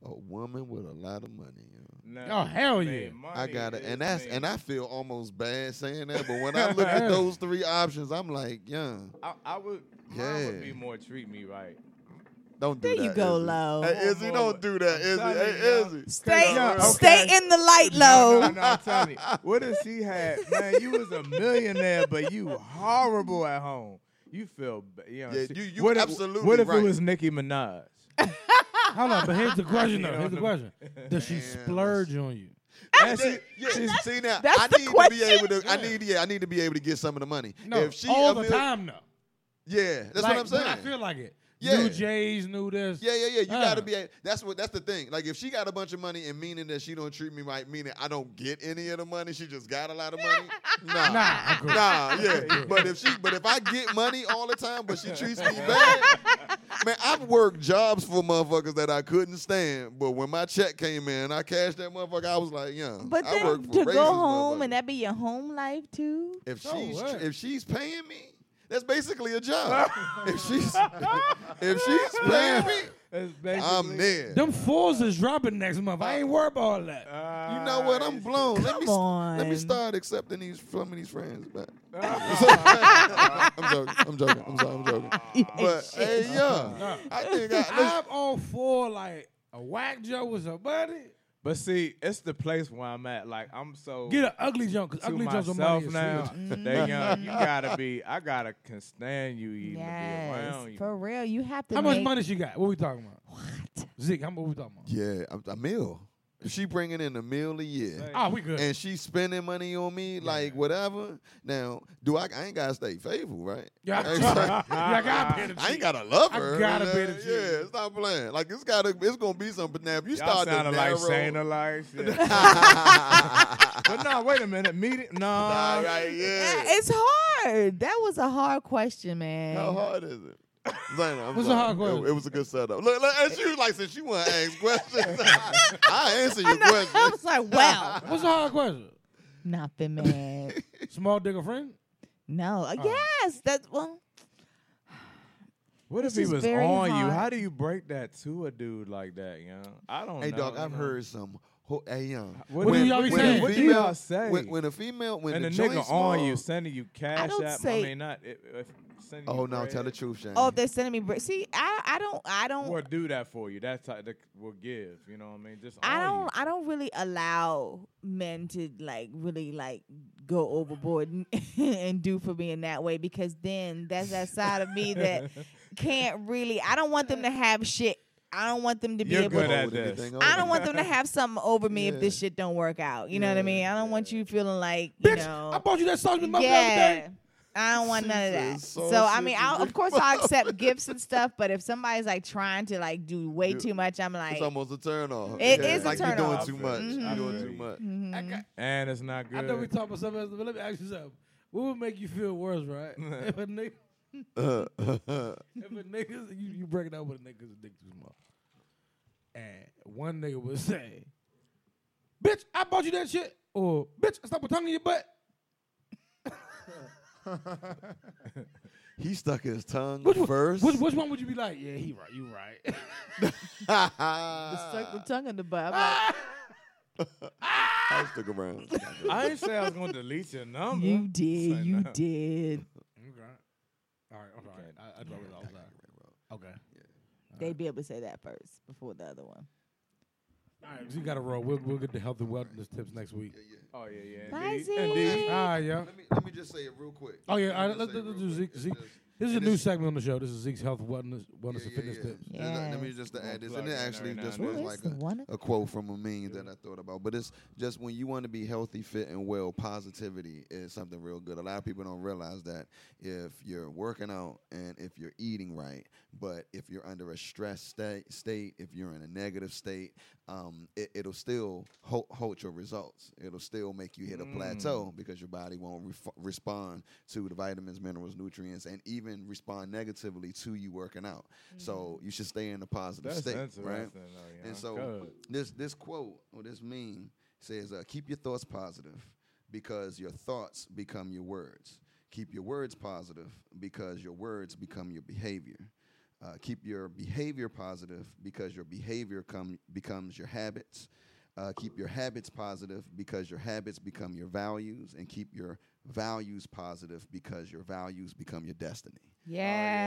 S1: A woman with a lot of money. you know.
S4: Nah,
S2: Oh, hell
S4: man,
S2: yeah.
S4: money
S1: I got it,
S4: is
S1: and that's
S4: me.
S1: and I feel almost bad saying that, but when I look at those three options, I'm like, yeah,
S4: I, I would. Mine would
S1: Yeah.
S4: be more treat me right.
S1: don't do
S6: There
S1: that.
S6: you go,
S1: Izzy.
S6: low.
S7: Hey, Izzy, don't do that, Izzy.
S4: I'm telling
S7: Hey,
S4: you,
S7: Izzy.
S6: Stay,
S4: Yeah, okay.
S6: stay in the light, low.
S4: No, no, no, I'm telling you. What if she had, man, you was a millionaire, but you horrible at home. You feel, ba- you know,
S7: Yeah,
S4: she-
S7: you- you
S4: what
S7: absolutely
S4: if, What if
S7: right.
S4: it was Nicki Minaj?
S2: Hold on, but here's the question
S4: You
S2: though.
S4: know,
S2: Here's the
S4: the-
S2: question. Does she
S1: Damn, that's-
S2: splurge on you?
S4: And she-
S7: Yeah, see now,
S6: that's
S1: I
S6: the
S1: need to
S6: question.
S1: be able to. I need, yeah, I need to be able to get some of the money.
S2: No,
S1: if she
S2: all
S1: a
S2: the
S1: mil-
S2: time though.
S1: Yeah, that's
S2: Like,
S1: what I'm saying.
S2: When I feel like it.
S1: Yeah.
S2: New Jays, new this.
S1: yeah, yeah, yeah. You
S2: Uh.
S1: gotta be. a- That's what. That's the thing. Like, if she got a bunch of money and meaning that she don't treat me right, meaning I don't get any of the money, she just got a lot of money. nah,
S2: Nah, I agree.
S1: Nah, yeah. But if she, but if I get money all the time, but she treats me bad, man, I've worked jobs for motherfuckers that I couldn't stand. But when my check came in, I cashed that motherfucker. I was like, yeah,
S6: But
S1: I
S6: then
S1: worked for
S6: to
S1: racist
S6: go home
S1: motherfuckers.
S6: and that be your home life too.
S1: If
S2: So
S1: she's
S2: what?
S1: if she's paying me, that's basically a job. if she's if she's paying me,
S4: That's basically-
S1: I'm there.
S2: Them fools is dropping next month. I ain't worried about all that.
S4: Ah,
S1: You know what? I'm blown. let me
S6: Come on.
S1: let me start accepting these some of these friends back.
S4: ah,
S1: I'm joking. I'm joking. I'm sorry. I'm joking. But hey, yeah, I think I,
S6: Ah.
S1: listen,
S2: I'm all for like a whack Joe was a buddy.
S4: but see, it's the place where I'm at. Like, I'm so.
S2: Get an ugly junk because
S4: to
S2: ugly Joe's a
S4: myself
S2: money.
S4: now,
S2: Now.
S1: Mm-hmm.
S4: they young. You gotta be. I gotta can stand you even to be
S6: Yes,
S4: around you.
S6: for real. You have to.
S2: How much
S6: make-
S2: money she got? What we talking about? What? Zeke, how much we talking about?
S1: yeah, a, a meal. If she bringing in a meal a year,
S4: Say-
S2: Ah, we good.
S1: and she spending money on me, like whatever. Now, do I? I ain't gotta stay faithful, right?
S2: Yeah, I, yeah, I gotta pay the
S1: I ain't
S2: cheat.
S1: gotta love
S2: I
S1: her.
S2: gotta
S1: man.
S2: be the G.
S1: Yeah, stop playing. Like it's gotta, it's gonna be something. Now if you
S4: Y'all
S1: start to narrow,
S4: sounded like Shane Alive. but no, wait a minute. Meeting? No.
S1: all
S4: Uh,
S1: right,
S6: Yeah,
S1: yeah.
S6: Ah, it's hard. That was a hard question, man.
S1: How hard is it? Zaina, I'm
S2: What's the
S1: sorry.
S2: hard question?
S1: It, it was a good setup. Look, look and she was like, since you want to ask questions, I answer your
S6: I
S1: question.
S6: was like, wow,
S2: What's the hard question?
S6: nothing, man.
S2: Small dick a friend?
S6: No, uh, yes, that's well.
S4: What if
S6: This
S4: he
S6: is
S4: was
S6: very
S4: on you?
S6: hard.
S4: How do you break that to a dude like that, you know? I don't
S1: Hey,
S4: know.
S1: dog,
S4: you
S1: I've
S4: know.
S1: heard some. Ho- hey, young.
S4: What
S2: What
S4: do
S2: do
S4: y'all
S2: y'all be
S1: when
S2: saying?
S1: a
S4: What do
S1: female-
S4: y'all say?
S1: When, when a female, when
S4: and
S1: the
S4: the nigga
S1: joint's
S4: on you,
S1: small-
S4: sending you cash
S6: don't
S4: app. I
S6: say-
S4: mean, not. If, if, sending
S1: Oh
S4: you
S1: no,
S4: bread.
S1: tell the truth, Shane.
S6: Oh, they're sending me. Br- See, I, I don't, I don't,
S4: We'll do that for you. That's how they will give. You know what I mean? Just
S6: I
S4: on
S6: don't, I don't really allow men to like really like go overboard and, and do for me in that way because then that's that side of me that can't really. I don't want them to have shit. I don't want them to be
S4: You're
S6: able.
S4: good
S6: to
S4: at-
S1: Hold
S4: this.
S1: everything
S6: I
S1: over.
S6: don't want them to have something over me if
S1: Yeah.
S6: this shit don't work out. You know what I
S1: Yeah,
S6: mean? I don't want you feeling like you
S2: Bitch,
S6: know.
S2: I bought you that sausage with my other
S6: Yeah.
S2: day.
S6: I don't want none of
S1: Caesar
S6: that. So,
S1: sausage
S6: I mean, I'll,
S1: and
S6: of course I accept gifts and stuff, but if somebody's like trying to like do way
S1: Dude,
S6: too much, I'm
S1: It's
S6: like,
S1: almost a turn off.
S6: It
S1: yeah,
S6: is a
S1: like
S6: turn
S1: you're
S6: off.
S1: doing too much.
S4: Mhm.
S1: You're doing
S4: Mhm.
S1: too much.
S6: mhm.
S2: I, got,
S4: you. And it's not
S2: I
S4: good.
S2: know we talking about something else, but let me ask you something. What would make you feel worse, right? if a nigga,
S1: Uh,
S2: if a nigga, you, you break it out with a nigga's dick too small, and one nigga would say, "Bitch, I bought you that shit," or "Bitch, I stuck my tongue in your butt."
S1: he stuck his tongue
S2: Which, one-
S1: first.
S2: which, which one would you be like? Yeah, he right, you right.
S6: stuck the
S1: I
S6: tongue in the butt. I'm
S1: stuck around.
S4: I didn't say I was going to delete your
S6: like, oh,
S4: number.
S6: you did,
S4: Say
S6: you
S4: no.
S6: did.
S2: okay. All right, I'm sorry. I, I dropped it off. Okay.
S6: They'd be able to say that first before the other one.
S2: All right, so you got to roll. We'll, we'll get the health and wellness tips next week.
S4: Oh, yeah, yeah.
S6: Bye,
S4: indeed.
S6: Zeke.
S4: Indeed.
S2: Ah, yeah.
S1: Let me, let me just say it real quick.
S2: Oh yeah, all
S1: Let
S2: right,
S1: me
S2: let's,
S1: just say
S2: let's
S1: it
S2: do
S1: real
S2: Zeke.
S1: quick. It's
S2: Zeke.
S1: just-
S2: This is a
S1: And
S2: new
S1: this-
S2: segment on the show. This is Zeke's health, wellness, wellness and
S1: Yeah, yeah,
S2: fitness
S1: yeah.
S2: tips.
S1: There's a- Let me
S6: Yes.
S1: just
S4: We'll
S1: add this,
S4: plug
S1: and it
S4: in every
S1: actually
S4: now
S1: just
S4: and
S1: was
S4: then.
S6: Who is
S1: like
S6: the
S1: a, Oh,
S6: one?
S1: a quote from a meme that I thought about. But it's just when you want to be healthy, fit, and well, positivity is something real good. A lot of people don't realize that if you're working out and if you're eating right, but if you're under a stress state, state if you're in a negative state, um, it, it'll still ho- hold your results. It'll still make you hit a
S4: Mm.
S1: plateau because your body won't ref- respond to the vitamins, minerals, nutrients, and even respond negatively to you working out. So you should stay in a positive
S4: Mm. That's
S1: state,
S4: interesting,
S1: right?
S4: though, yeah.
S1: And so
S4: Good.
S1: this this quote or this meme says, uh, "Keep your thoughts positive, because your thoughts become your words. Keep your words positive, because your words become your behavior. Uh, keep your behavior positive, because your behavior come becomes your habits. Uh, keep your habits positive, because your habits become your values, and keep your values positive, because your values become your destiny."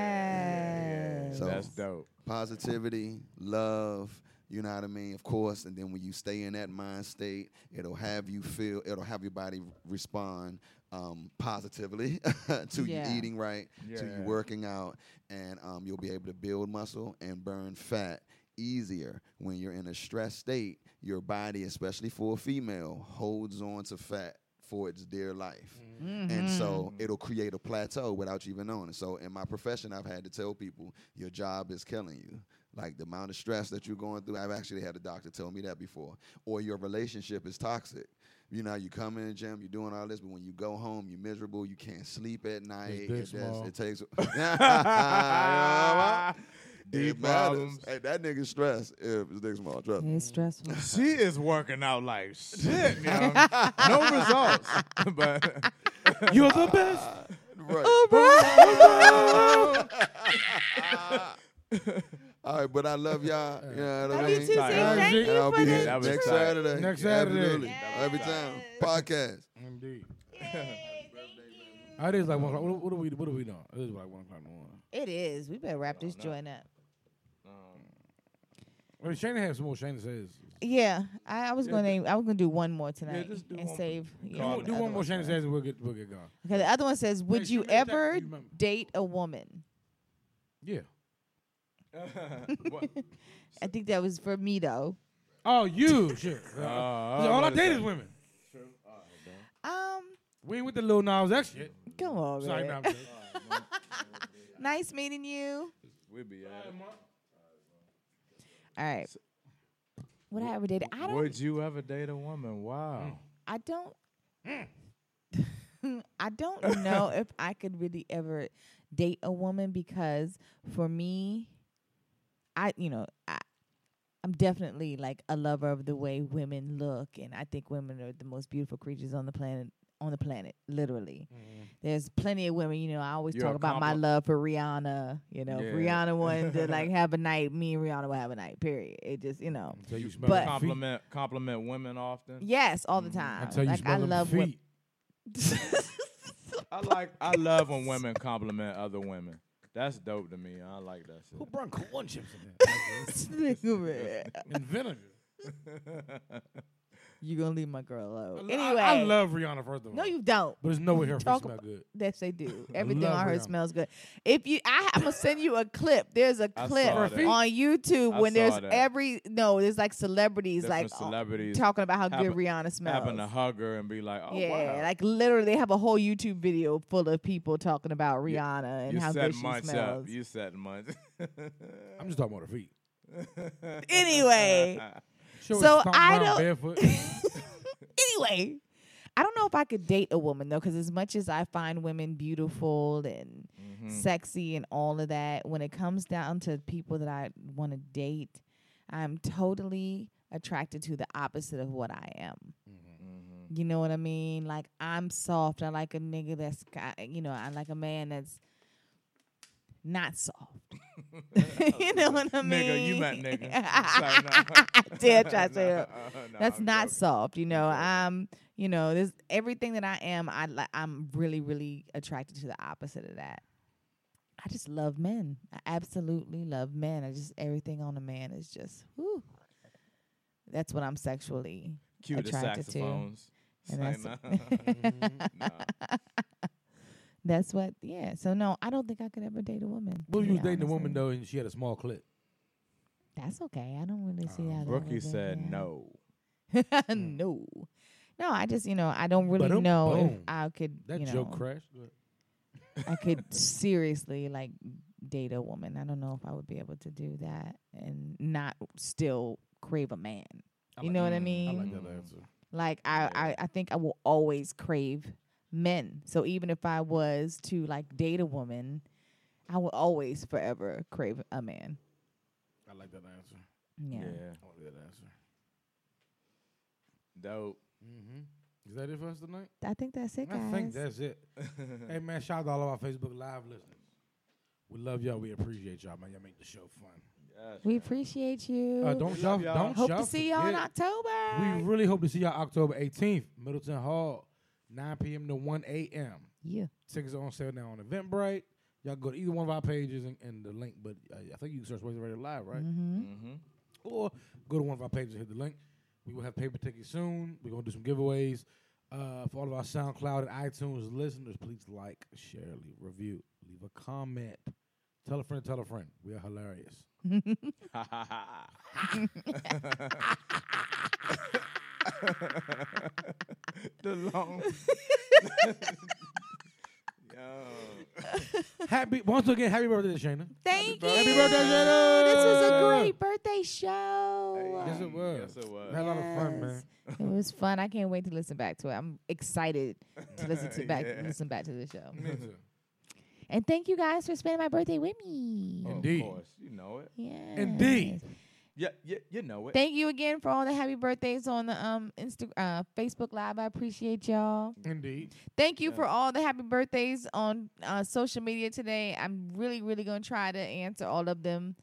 S6: Yes.
S1: So-
S4: That's dope.
S1: positivity, love, you know what I mean? Of course, and then when you stay in that mind state, it'll have you feel, it'll have your body respond um, positively to
S6: Yeah.
S1: you eating right, to you
S4: Yeah.
S1: working out, and um, you'll be able to build muscle and burn fat easier when you're in a stress state your body especially for a female holds on to fat for its dear life and so it'll create a plateau without you even knowing it. So in my profession, I've had to tell people your job is killing you. Like the amount of stress that you're going through, I've actually had a doctor tell me that before. Or your relationship is toxic. You know, you come in the gym, you're doing all this, but when you go home, you're miserable. You can't sleep at night.
S2: dick
S1: It, does-
S2: small.
S1: it takes. You know what I'm saying?
S4: Deep
S1: it matters.
S4: problems.
S1: Hey, that nigga stress if it's dick small. Trust me.
S6: Mm-hmm.
S3: It's stressful.
S4: She is working out like shit. man. no results, but
S2: You're the best.
S1: Right. All right, but I love y'all. You know what I mean?
S6: Love you too, Zeke.
S4: Sorry.
S6: Thank
S2: Zeke.
S6: you
S1: and I'll
S6: for
S1: be
S6: the
S1: here
S4: That was
S1: next
S4: tight.
S1: Saturday.
S2: Next Saturday.
S1: Absolutely.
S6: Yes.
S1: Every time. Podcast.
S2: Indeed.
S6: Yay, thank you.
S2: It is like one o'clock. What, what are we? What are we doing? It is like one o'clock in the morning.
S6: It is. We better wrap this joint up.
S2: Well, Shana has some more. Shana says.
S6: Yeah, I, I was gonna name, I was gonna do one more tonight
S4: just do
S6: and
S4: one-
S6: save.
S4: Do
S6: yeah,
S4: one-
S6: the
S2: do
S6: other
S2: one more.
S6: for
S2: Shana
S6: now.
S2: says, and we'll get we'll get gone.
S6: Okay, the other one says, "Would
S2: she
S6: you
S2: made that-
S6: ever
S2: you remember.
S6: date a woman?"
S2: Yeah.
S4: What?
S6: I think that was for me though.
S2: Oh, you shit. Uh,
S4: I
S2: all I
S4: was
S2: date
S4: about
S2: is women.
S6: Um,
S2: We ain't with the little Nas X shit.
S6: come on,
S2: Sorry,
S6: man.
S2: not. Really.
S6: Nice meeting you.
S4: we be at it.
S6: All right. Would I ever date? I don't.
S4: Would you ever date a woman? Wow.
S6: I don't.
S2: Mm.
S6: I don't know if I could really ever date a woman because for me, I you know I. I'm definitely like a lover of the way women look, and I think women are the most beautiful creatures on the planet. On the planet, literally,
S2: Mm.
S6: there's plenty of women. You know, I always
S4: You're
S6: talk
S4: a
S6: about my
S4: compli-
S6: love for Rihanna. You know, if
S4: Yeah.
S6: Rihanna wanted to like have a night, me and Rihanna will have a night. Period. It just you know,
S2: Until you smell
S6: But-
S2: them feet.
S4: compliment compliment women often.
S6: yes, all the time.
S2: Mm. Until you
S6: like
S2: smell
S6: I
S2: them
S6: love
S2: feet.
S6: women.
S4: I like I love when women compliment other women. That's dope to me. I like that shit.
S2: Who brought corn chips in there? and vinegar.
S6: you gonna leave my girl alone. Anyway,
S2: I, I love Rihanna first of all.
S6: no, you don't.
S2: But there's no way her feet
S6: Talk
S2: smell
S6: about-
S2: good.
S6: Yes, they do. Everything on
S2: love
S6: her
S2: Rihanna.
S6: smells good. If you, I, I'm gonna send you a clip. There's a
S4: I
S6: clip
S4: saw
S6: on
S4: that.
S6: YouTube
S4: I
S6: when
S4: saw
S6: there's
S4: that.
S6: every no, there's like celebrities
S4: Different
S6: like
S4: celebrities
S6: uh, talking about how
S4: happen-
S6: good Rihanna smells.
S4: Having to hug her and be like, oh
S6: yeah,
S4: wow.
S6: like literally, they have a whole YouTube video full of people talking about Rihanna and
S4: you
S6: how
S4: set
S6: good she
S4: munch
S6: smells.
S4: up. You set munch.
S2: I'm just talking about her feet.
S6: Anyway.
S2: She always
S6: So
S2: stomping
S6: I
S2: around
S6: don't-
S2: Barefoot.
S6: anyway, I don't know if I could date a woman though, because as much as I find women beautiful and
S4: Mm-hmm.
S6: sexy and all of that, when it comes down to people that I want to date, I'm totally attracted to the opposite of what I am.
S4: Mm-hmm.
S6: You know what I mean? Like I'm soft. I like a nigga that's got, you know, I like a man that's not soft. you know what I mean?
S4: nigga, you meant nigga. Sorry, no.
S6: Did try to say
S4: No,
S6: that.
S4: no,
S6: That's
S4: I'm
S6: not
S4: joking.
S6: soft, you know. I'm, you know, this everything that I am. I li- I'm really, really attracted to the opposite of that. I just love men. I absolutely love men. I just everything on a man is just. Whew. That's what I'm sexually
S4: Cue the
S6: attracted to.
S4: saxophones.
S2: Mm-hmm.
S6: And
S4: Say
S6: that's-
S4: no. No.
S6: That's what. Yeah. So no, I don't think I could ever date a woman.
S2: Well,
S6: to
S2: you
S6: be
S2: was dating a
S6: honest
S2: woman
S6: with you.
S2: though, and she had a small clit.
S6: That's okay. I don't really
S2: Oh,
S6: see how that.
S4: Rookie
S6: would be,
S4: said
S6: yeah.
S4: no.
S2: Mm.
S6: no. No, I just you know I don't really
S2: Ba-dum,
S6: know if
S2: boom.
S6: I could
S2: That
S6: you know
S2: joke crashed. but-
S6: I could seriously like date a woman. I don't know if I would be able to do that and not still crave a man.
S2: I
S6: You
S2: like
S6: know
S2: that.
S6: what I mean?
S2: I like that answer.
S6: Like I, I, I think I will always crave men. So even if I was to like date a woman, I will always forever crave a man.
S2: I like that answer.
S6: Yeah.
S2: I like that answer.
S4: Dope.
S2: Mm-hmm. Is that it for us tonight?
S6: I think that's it, guys.
S2: I think that's it. hey man, shout out to all of our Facebook Live listeners. We love y'all. We appreciate y'all, man. Y'all make the show fun.
S4: Yes.
S6: we appreciate you.
S2: Uh, don't
S4: We
S2: y'all,
S4: love y'all.
S2: don't
S6: Hope
S2: y'all
S6: to see y'all in
S2: forget- We
S6: October.
S2: really hope to see y'all October 18th, Middleton Hall, 9 p.m. to 1 a.m.
S6: yeah.
S2: Tickets are on sale now on Eventbrite. Y'all go to either one of our pages and, and the link, but uh, I think you can search Ways Radio Live, right?
S6: Mm-hmm.
S4: Mm-hmm.
S2: Or go to one of our pages and hit the link. We will have paper tickets soon. We're going to do some giveaways. Uh, for all of our SoundCloud and iTunes listeners, please like, share, leave a review, leave a comment. Tell a friend, tell a friend. We are hilarious.
S4: Mm-hmm. the long. Yo.
S2: happy once again, happy birthday, Shayna.
S6: Thank you.
S2: Happy birthday, Shayna.
S6: This was a great birthday show.
S2: Yes, it was.
S4: Yes, it was.
S2: Had a lot of fun, man.
S6: Yes. It was fun. I can't wait to listen back to it. I'm excited to listen to back
S4: Yeah.
S6: listen back to the show.
S2: Me too.
S6: And thank you guys for spending my birthday with me.
S4: Oh,
S2: Indeed.
S4: Of course, you know it.
S6: Yes.
S2: Indeed.
S4: Yeah, yeah, you know it.
S6: Thank you again for all the happy birthdays on the um Insta uh, Facebook Live. I appreciate y'all.
S2: Indeed.
S6: Thank you for all the happy birthdays on uh, social media today. I'm really, really gonna try to answer all of them,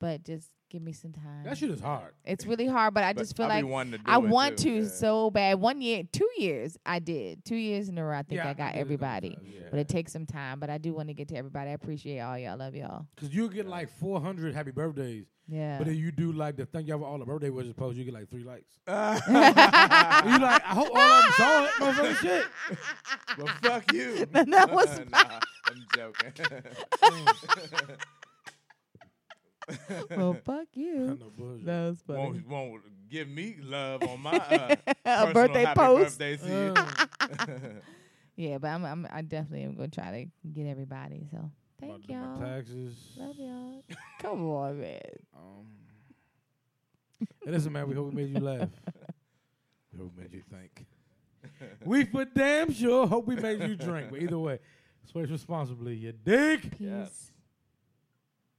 S6: but just give me some time.
S2: That shit is hard.
S6: It's really hard, but I
S4: But
S6: just feel
S4: I
S6: like
S4: be wanting to do
S6: I
S4: it
S6: want
S4: too,
S6: to
S4: yeah.
S6: so bad. One year, two years, I did. Two years in a row, I think
S2: Yeah,
S6: I
S2: I
S6: got
S2: did it a couple
S6: everybody.
S2: times,
S6: But it takes some time. But I do want to get to everybody. I appreciate all y'all. Love y'all.
S2: Cause you get like 400 happy birthdays,
S6: Yeah.
S2: but if you do like the thank y'all for all the birthday wishes post, you get like three likes. you like, I hope all of them saw it, motherfucking shit.
S4: Well, fuck you.
S6: that was
S4: nah, I'm joking.
S6: well, fuck you.
S2: No bullshit.
S6: That was funny.
S4: won't, won't give me love on my uh, personal
S6: birthday
S4: happy
S6: post. Ah.
S4: Birthday to you.
S6: Yeah, but I'm, I'm I definitely am gonna try to get everybody. So
S2: About
S6: thank
S2: to do my
S6: y'all.
S2: taxes.
S6: Love y'all. Come on, man.
S2: Um, hey, listen, man, we hope we made you laugh. We hope we made you think. we for damn sure hope we made you drink. But either way, switch responsibly, you dig?
S6: Peace.